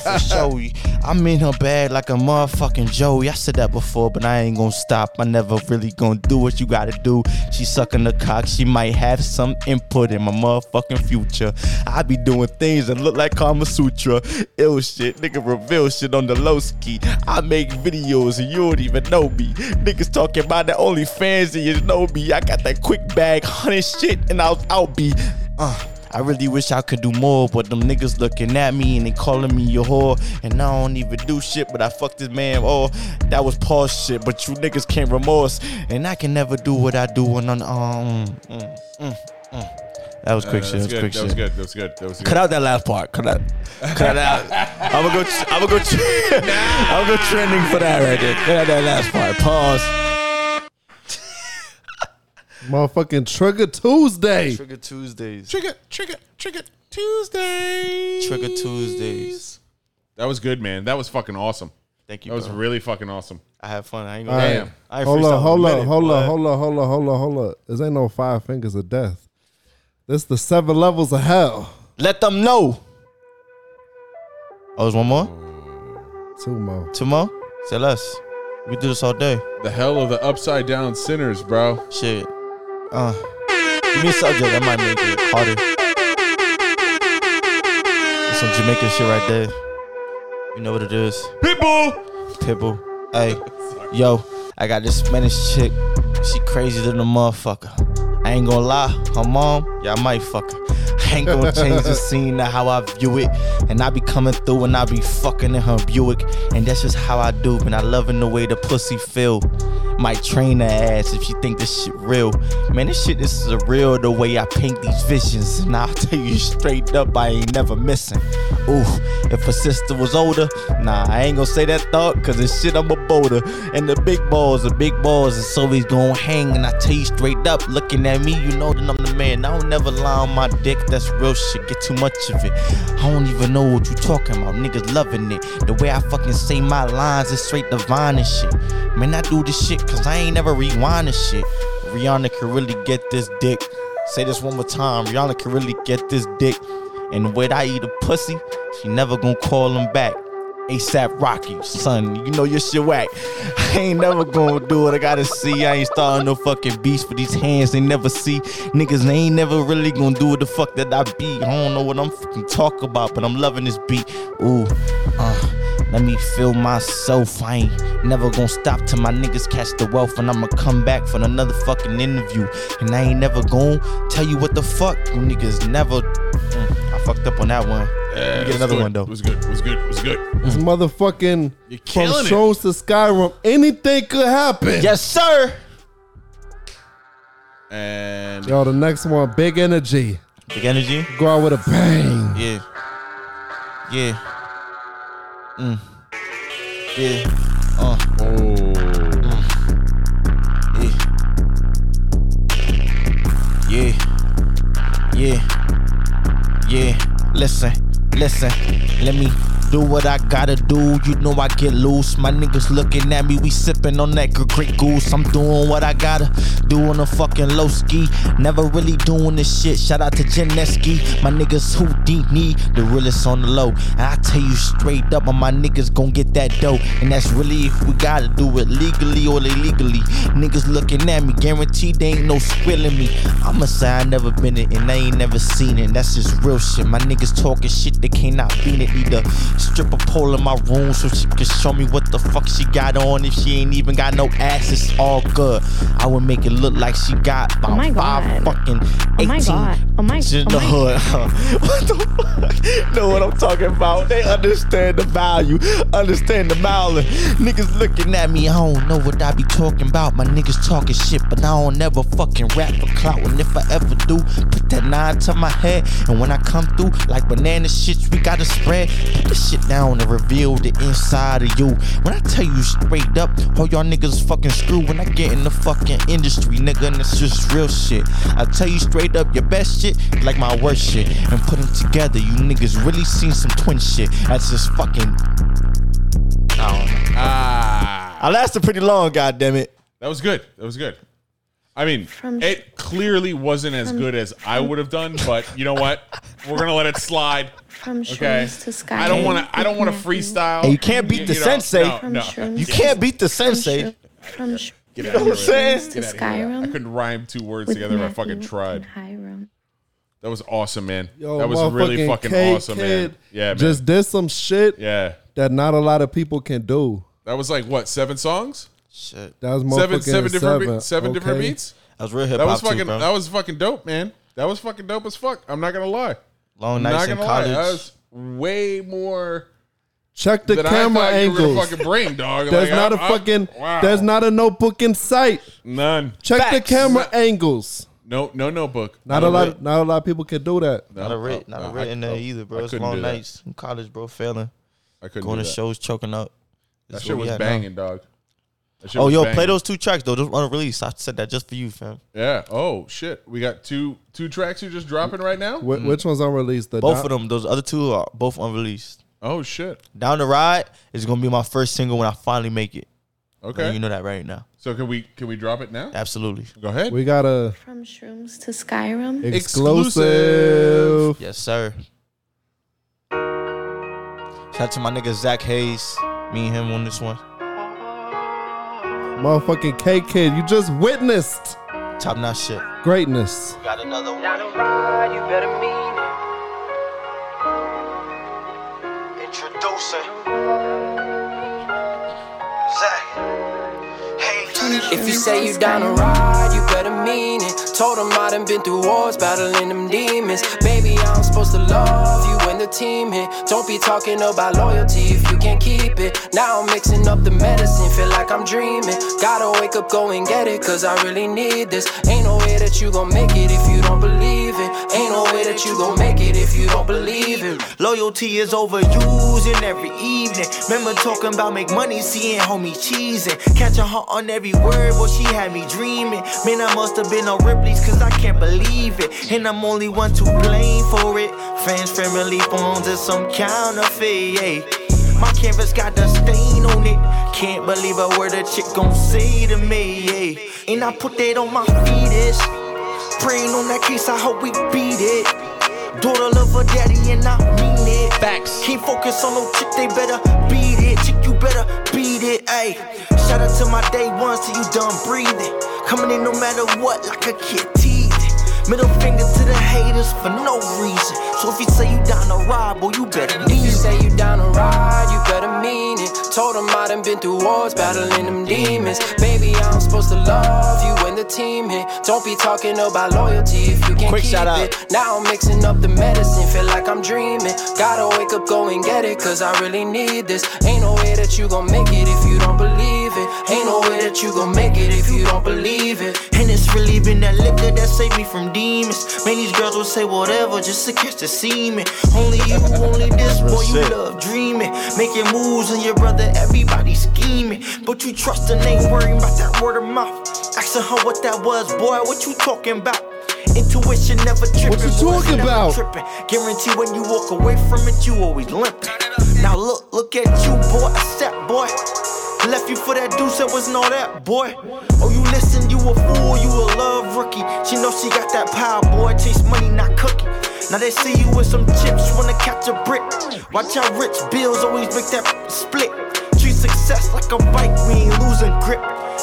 for sure. I'm in her bag like a motherfucking Joey. I said that before, but I ain't gonna stop. I never really gonna do what you gotta do. She sucking the cock. She might have some input in my motherfucking future. I be doing things that look like Kama Sutra. Ill shit. Nigga reveal shit on the low ski. I make videos and you don't even know me. Niggas talking about the only fans that you know me. I got that quick bag, honey shit, and I'll, I'll be. Uh, I really wish I could do more, but them niggas looking at me and they calling me a whore. And I don't even do shit, but I fucked this man. Oh, that was Paul shit, but you niggas can't remorse. And I can never do what I do when I'm. Um, mm, mm, mm. That was quick
Uh,
shit. That was quick
that
shit.
was good. That was good. That was good.
Cut out that last part. Cut out. Cut that out. I'm gonna go. I'm gonna go. I'm gonna go trending for that right there. Cut out that last part. Pause.
Motherfucking Trigger Tuesday.
Trigger Tuesdays.
Trigger, trigger, trigger Tuesday.
Trigger Tuesdays.
That was good, man. That was fucking awesome.
Thank you.
That was
bro.
really fucking awesome.
I had fun. I ain't
All
gonna.
right.
Damn.
I ain't freestyle
Hold
in
up,
a
hold up,
minute,
hold
but-
up, hold up, hold up, hold up, hold up. This ain't no five fingers of death. This the seven levels of hell.
Let them know. Oh, there's one more.
Two more.
Two more. Say less. We do this all day.
The hell of the upside down sinners, bro.
Shit. Uh. Give me a subject that might make it harder. There's some Jamaican shit right there. You know what it is.
Pitbull.
Pitbull. Hey, yo, I got this Spanish chick. She crazy than a motherfucker. I ain't gonna lie, her mom, y'all might fuck her. I ain't gonna change the scene to how I view it. And I be coming through and I be fucking in her Buick. And that's just how I do. And I loving the way the pussy feel. Might train her ass if she think this shit real. Man, this shit this is real the way I paint these visions. And I'll tell you straight up, I ain't never missing. Ooh, if her sister was older, nah, I ain't gonna say that thought, cause this shit I'm a boulder. And the big balls, the big balls, it's always gonna hang. And I tell you straight up, looking at me, you know that I'm the man. I don't never lie on my dick, that's real shit, get too much of it. I don't even know what you talking about, niggas loving it. The way I fucking say my lines, it's straight divine and shit. Man, I do this shit, cause I ain't never rewinding shit. Rihanna can really get this dick. Say this one more time, Rihanna can really get this dick. And when I eat a pussy, she never gonna call him back. ASAP Rocky, son, you know your shit whack. I ain't never gonna do it. I gotta see. I ain't starting no fucking beats for these hands. They never see niggas. They ain't never really gonna do what the fuck that I be. I don't know what I'm fucking talk about, but I'm loving this beat. Ooh, uh. Let me feel myself. I ain't never gonna stop till my niggas catch the wealth. And I'ma come back for another fucking interview. And I ain't never gonna tell you what the fuck. You niggas never. Mm, I fucked up on that one. Let me get another one though.
Was good. Was good. Was good.
This motherfucking
Hmm. You're killing
from
it.
shows to Skyrim. Anything could happen.
Yes, sir.
And
Yo, the next one, big energy.
Big energy.
Go out with a bang.
Yeah. Yeah. Mm. Yeah. Uh. Oh. Yeah. Yeah. Yeah. Yeah. Listen. Listen. Let me do what I gotta do. You know I get loose. My niggas looking at me. We sipping on that gr- great goose. I'm doing what I gotta do on a fucking low ski. Never really doing this shit. Shout out to Geneski. My niggas who deep need the realest on the low. And I tell you straight up, all my niggas gon' get that dough. And that's really if we gotta do it legally or illegally. Niggas looking at me, guaranteed they ain't no squilling me. I'ma say I never been it and I ain't never seen it. That's just real shit. My niggas talking shit, they cannot beat it either. Stripper pole in my room so she can show me what the fuck she got on. If she ain't even got no ass, it's all good. I would make it look like she got about
Oh my
five
God.
fucking 18
Oh my God. Oh my-
bitches in
oh
the
my-
hood. what the fuck? Know what I'm talking about? They understand the value, understand the mileage. Niggas looking at me, I don't know what I be talking about. My niggas talking shit, but I don't never fucking rap for clout. And if I ever do, put that nine to my head. And when I come through, like banana shits, we gotta spread. Put this shit down and reveal the inside of you. When I tell you straight up, all y'all niggas fucking screw. When I get in the fucking industry, nigga, and it's just real shit. I tell you straight up, your best shit like my worst shit. And put them together, you niggas really seen some twin shit. That's just fucking. I don't know.
Ah,
I lasted pretty long, goddammit.
that was good. That was good. I mean,
From-
it clearly wasn't as good as I would have done, but you know what? We're gonna let it slide.
From shrooms
Okay.
to sky.
I don't want to. I don't want to freestyle.
And you can't beat the sensei.
No,
From
no.
shrooms.
You can't beat the sensei.
From shrooms
Get
know
out
what
of
I'm
here.
saying?
to
Get outta here. I
Skyrim
couldn't rhyme two words
with
together if I
Matthew
fucking tried.
and Hiram.
That was awesome, man.
Yo,
that was really fucking
K
awesome,
Kid
man. Yeah, man.
Just did some shit
yeah.
that not a lot of people can do.
That was like what seven songs?
Shit.
That was
Seven,
motherfucking
seven
seven,
different, be- seven
okay?
different beats.
That was real hip
That was
hop
fucking.
too, bro.
that was fucking dope, man. That was fucking dope as fuck. I'm not gonna lie.
Long
not
nights in
gonna lie.
college.
That was way more
Check the
than
camera
I thought you were gonna
angles.
fucking bring, dog.
There's
Like,
not
I-
a
I-
fucking.
wow.
There's not a notebook in sight.
none.
Check the
Facts.
camera angles.
No, no notebook.
Not a lot. Not a lot of people can do that.
No,
Not a writ,
oh,
not
no,
a writ
I-
in there
oh,
either,
I
bro. It's
couldn't
long
do that.
nights in college, bro. Failing,
I couldn't
going
do
to
that.
shows, choking up.
That
It's where
shit
we
was
at now.
banging, dog. That shit
Oh,
was
yo,
banging.
play those two tracks though. Those unreleased. I said that just for you, fam.
Yeah. Oh shit. We got two two tracks you're just dropping right now.
Wh- Which one's unreleased? The
Both
Don-
of them. Those other two are both unreleased.
Oh shit.
Down the ride is gonna be my first single when I finally make it.
Okay.
You know that right now.
so can we can we drop it now?
Absolutely.
Go ahead.
We got a
From shrooms to Skyrim.
exclusive.
Yes, sir. Shout out to my nigga Zach Hayes. Me and him on this one.
Motherfucking K Kid, you just witnessed
Top notch shit.
greatness.
Got another one.
Introducing Zach. Hey,
If you say you down a rock,
you better mean it. Told him I done been through wars, battling them demons. Baby, I'm supposed to love you when the team hit. Don't be talking about loyalty if you can't keep it. Now I'm mixing up the medicine, feel like I'm dreaming. Gotta wake up, go and get it, cause I really need this. Ain't no way that you gon' make it if you don't believe it. Ain't no way that you gon' make it if you don't believe it.
Loyalty is overusing every evening. Remember talking about make money, seeing homie cheesing. Catching her on every word, well, she had me dreaming. Man, I must have been on Ripley's, cause I can't believe it. And I'm only one to blame for it. Fans, family, phones, and some counterfeit. yeah. My canvas got the stain on it. Can't believe a word a chick gon' say to me. yeah. And I put that on my fetus. Praying on that case, I hope we beat it. Daughter love her daddy and I mean it. Facts. Can't focus on no chick, they better beat it. Chick, you better beat it. Ayy. Shout out to my day ones till you done breathing. Coming in no matter what, like a kid teething. Middle finger to the haters for no reason. So if you say you down a ride, boy, you better
You
leave.
say you down a ride, you better mean it. Told him I done been through wars, battling them demons. Baby, I'm supposed to love you when the team hit. Don't be talking about loyalty if you can't
Quick
keep
shout out.
it. Now I'm mixing up the medicine, feel like I'm dreaming. Gotta wake up, go and get it, cause I really need this. Ain't no way that you gon' make it if you don't believe it. Ain't no way that you gon' make it if you don't believe it.
And it's really been that liquor that saved me from demons. Man, these girls will say whatever just to catch the semen. Only you, only this boy, you love dreaming. Making moves and your brother, everybody scheming. But you trust and ain't worrying about that word of mouth. Asking her what that was, boy, what you talking about? Intuition never tripping.
What you
boy,
talking
never
about?
Tripping. Guarantee when you walk away from it, you always limping. Now look, look at you, boy, a step, boy. Left you for that deuce, that wasn't all that, boy. Oh, you listen, you a fool, you a love rookie. She know she got that power, boy. Chase money, not cookie. Now they see you with some chips, wanna catch a brick. Watch out, rich bills always make that split. Treat success like a bike, we ain't losing grip.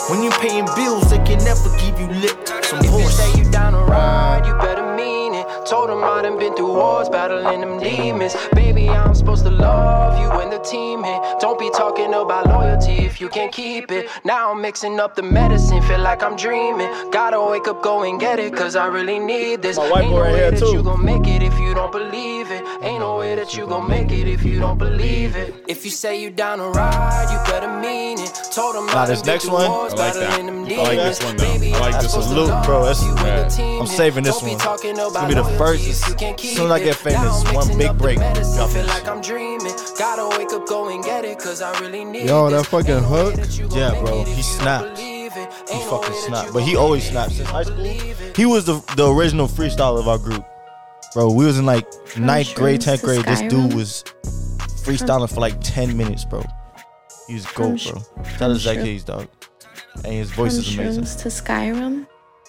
When you paying bills, they can never give you lip. Some
If you
bullshit.
say you down a ride, you better mean it. Told him I done
done been through wars, battling them demons. Baby, I'm supposed to love you and the team hit. Don't be talking about loyalty if you can't keep it. Now I'm mixing up the medicine, feel like I'm dreaming. Gotta wake up, go and get it, cause I really need this.
My wife
Ain't no
right
way
here,
that
too.
you gon' make it if you don't believe it. Ain't no way that you gon' make it if you don't believe it. If you say you down to ride, you better mean it. Told 'em
Nah,
I
this
done been
next
through
one-
wars,
I like that.
battling them
I like this
demons.
one, though.
Baby,
I like
I'm
this one.
supposed to
Salute, bro. That's-
love you and the
Yeah.
team
I'm
hit.
saving this
Don't be
one.
talking
It's gonna
about
be the
loyalty
first-
if
as
you can't
soon as I
keep
get
it.
famous,
Now I'm
one
mixing
big
up the
break.
medicine,
Drop
Feel
this.
like I'm dreaming. Gotta wake up, go and get it, cause I really need
Yo, Oh, that
this.
fucking hook.
Yeah, bro. He snapped. He
Oh,
fucking snapped. But he always snapped since high school. He was the, the original freestyle of our group. Bro, we was in like ninth grade,
shrooms
10th
to
grade. This dude
Skyrim.
was freestyling for like 10 minutes, bro. He was
From
gold,
sh-
bro. Shout
from
out to Zach
shroom-
Hayes, dog. And his voice
From
is amazing.
Shrooms to Skyrim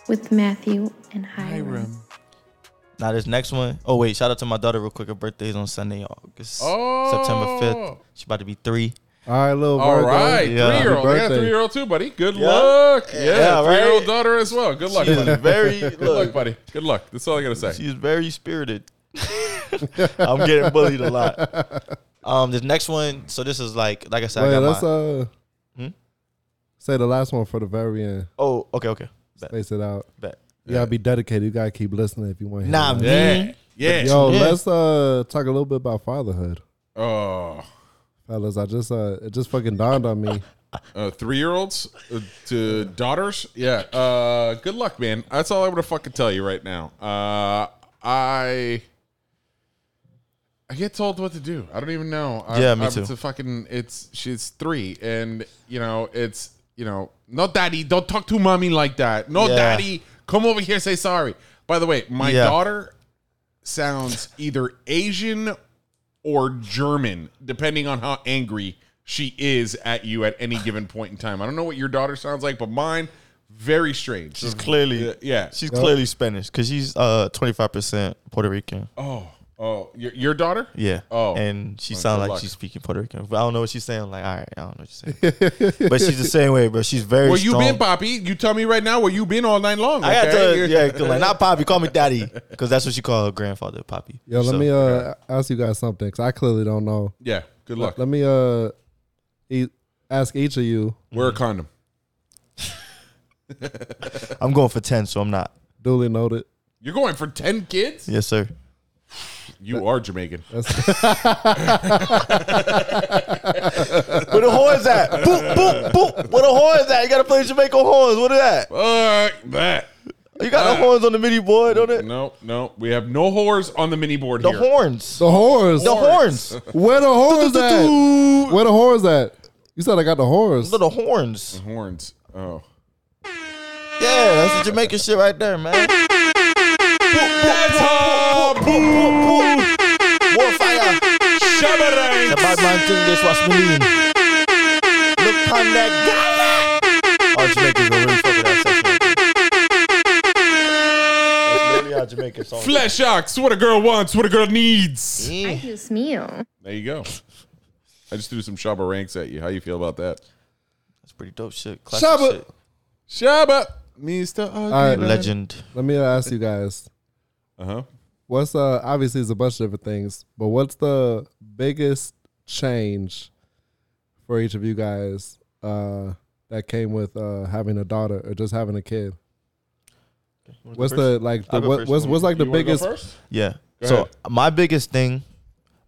with Matthew and Hiram.
Now this next one. Oh wait, shout out to my daughter real quick. Her birthday is on Sunday, August September fifth. She's about to be three.
All right, little
All
Virgo.
right,
Yeah.
three year old. I got
Birthday.
three year old too, buddy. Good
Yeah.
luck. Yeah,
Yeah, yeah,
three year old
right?
daughter as well. Good luck.
She's
buddy.
very-
good
look.
luck, buddy. Good luck. That's all I gotta say.
She's very spirited. I'm getting bullied a lot. Um, this next one. So this is like, like I said, I
Wait,
got
let's
my-
uh,
Hmm?
say the last one for the very end.
Oh, okay, okay. Bet.
Space it out.
Bet.
You gotta be dedicated. You gotta keep listening if you want. to
Nah,
hear
Yeah. me. Yeah.
Yo,
Yeah.
let's uh talk a little bit about fatherhood,
Oh,
fellas. I just uh, it just fucking dawned on me.
uh, three year olds uh, to daughters. Yeah. Uh, good luck, man. That's all I'm gonna fucking tell you right now. Uh, I I get told what to do. I don't even know. I,
Yeah, me
I'm
too.
To fucking, it's she's three, and you know it's you know no daddy, don't talk to mommy like that. No
Yeah.
daddy, come over here, say sorry. By the way, my
Yeah.
daughter sounds either Asian or German, depending on how angry she is at you at any given point in time. I don't know what your daughter sounds like, but mine very strange.
She's clearly,
Yeah, yeah.
she's clearly Spanish because she's uh 25 percent Puerto Rican.
Oh, oh, your, your daughter?
Yeah.
Oh,
And she
Oh,
sounds
good
like
luck.
she's speaking Puerto Rican. But I don't know what she's saying. Like, all right, I don't know what she's saying. but she's the same way, bro. She's very
Where you
strong.
been, Poppy? You tell me right now where you been all night long.
I got
okay?
to, yeah, 'cause like not Poppy. Call me Daddy because that's what she called her grandfather, Poppy.
Yo, let
So,
me uh ask you guys something because I clearly don't know.
Yeah, good luck.
Let, let me uh e- ask each of you.
Wear a condom.
I'm going for 10, so I'm not.
Duly noted.
You're going for ten kids?
Yes, sir.
You are Jamaican.
Where the horns at? Boop, boop, boop. Where the horns at? You gotta play Jamaican horns. What is that?
Fuck that.
You got the horns on the mini board, don't it?
Uh, No, no, we have no whores on the mini board
The
here.
horns.
The horns.
The horns.
Where the horns at? Where the horns at? You said I got the horns.
Those are the horns.
horns. Oh.
Yeah, that's the Jamaican shit right there, man. The bad man thing this was me. Look on that guy. Oh, Jamaicans gonna really fuck with that section. That's literally how Jamaican songs.
Flesh ox, what a girl wants, what a girl needs.
Ay, Dios mío.
There you go. I just threw some Shaba ranks at you. How you feel about that?
That's pretty dope shit. Classic
Shaba.
shit.
Shaba. Mr.
right.
Legend.
Let me ask you guys.
Uh huh.
What's uh obviously it's a bunch of different things, but what's the biggest change for each of you guys uh that came with uh having a daughter or just having a kid? What's the like the,
I'll go
what,
first.
what's what's like the
wanna go
biggest
first?
Yeah.
Go
so
ahead.
my biggest thing,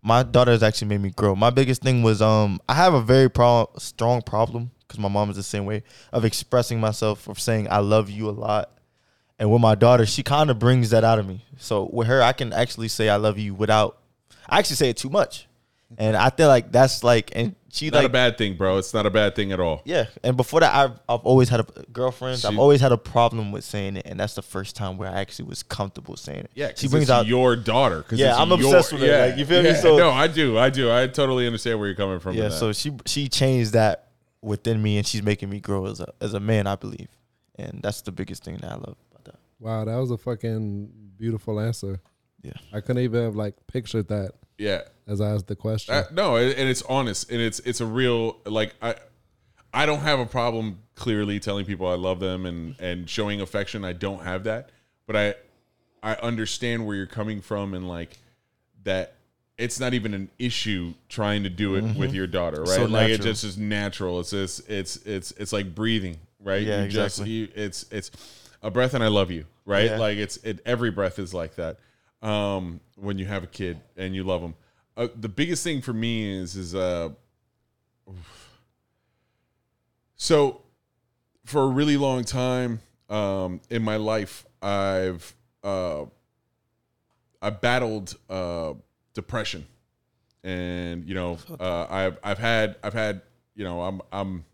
my daughter has actually made me grow. My biggest thing was um I have a very pro- strong problem because my mom is the same way of expressing myself of saying I love you a lot. And with my daughter, she kind of brings that out of me. So with her, I can actually say I love you without I actually say it too much. And I feel like that's like and she
Not
like
a bad thing, bro. It's not a bad thing at all.
yeah, and before that, I've I've always had a girlfriend.
She-
I've always had a problem with saying it, and that's the first time where I actually was comfortable saying it.
Yeah, 'cause
she brings
it's
out
your daughter. 'cause
Yeah,
it's
I'm
your-
obsessed with it, like, you feel me?
yeah.
So-
no, I do, I do. I totally understand where you're coming from.
yeah
with that.
so she she changed that within me and she's making me grow as a as a man i believe and that's the biggest thing that i love about that
Wow, that was a fucking beautiful answer.
Yeah.
I couldn't even have like pictured that
yeah,
as I asked the question.
Uh, no, and and it's honest, and it's it's a real like I, I don't have a problem clearly telling people I love them and and showing affection. I don't have that, but I, I understand where you're coming from and like that it's not even an issue trying to do it
Mhm.
with your daughter, right?
So
like it
natural.
just is natural. It's this it's it's it's like breathing, right?
Yeah,
you just
exactly.
you it's it's a breath and I love you, right?
Yeah.
Like it's it every breath is like that. Um when you have a kid and you love them. Uh, the biggest thing for me is is uh so for a really long time um, in my life, I've uh, I battled uh, depression, and you know, uh, I've I've had I've had you know I'm I'm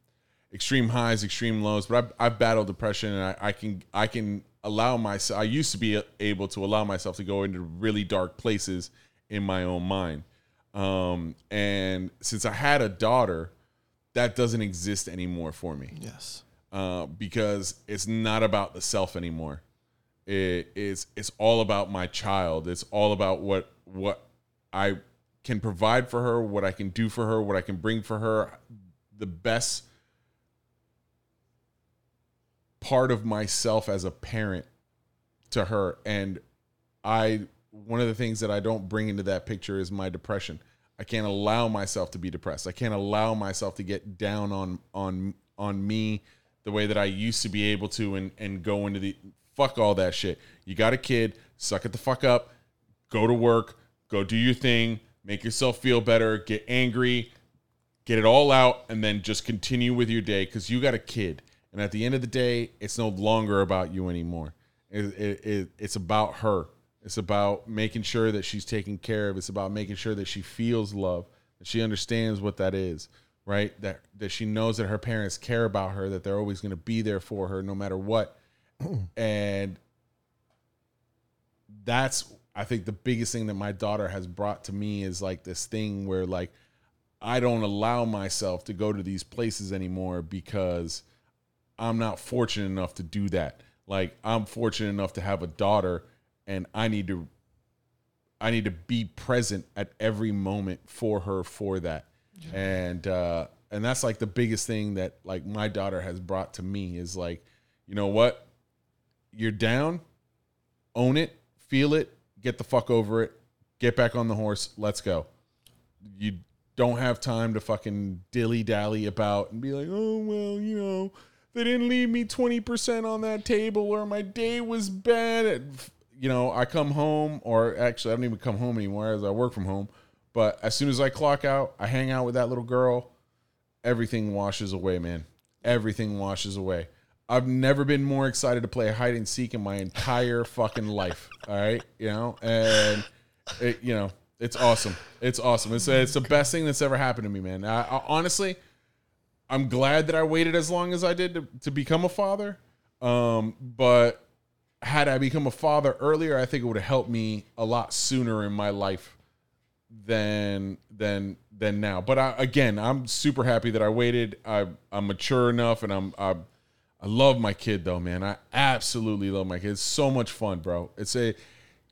extreme highs, extreme lows, but I've, I've battled depression, and I, I can I can allow myself. I used to be able to allow myself to go into really dark places in my own mind, um, and since I had a daughter, that doesn't exist anymore for me.
Yes.
Uh, because it's not about the self anymore. It is it's all about my child. It's all about what what I can provide for her, what I can do for her, what I can bring for her, the best part of myself as a parent to her and I one of the things that I don't bring into that picture is my depression. I can't allow myself to be depressed. I can't allow myself to get down on on on me the way that I used to be able to and and go into the fuck all that shit. You got a kid, suck it the fuck up, go to work, go do your thing, make yourself feel better, get angry, get it all out and then just continue with your day because you got a kid and at the end of the day it's no longer about you anymore it, it, it, it's about her it's about making sure that she's taken care of it's about making sure that she feels love that she understands what that is right that that she knows that her parents care about her that they're always going to be there for her no matter what and that's I think the biggest thing that my daughter has brought to me is like this thing where like I don't allow myself to go to these places anymore because I'm not fortunate enough to do that. Like I'm fortunate enough to have a daughter and I need to I need to be present at every moment for her for that. And uh and that's like the biggest thing that like my daughter has brought to me is like, you know what? You're down, own it, feel it, get the fuck over it, get back on the horse, let's go. You don't have time to fucking dilly dally about and be like, oh well, you know, they didn't leave me twenty percent on that table, or my day was bad. And, you know, I come home, or actually, I don't even come home anymore as I work from home. But as soon as I clock out, I hang out with that little girl. Everything washes away, man. Everything washes away. I've never been more excited to play hide and seek in my entire fucking life. All right, you know, and it, you know, it's awesome. It's awesome. It's it's the best thing that's ever happened to me, man. I, I honestly, I'm glad that I waited as long as I did to, to become a father. Um, but had I become a father earlier, I think it would have helped me a lot sooner in my life than than than now. But I, again, I'm super happy that I waited. I I'm mature enough, and I'm I I love my kid though, man. I absolutely love my kid. It's so much fun, bro. It's a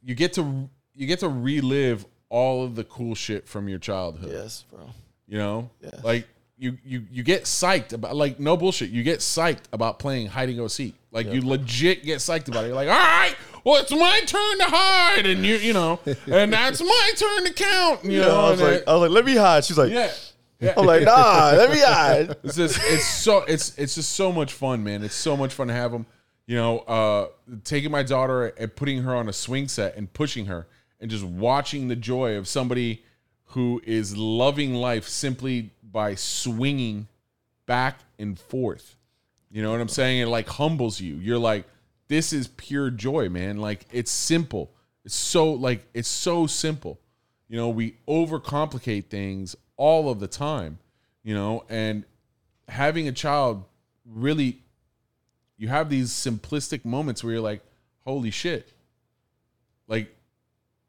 you get to you get to relive all of the cool shit from your childhood.
Yes, bro.
You know,
Yes.
like you you you get psyched about like no bullshit. You get psyched about playing hide and go seek. Like you legit get psyched about it. You're like, all right, well it's my turn to hide, and you you know, and that's my turn to count. You
You
know,
know, I was
and
like, I was like, let me hide. She's like,
yeah. Yeah.
I'm like, nah, let me hide.
It's just, it's so, it's, it's just so much fun, man. It's so much fun to have them. You know, uh, taking my daughter and putting her on a swing set and pushing her, and just watching the joy of somebody who is loving life simply by swinging back and forth. You know what I'm saying? It like humbles you. You're like, this is pure joy, man. Like it's simple. It's so like it's so simple. You know, we overcomplicate things all of the time, you know, and having a child really you have these simplistic moments where you're like, holy shit. Like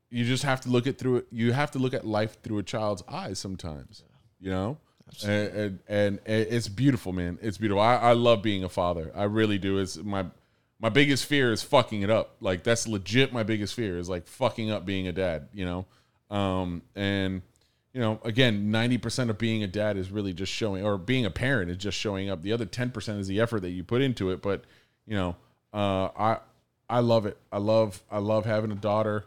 you just have to look at through it you have to look at life through a child's eyes sometimes. You know? And, and and it's beautiful, man. It's beautiful. I, I love being a father. I really do. It's my my biggest fear is fucking it up. Like that's legit my biggest fear is like fucking up being a dad, you know? Um and you know, again, 90% of being a dad is really just showing or being a parent is just showing up. The other 10% is the effort that you put into it, but you know, uh I I love it. I love I love having a daughter,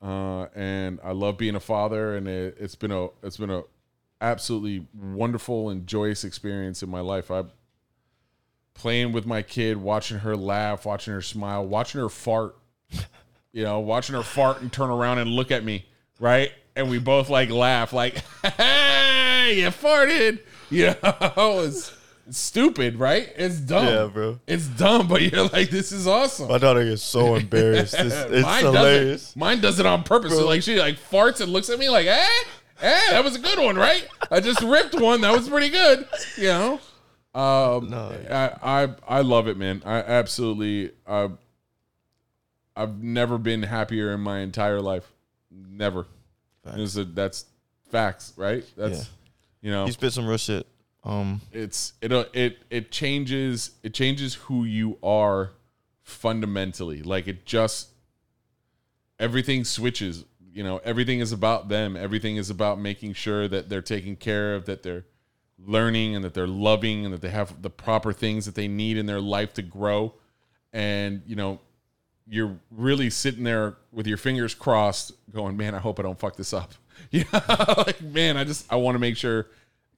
uh, and I love being a father. And it, it's been a it's been a absolutely wonderful and joyous experience in my life. I playing with my kid, watching her laugh, watching her smile, watching her fart. You know, watching her fart and turn around and look at me, right? And we both like laugh, like, "Hey, you farted!" You know, it's, it's stupid, right? It's dumb,
Yeah, bro.
It's dumb, but you're like, "This is awesome."
My daughter is so embarrassed. It's, it's
mine
hilarious.
Does it. Mine does it on purpose. So, like she like farts and looks at me like, eh, eh, that was a good one, right? I just ripped one. That was pretty good. You know. Um, I, I I love it, man. I absolutely I I've never been happier in my entire life. Never. And it's a- that's facts, right? That's you know
He spit some real shit. Um,
it's it uh, it it changes it changes who you are fundamentally like it just everything switches you know everything is about them everything is about making sure that they're taken care of that they're learning and that they're loving and that they have the proper things that they need in their life to grow and you know you're really sitting there with your fingers crossed going man i hope i don't fuck this up yeah like man i just i want to make sure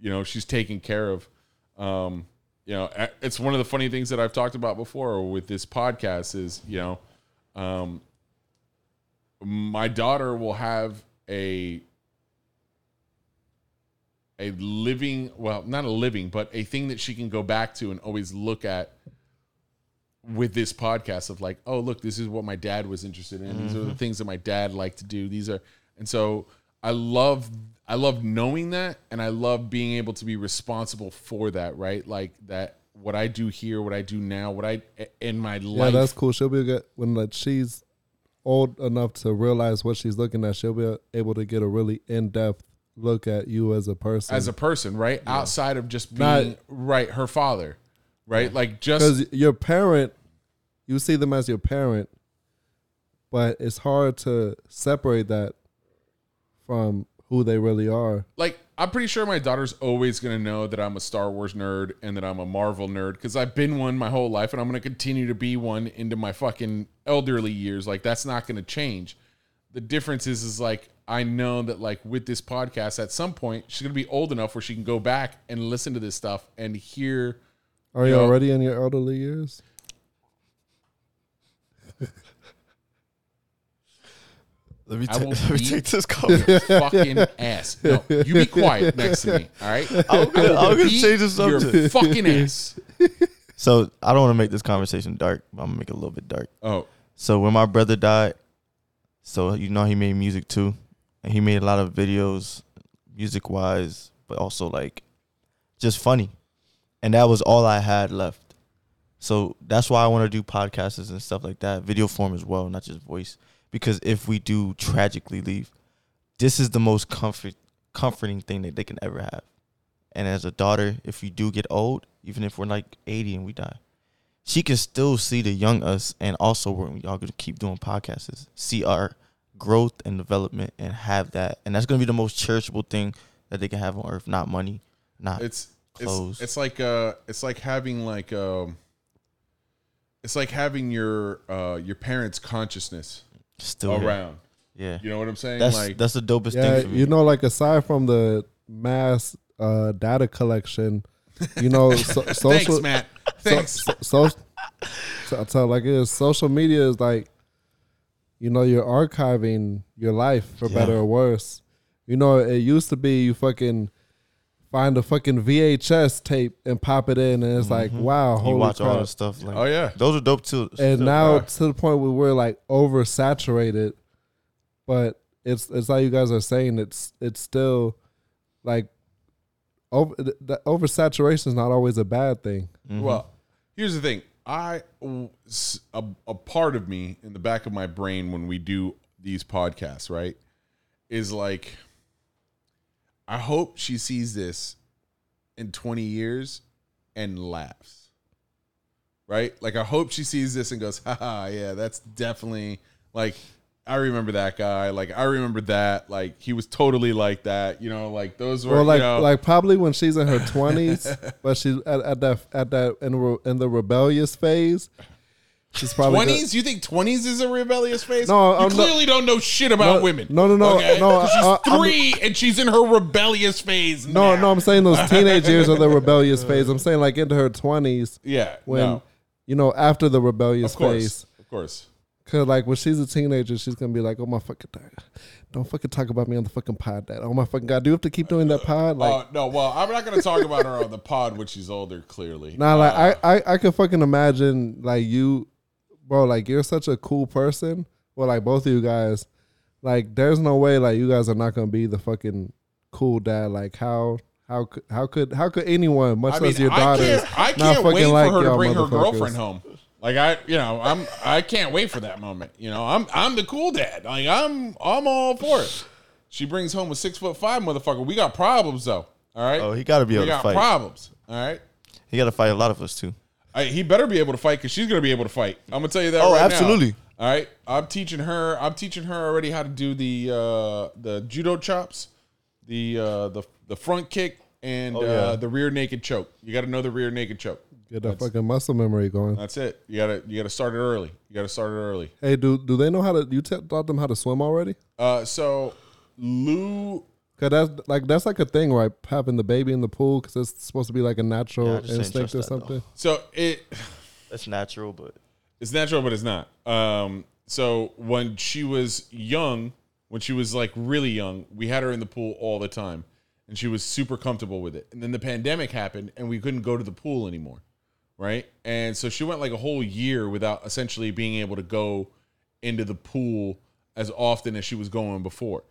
you know she's taken care of um you know a- it's one of the funny things that i've talked about before with this podcast is you know um my daughter will have a a living well not a living but a thing that she can go back to and always look at with this podcast of like oh look this is what my dad was interested in these are the
Mm-hmm.
Mhm.
things that my dad liked to do these are and so i love i love knowing that and i love being able to be responsible for that right like that what i do here what i do now what i in my
Yeah,
life
that's cool. She'll be good when like she's old enough to realize what she's looking at. She'll be able to get a really in depth look at you as a person.
as a person, right? Outside of just
Not-
being right, her father, right? Like just
because your parent, you see them as your parent, but it's hard to separate that from who they really are.
like I'm pretty sure my daughter's always gonna know that I'm a Star Wars nerd and that I'm a Marvel nerd because I've been one my whole life and I'm gonna continue to be one into my fucking elderly years. Like that's not gonna change. The difference is is like I know that like with this podcast, at some point she's gonna be old enough where she can go back and listen to this stuff and hear.
Are you
know,
already in your elderly years?
Let me,
I
take
will
let me
beat
take this call.
your fucking ass. No, you be quiet next to me. All right.
I'm
I
gonna,
will
I'm gonna
beat
change the subject.
Your fucking ass.
So I don't want to make this conversation dark, but I'm gonna make it a little bit dark.
Oh.
So when my brother died, so you know he made music too, and he made a lot of videos, music wise, but also like just funny, and that was all I had left. So that's why I want to do podcasts and stuff like that, video form as well, not just voice. Because if we do tragically leave, this is the most comfort comforting thing that they can ever have. And as a daughter, if we do get old, even if we're like 80 and we die, she can still see the young us and also we're y'all gonna keep doing podcasts, is see our growth and development and have that. And that's gonna be the most cherishable thing that they can have on earth, not money, not
it's
clothes.
It's, it's like uh, it's like having like um, it's like having your uh your parents' consciousness
still here.
around.
Yeah.
you know what I'm saying.
That's
like
that's the dopest
Yeah,
thing for me.
you know, like aside from the mass uh, data collection, you know, so, social.
thanks, Matt. Thanks.
So, so, so, so like it is, social media is like, you know, you're archiving your life for better or worse. You know, it used to be you fucking find a fucking VHS tape and pop it in, and it's like, wow, holy
Mm-hmm. you watch
crap.
all this stuff. Like,
Oh, yeah.
those are dope too.
and
Still,
now
uh,
to the point where we're like oversaturated, but it's it's like you guys are saying it's it's still like over the- the oversaturation is not always a bad thing.
Well, here's the thing. I s- a, a part of me in the back of my brain when we do these podcasts, right, is like I hope she sees this in 20 years and laughs. Right? Like I hope she sees this and goes, "Haha, yeah, that's definitely like I remember that guy. Like I remember that. Like he was totally like that. You know, like those were
Well, like
you know,
like probably when she's in her twenties, but she's at, at that at that in, re- in the rebellious phase, She's probably good.
Twenties? You think twenties is a rebellious phase?
No,
you
I'm not-
clearly don't know shit about
No,
women.
no, no, no, no,
'Cause She's
uh, I'm-
three and she's in her rebellious phase.
No,
now.
no, I'm saying those teenage years are the rebellious phase. I'm saying like into her twenties.
Yeah,
When
no.
you know after the rebellious
Of course,
phase,
of course.
because like when she's a teenager, she's gonna be like, "Oh my fucking, god, don't fucking talk about me on the fucking pod, Dad. Oh my fucking god, do you have to keep doing that pod? Like,
uh, no, well, I'm not going to talk about her on the pod when she's older. Clearly,
nah,
Uh,
like I, I, I could fucking imagine like you, bro. Like you're such a cool person. Well, like both of you guys, like there's no way like you guys are not gonna be the fucking cool dad. Like how. How could how could how could anyone, much
I mean,
less your
I
daughters,
can't, I
not
can't
fucking
wait
like
for her to
y'all
bring her
motherfuckers?
girlfriend home. Like I, you know, I'm I can't wait for that moment. You know, I'm I'm the cool dad. Like I'm I'm all for it. She brings home a six foot five motherfucker. We got problems though. All right.
Oh, he gotta be
we
able to
got
fight.
problems. All right.
He got to fight a lot of us too.
I, he better be able to fight because she's gonna be able to fight. I'm gonna tell you that.
Oh,
right now.
absolutely.
All right, I'm teaching her. I'm teaching her already how to do the uh, the judo chops, the uh, the the front kick, and
Oh,
uh,
yeah.
the rear naked choke. You got to know the rear naked choke.
Get that fucking muscle memory going.
That's it. You gotta you gotta start it early. You gotta start it early.
Hey, do do they know how to? You t- taught them how to swim already?
Uh, so Lou,
Cause that's like that's like a thing, right? Having the baby in the pool because it's supposed to be like a natural
just didn't
instinct
trust
or
that, though.
something.
so it
That's natural, but
it's natural, but it's not. Um, so when she was young, when she was like really young, we had her in the pool all the time, and she was super comfortable with it. And then the pandemic happened, and we couldn't go to the pool anymore, right? And so she went like a whole year without essentially being able to go into the pool as often as she was going before.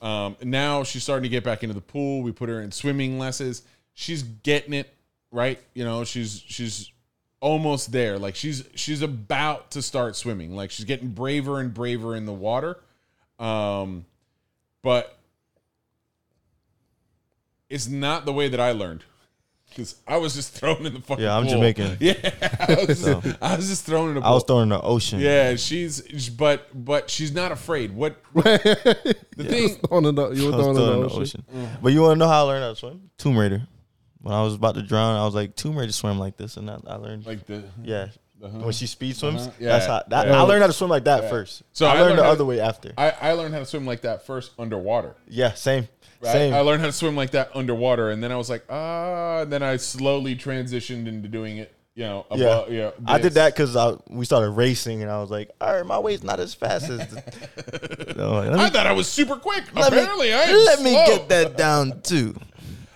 Um, now she's starting to get back into the pool. We put her in swimming lessons. She's getting it right. You know, she's she's almost there. Like she's she's about to start swimming. Like she's getting braver and braver in the water. Um, but it's not the way that I learned. Because I was just thrown in the fucking
Yeah, I'm
pool.
Jamaican.
Yeah, I was,
So.
I was just thrown in the pool.
I was thrown in the ocean.
Yeah, she's sh- but but she's not afraid. What
the
thing-
throwing in the, you were
I was
throwing in
thrown
the ocean.
Mm.
But you want to know how I learned how to swim? Tomb Raider. When I was about to drown, I was like, Tomb Raider swim like this, and I, I learned.
like the
yeah.
Uh-huh.
When she speed swims,
Uh-huh. Yeah.
that's how. That,
Yeah.
I learned how to swim like that first.
So
So
I
I, learned
learned
the
how-
other way after.
I, I learned how to swim like that first underwater.
yeah, same,
Right?
same.
I learned how to swim like that underwater, and then I was like, ah. And then I slowly transitioned into doing it. You know,
yeah,
above, yeah.
I did
this.
that because we started racing, and I was like, "All right, my weight's not as fast as." The, And I'm like, let me-
I thought I was super quick.
let me-
Apparently, I am
let me
slow.
get that down too.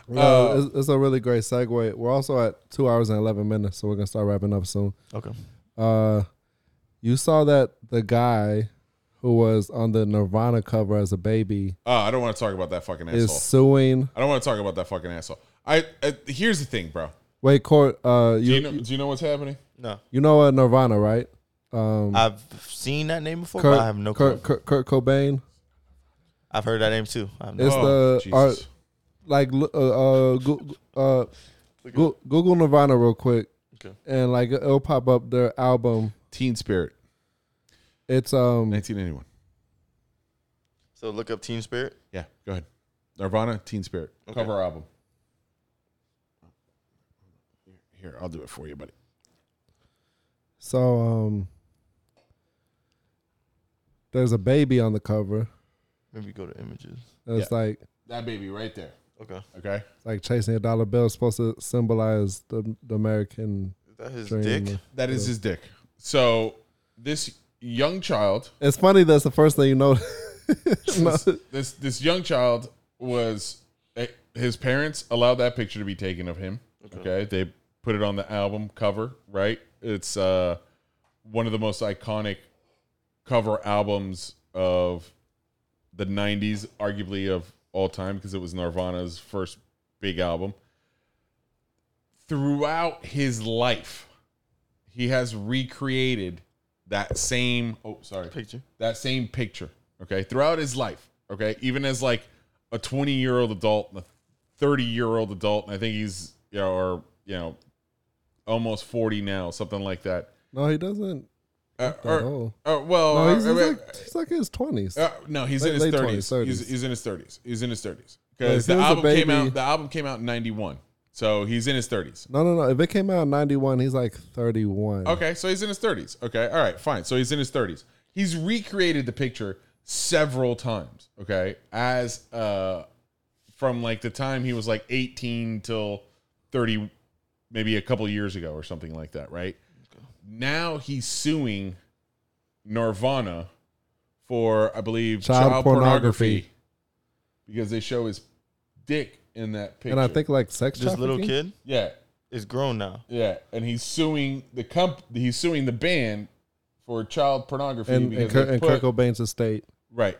You know, Uh, it's, it's a really great segue. We're also at two hours and eleven minutes, so we're gonna start wrapping up soon.
Okay.
Uh, you saw that the guy who was on the Nirvana cover as a baby
Oh, I don't want to talk about that fucking asshole.
is suing.
I don't want to talk about that fucking asshole. I, I here's the thing, bro.
Wait, court. Uh,
Do
you
you, know, do you know what's happening?
No,
you know uh, Nirvana, right? Um,
I've seen that name before.
Kurt,
but I have no clue.
Kurt, Kurt, Kurt Cobain.
I've heard that name too. I have no
It's
Oh,
the
Jesus.
art, like lo- uh, uh, Goo- uh Goo- Google Nirvana real quick,
Okay.
and like it'll pop up their album.
Teen Spirit,
It's um
1981.
So look up Team Spirit.
Yeah, go ahead. Nirvana, Teen Spirit, cover album. Here, I'll do it for you, buddy.
so um. There's a baby on the cover.
Maybe go to images.
and It's
Yeah.
like
That baby right there.
Okay.
Okay.
like chasing a dollar bill. It's supposed to symbolize the, the American
Is that his
dream.
dick?
That is his dick. So this young child,
It's funny. That's the first thing you know.
this this young child was eh, his parents allowed that picture to be taken of him. Okay. They put it on the album cover, right? It's uh one of the most iconic cover albums of the 90s, arguably of all time, because it was Nirvana's first big album. Throughout his life, he has recreated that same oh sorry
Picture.
that same picture okay throughout his life okay even as like a 20 year old adult and a 30 year old adult and i think he's you know or you know almost 40 now something like that
no, he doesn't.
uh,
Not at
or,
all.
or, well
No,
or-
he's, he's
or-
like he's like in his twenties.
uh, no, he's
Late-
in his
late
30s.
20s,
He's,
30s.
he's in his 30s. He's in his 30s
Yeah, if
because
he
the
was a
album came
baby-
out. The album came out in 91. So he's in his 30s.
No, no, no. If it came out in 91, he's like 31.
Okay, so he's in his 30s. Okay, all right, fine. So he's in his 30s. He's recreated the picture several times, okay, as uh from like the time he was like 18 till 30 maybe a couple years ago or something like that, right? Now he's suing Nirvana for I believe
Child
child,
pornography.
pornography because they show his dick in that picture.
And I think like sex
This little
trafficking?
kid
yeah,
is grown now.
yeah, and he's suing the comp. He's suing the band for child pornography
and, and,
because
Kurt,
they
and
put-
Kurt Cobain's estate.
right.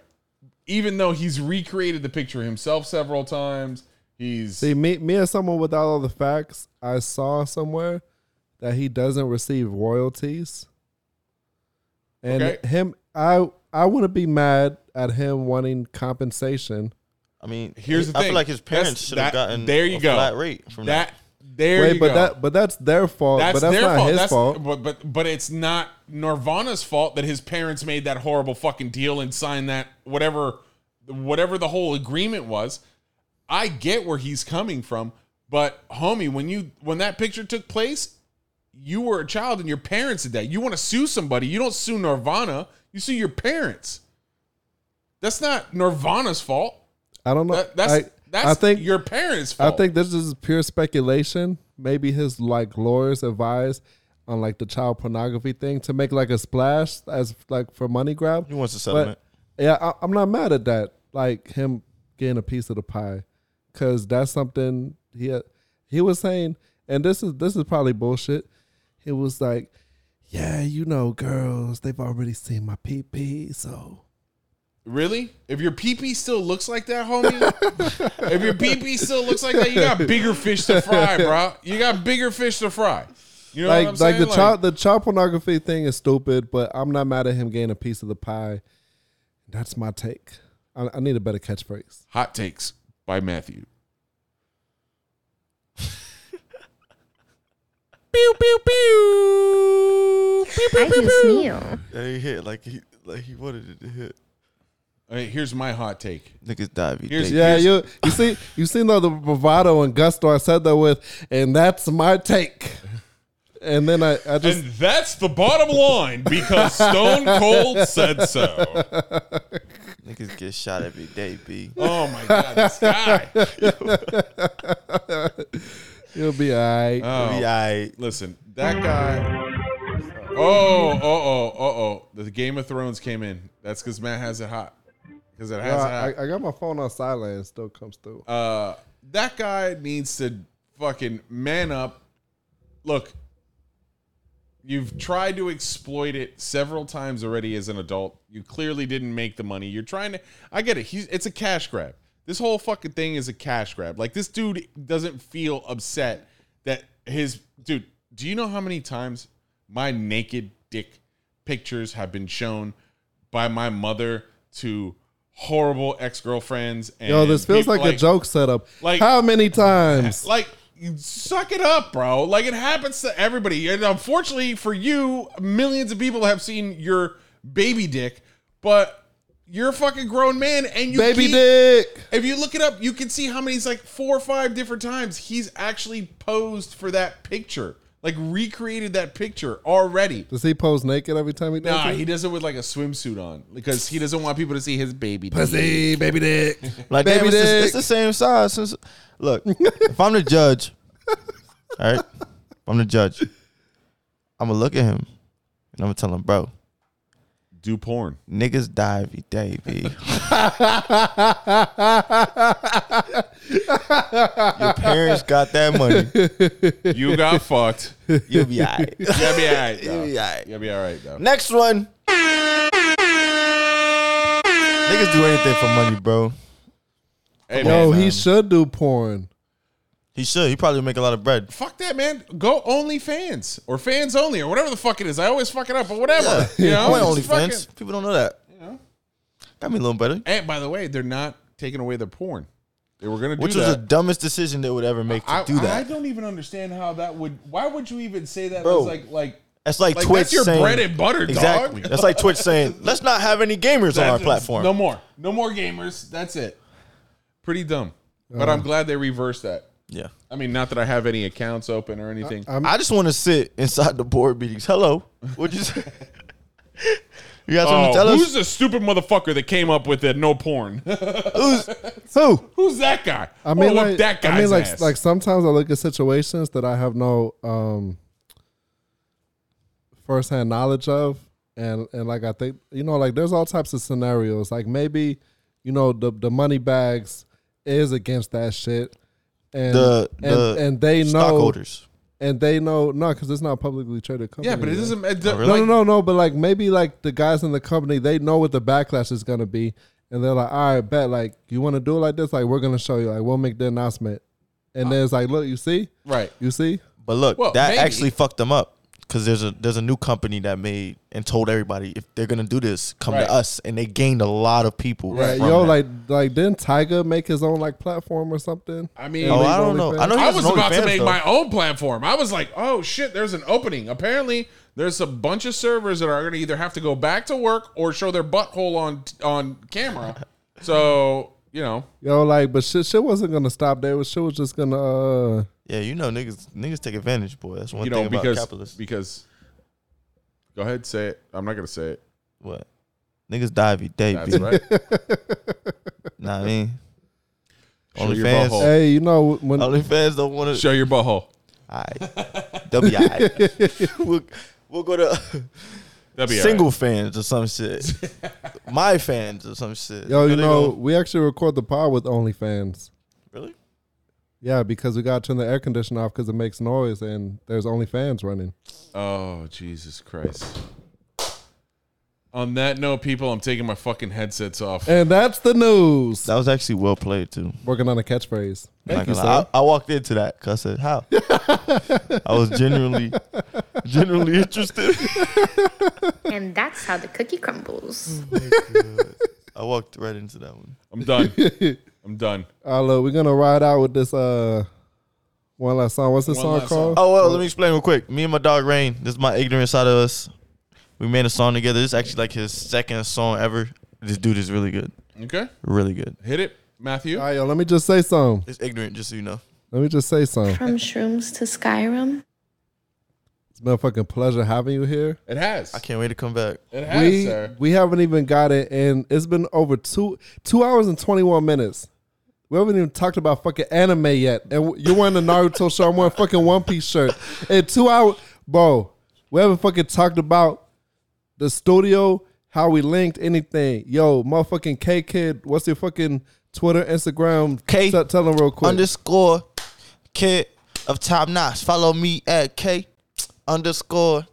Even though he's recreated the picture himself several times, he's
See, me, me as someone without all the facts, I saw somewhere that he doesn't receive royalties. And
Okay.
him, I, I wouldn't be mad at him wanting compensation.
I mean,
Here's
he-
the
I
thing.
feel like his
That's-
parents should have
that-
gotten
there you
a
go.
flat rate from that.
that. There
Wait,
you
but
go.
that, but that's their fault.
that's
but that's
their
not
fault.
his
that's,
fault.
But but but it's not Nirvana's fault that his parents made that horrible fucking deal and signed that whatever whatever the whole agreement was. I get where he's coming from, but homie, when you when that picture took place, you were a child and your parents did that. You want to sue somebody, you don't sue Nirvana, you sue your parents. That's not Nirvana's fault.
I don't know.
That- that's
I,
that's
I think
your parents'
I
fault.
think this is pure speculation. Maybe his like lawyers advised on like the child pornography thing to make like a splash as like for money grab.
He wants a settlement.
But yeah, I, I'm not mad at that. Like him getting a piece of the pie, because that's something he he was saying, and this is this is probably bullshit. It was like, yeah, you know, girls, they've already seen my pee pee, so
Really? If your pee still looks like that, homie, if your pee still looks like that, you got bigger fish to fry, bro. You got bigger fish to fry. You know
like
what I'm
like
saying?
the child the child pornography thing is stupid, but I'm not mad at him getting a piece of the pie. That's my take. I, I need a better catchphrase.
Hot takes by Matthew. pew pew pew. Pew, pew,
I
pew,
just
pew.
knew.
Yeah, he hit like he like he wanted it to hit.
All right, here's my hot take.
Niggas die every
Here's-
day.
Yeah,
Here's-
you you see you seen all the bravado and gusto I said that with, and that's my take. And then I, I just
And that's the bottom line because Stone Cold said so.
Niggas get shot every day, B.
Oh my god, this guy.
you'll be alright.
Oh,
Be aight.
Listen, that guy. Oh, oh, oh, oh, oh. The Game of Thrones came in. That's because Matt has it hot. Because it
No,
has
Uh, I,
it
I got my phone on silent and it still comes through.
hot. Uh, that guy needs to fucking man up. Look, you've tried to exploit it several times already as an adult. You clearly didn't make the money. You're trying to. I get it. He's, it's a cash grab. This whole fucking thing is a cash grab. Like this dude doesn't feel upset that his dude. Do you know how many times my naked dick pictures have been shown by my mother to horrible ex girlfriends?
Yo, this feels like, a joke setup.
like-
how many times?
Like, you suck it up, bro. Like, it happens to everybody. And unfortunately for you, millions of people have seen your baby dick, but you're a fucking grown man and you
Baby
keep-
dick.
If you look it up, you can see how many, it's like four or five different times he's actually posed for that picture, like recreated that picture already.
Does he pose naked every time he does
Nah,
it?
he does it with like a swimsuit on because he doesn't want people to see his baby. dick.
Pussy, baby dick.
Like
Baby
damn, it's, the,
dick.
it's the same size. Since, look, if I'm the judge, all right, if I'm the judge. I'm gonna look at him, and I'm gonna tell him, bro,
Do porn.
niggas die every day, B. Your parents got that money.
You got fucked. You'll
You'll be alright.
be all right. Though.
You'll be all right.
You'll be all right, though.
Next one. Niggas do anything for money, bro.
Hey, man.
Yo,
man.
he should do porn.
He should. He probably make a lot of bread.
fuck that, man. Go OnlyFans or fans only or whatever the fuck it is. I always fuck it up, but whatever. You know,
I went
Just fucking-
OnlyFans. People don't know that. Got me a little better.
And by the way, they're not taking away their porn. They were gonna do
Which was the
that.
dumbest decision they would ever make to
I,
do
I
that.
don't even understand how that would. Why would you even say that?
Bro.
As like, like
That's like,
Like,
Twitch
that's your
saying,
bread and butter, dog.
exactly. That's like Twitch saying, let's not have any gamers on our
that's-
platform.
Uh-huh.
No more, no more gamers. That's it. Pretty dumb. But I'm glad they reversed that.
Yeah.
I mean, not that I have any accounts open or anything.
I, I just want to sit inside the board meetings. Hello. What'd you say? You got something
Oh,
to tell
who's
us?
the stupid motherfucker that came up with the no porn?
Who's
who?
Who's that guy?
I mean,
Wanna whoop
like,
that guy's
I mean, like,
ass.
like sometimes I look at situations that I have no um firsthand knowledge of, and and like I think you know, like there's all types of scenarios. Like maybe you know the the money bags is against that shit, and
The-
and,
the
and they know
stockholders.
and they know no, because it's not a publicly traded company.
yeah, but it
right?
doesn't. It,
Oh,
doesn't-
really?
like,
No, no, no, no. But like maybe like the guys in the company, they know what the backlash is gonna be, and they're like, all right, bet. Like you want to do it like this? Like we're gonna show you. Like we'll make the announcement, and then it's like, look, you see,
Right.
You see,
But look,
Well,
that
maybe.
actually fucked them up because there's a there's a new company that made and told everybody if they're gonna do this, come
Right.
to us, and they gained a lot of people.
right?
from
Yo,
that.
like like didn't Tiger make his own like platform or something?
I mean,
oh, I don't know. I know he
I
has
was
an
about to
OnlyFans,
make
though.
my own platform. I was like, oh shit, there's an opening. Apparently, there's a bunch of servers that are going to either have to go back to work or show their butthole on on camera. So you know,
Yo, like, but shit, shit wasn't gonna stop there. Was Shit was just gonna. uh
Yeah, you know niggas niggas take advantage, boy. That's one
you
thing
know
about
because
capitalists.
because. Go ahead, say it. I'm not going to say it.
what niggas die every day,
That's
baby.
right.
Nah, I mean,
Show your
OnlyFans.
butthole.
Hey, you know when
OnlyFans don't want to.
Show your butthole.
Alright, they'll be alright. we'll, we'll go to
That'd be all
single fans or some shit. my fans or some shit.
yo, you
They
know
gonna-
we actually record the pod with OnlyFans.
really?
Yeah, because we gotta turn the air conditioner off because it makes noise, and there's OnlyFans running.
right. Oh Jesus Christ. On that note, people, I'm taking my fucking headsets off.
And that's the news.
That was actually well played too.
Working on a catchphrase.
Not
Thank you,
gonna lie.
sir.
I, I walked into that because I said, "How?" I was genuinely, genuinely interested.
And that's how the cookie crumbles.
I walked right into that one.
I'm done. I'm done.
Uh, look, we're gonna ride out with this uh one last song. What's this
One
song
last
called?
Oh well, let me explain real quick. Me and my dog Rain. This is my ignorant side of us. We made a song together. This is actually like his second song ever. This dude is really good,
Okay,
really good.
hit it, Matthew.
All right, yo, let me just say something.
It's ignorant, just so you know.
Let me just say something.
From shrooms to Skyrim.
It's been a fucking pleasure having you here.
It has.
I can't wait to come back.
It has,
We
sir.
we haven't even got it, and it's been over two two hours and twenty one minutes. We haven't even talked about fucking anime yet, and w- you're wearing a Naruto shirt. I'm wearing a fucking One Piece shirt. And two hours, bro. We haven't fucking talked about the studio, how we linked anything. Yo, motherfucking K Kid, what's your fucking Twitter, Instagram?
K
tell, tell them real quick.
Underscore kid of top notch. Follow me at K underscore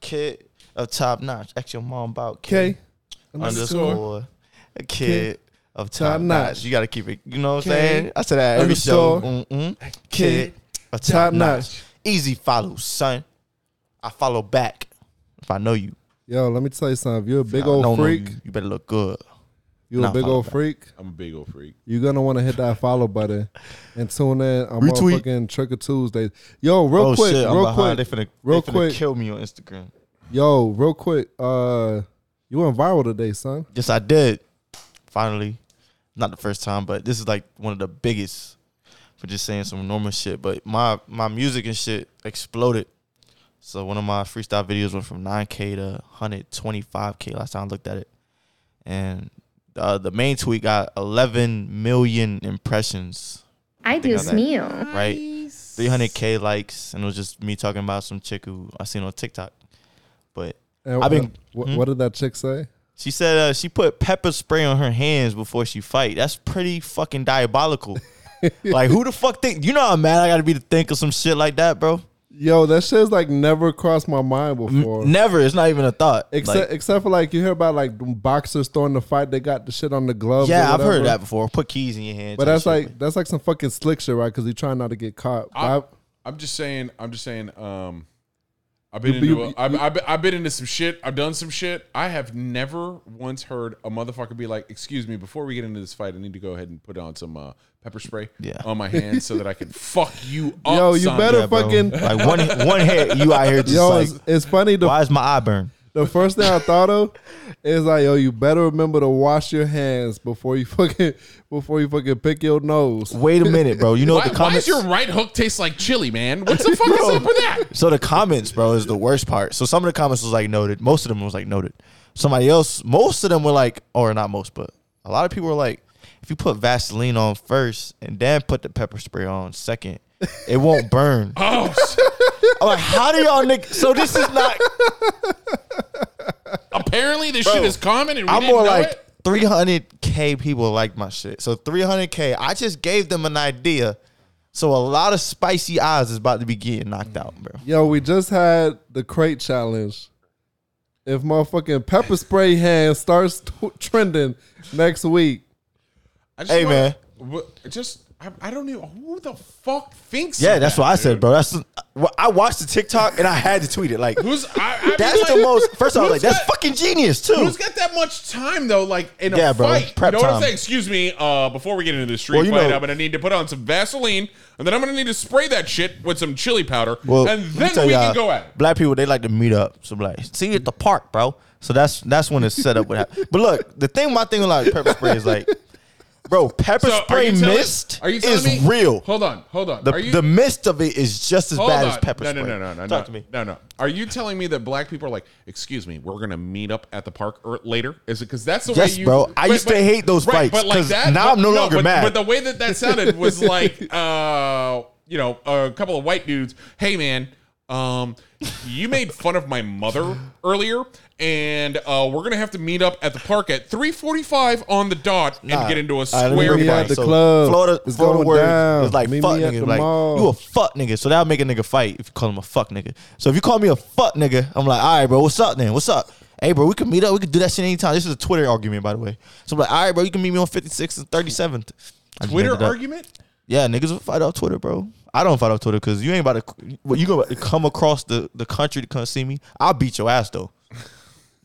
kid of top notch. Ask your mom about K.
K
underscore a kid of top
Top notch.
notch. You got to keep it. You know what I'm
Kid
saying? I said that every show.
underscore
Mm-mm.
kid
Kid of
top
top
notch.
notch. Easy follow, son. I follow back if I know you.
Yo, let me tell you something. If you're a big
I don't
old
know
freak,
You, you better look good.
you're a
Nah,
big
follow
old
back.
freak.
I'm a big old freak.
you're gonna want to hit that follow button and tune in on
Retweet.
motherfucking Trick or Tuesdays. Yo, real
oh
quick,
shit, I'm
real
behind.
quick,
They finna,
real
they finna
quick.
kill me on Instagram.
yo, real quick. Uh, you went viral today, son.
Yes, I did. Finally, not the first time, but this is like one of the biggest for just saying some normal shit. But my my music and shit exploded. So one of my freestyle videos went from 9k to 125k last time I looked at it, and uh, the main tweet got 11 million impressions,
I do
Think of that.
smeel.
right? 300k likes, and it was just me talking about some chick who I seen on TikTok. But
And
I've been-
What,
Hmm?
what did that chick say?
She said uh, she put pepper spray on her hands before she fight. That's pretty fucking diabolical. like who the fuck think you know how mad I gotta be to think of some shit like that, bro?
Yo, that shit's like never crossed my mind before.
Never. It's not even a thought.
Except,
Like,
except for like you hear about like boxers throwing the fight, they got the shit on the gloves. or
yeah, I've heard
whatever.
that before. Put keys in your hands.
But
type
that's
shit,
like that's like some fucking slick shit, right? Because you're trying not to get caught.
I,
But
I'm just saying. I'm just saying. Um, I've been
You-
into.
you-
a- I've, I've, been- I've been into some shit. I've done some shit. I have never once heard a motherfucker be like, "Excuse me, before we get into this fight, I need to go ahead and put on some uh, pepper spray
Yeah.
on my hands so that I can fuck you
I-
up."
yo, you
son."
better
bro.
fucking.
like one one hit you out here just
Yo,
like
it's, it's funny. The
why is my eye burn?
the first thing I thought of is like, yo, you better remember to wash your hands before you fucking before you fucking pick your nose.
Wait a minute, bro. You know
why,
what the comments.
Why does your right hook taste like chili, man? What the fuck is up with that?
So the comments, bro, is the worst part. So some of the comments was like noted. Most of them was like noted. Somebody else, most of them were like, or not most, but a lot of people were like, if you put Vaseline on first and then put the pepper spray on second, it won't burn.
Oh,
I'm like, how do y'all niggas? So this is not.
apparently this
Bro,
shit is common and we
I'm
didn't
more
know
like
it.
300k people like my shit. So 300k, I just gave them an idea. So a lot of spicy eyes is about to be getting knocked out, bro.
Yo, we just had the crate challenge. If motherfucking pepper spray hand starts t- trending next week,
I just
Hey,
wanna-
man.
w- Just I, I don't even who the fuck thinks.
Yeah,
of
that's
that,
what I said,
dude?
bro. That's well, I watched the TikTok and I had to tweet it. Like,
Who's I, I mean,
that's
like,
the most. First of all, I was
who's
like that's
got-
fucking genius too.
Who's got that much time though? Like in a
Yeah, bro,
fight,
prep
you know what I'm
time.
saying? Excuse me. Uh, before we get into the street
Well, you
fight,
know-
I'm gonna need to put on some Vaseline, and then I'm gonna need to spray that shit with some chili powder,
Well,
and
let me tell
then we
y'all,
can go at it.
Black people, they like to meet up. So like, see you at the park, bro. So that's that's when it's set up. With that. But look, the thing, my thing with like pepper spray is like, bro, pepper
So,
spray
telling-
mist
are you telling
is
me-
real.
Hold on, hold on.
The,
are you,
the mist of it is just as
hold
bad
on.
as pepper
no,
spray.
No, no, no, no,
Talk
no,
to me.
no, no. Are you telling me that black people are like, excuse me, we're gonna meet up at the park or later? Is it because that's the
Yes,
way you?
bro. I used to hate those fights, 'cause now I'm no longer
but,
mad.
But the way that that sounded was like, uh, you know, a couple of white dudes. Hey, man. Um, you made fun of my mother earlier, and uh, we're gonna have to meet up at the park at 3:45 on the dot and
Nah.
get into a
All right, let me
square
read it.
Yeah,
fight.
the club
Florida,
is
Florida
going
words
down.
is like
Meet
fuck
me at
nigga.
the
Like
mall.
you a fuck nigga. So that'll make a nigga fight if you call him a fuck nigga. So if you call me a fuck nigga, I'm like, all right, bro, what's up then? What's up? Hey, bro, we can meet up. We can do that shit anytime. This is a Twitter argument, by the way. So I'm like, all right, bro, you can meet me on 56th and 37th. I just made
Twitter
it up.
argument.
Yeah, niggas will fight off Twitter, bro. I don't fight off Twitter because you ain't about to. Well, you gonna come across the, the country to come see me? I'll beat your ass though.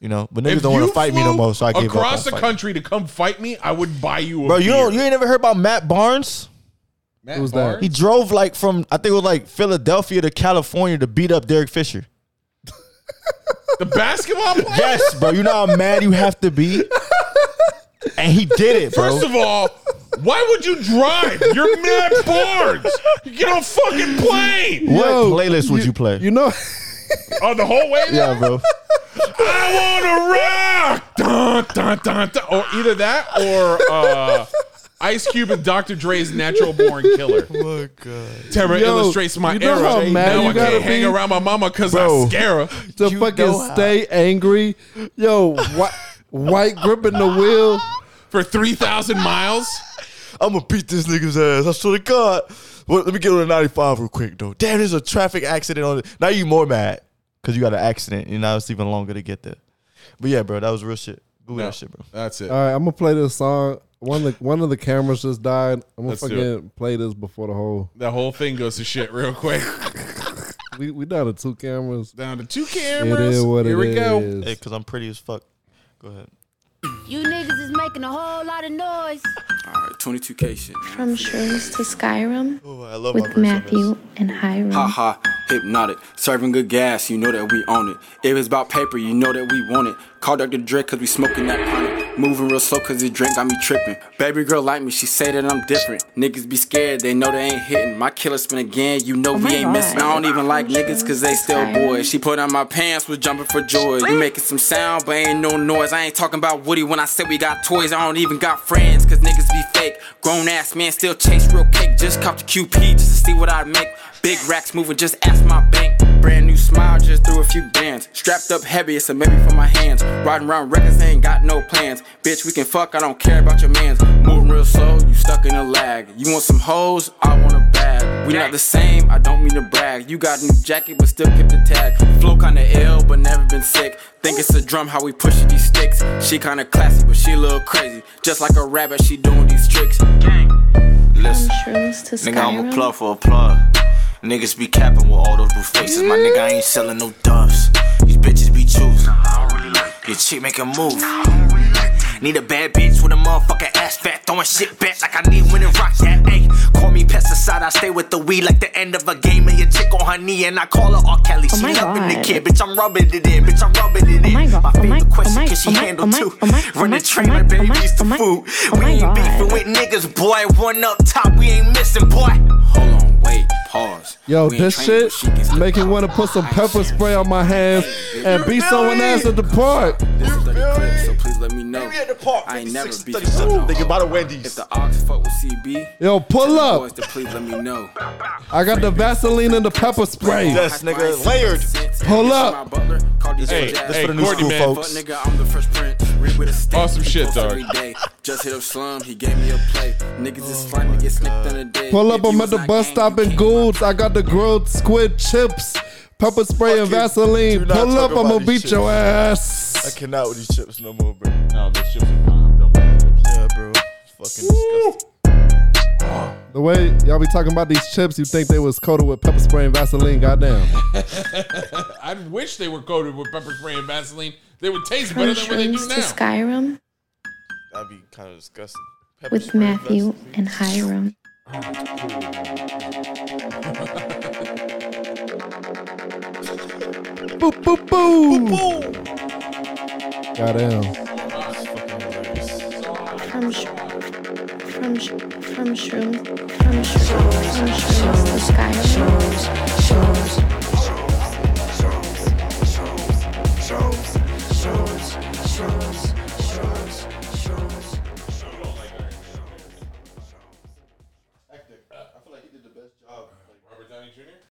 You know, but niggas don't want
you
to fight me no
flew
more, so I gave up.
across
on
the
fighting.
country to come fight me, I would buy you a
bro. You
beer.
don't. You ain't never heard about Matt Barnes?
Matt
Who's that?
Barnes?
He drove like from I think it was like Philadelphia to California to beat up Derek Fisher.
the basketball player.
Yes, bro. You know how mad you have to be. And he did it, bro.
First of all, why would you drive? You're Matt Barnes. You get on a fucking plane.
what
Yo,
playlist would you play?
you know,
On the whole way there?
yeah, bro.
I want to rock. Dun, dun, dun, dun. Or either that or uh, Ice Cube and Dr. Dre's Natural Born Killer.
Oh god.
Terror
Yo,
illustrates my
you know
era.
how mad
now
you
I
gotta
can't hang
be?
around my mama because I
Bro.
scare her.
to
You
fucking
know how.
stay angry. Yo, whi- white gripping the wheel.
For 3,000 miles?
I'm gonna beat this nigga's ass. I swear to God. Well, let me get on the 95 real quick though. Damn, there's a traffic accident on it. Now you more mad because you got an accident and now it's even longer to get there. But yeah, bro, that was real shit. Google
No,
that shit, bro.
That's it.
All right, I'm gonna play this song. One of the one of the cameras just died. I'm gonna
Let's do
fucking play this before the whole.
the whole thing goes to shit real quick.
We we down to two cameras.
Down to two
It
cameras.
is what
Here
it
we go.
is.
Hey, cause I'm pretty as fuck. Go ahead.
You niggas is making a whole lot of noise.
Alright, 22K shit.
From Shrooms to Skyrim
Oh, I love my
with
verse on
Matthew and Hiram.
Ha ha, hypnotic. Serving good gas, you know that we own it. If it's about paper, you know that we want it. Call Dr. Dre cause we smoking that chronic. Moving real slow cause this drink got me tripping. Baby girl like me, she say that I'm different. Niggas be scared, they know they ain't hitting. My killer spin again, you know
Oh
we
my
ain't
God.
missing. I don't even like niggas cause they still
Sorry.
boys. She put on my pants, was jumping for joy. You making some sound, but ain't no noise. I ain't talking about Woody when I said we got toys. I don't even got friends cause niggas be fake. Grown ass man still chase real cake. Just cop the QP just to see what I make. Big racks moving, just ask my bank. Brand new smile, just threw a few bands. Strapped up heavy, it's a maybe for my hands. Riding around records, ain't got no plans. Bitch, we can fuck, I don't care about your mans. Moving real slow, you stuck in a lag. You want some hoes? I want a bag. We not the same, I don't mean to brag. You got a new jacket, but still kept the tag. Flow kinda ill, but never been sick. Think it's a drum, how we pushing these sticks. She kinda classy, but she a little crazy. Just like a rabbit, she doing these tricks.
From Shrooms to
Nigga, I'm a plug
Skyrim.
for a plug. Niggas be capping with all those blue faces. My nigga, I ain't selling no doves. These bitches be choosing. Your chick make a move. Need a bad bitch with a motherfucking ass fat. Throwing shit back like I need when it rock that. Ayy, call me pesticide. I stay with the weed like the end of a game. And your chick on her knee and I call her R. Kelly.
Oh
She
my
loving the
God.
kid. Bitch, I'm rubbing it in. Bitch, I'm rubbing it in.
my God.
My
Oh my-
favorite
oh
question
my-
can she
oh my-
handle
oh my-
too?
oh my- oh
Run
my-
the train
oh
like
my- oh my-
babies to
oh my-
food.
oh
We
my
ain't
God.
beefing with niggas, boy. One up top, we ain't missing, boy.
Hold on, wait, pause.
Yo,
We ain't
this
training,
shit make me want to put some pepper spray on my hands and beat someone else at the park.
This is Dirty Crib, so please let me know. I ain't never beat you.
Thinking about a Wendy's.
If the ox fuck with CB,
Yo, pull
tell the
up.
Boys to please let me know.
I got the Vaseline and the pepper spray.
Yes, nigga. Layered.
Pull up.
Hey, this for the new school
Courtney, man.
Fuck
folks.
nigga, I'm the fresh print. Read with a stick.
Awesome shit,
Post
dog.
every day. Just hit up slum, he gave me a play. Niggas is slimy, get slipped on the day.
Pull up,
If you
I'm
was
at the
not
bus
gang,
stop
you
in
can't
Goulds. I got the grilled squid chips, pepper spray and
Fuck it. Do
Vaseline.
not
Pull
talk
up, I'm
about
gonna
these
beat
chips.
your
I
ass.
cannot with these chips no more, bro.
No, those chips are bomb. Don't buy those.
Yeah, bro. It's fucking disgusting.
The way y'all be talking about these chips, you think they was coated with pepper spray and Vaseline? Goddamn.
I wish they were coated with pepper spray and Vaseline. They would taste
From
better than what they do
Shrooms to
now.
Skyrim
That'd be kind of disgusting. Pepper
with
spray,
Matthew
Vaseline.
and Hiram.
Boop boop boop. Goddamn.
From sh- from sh- from shrooms from shrooms from shrooms.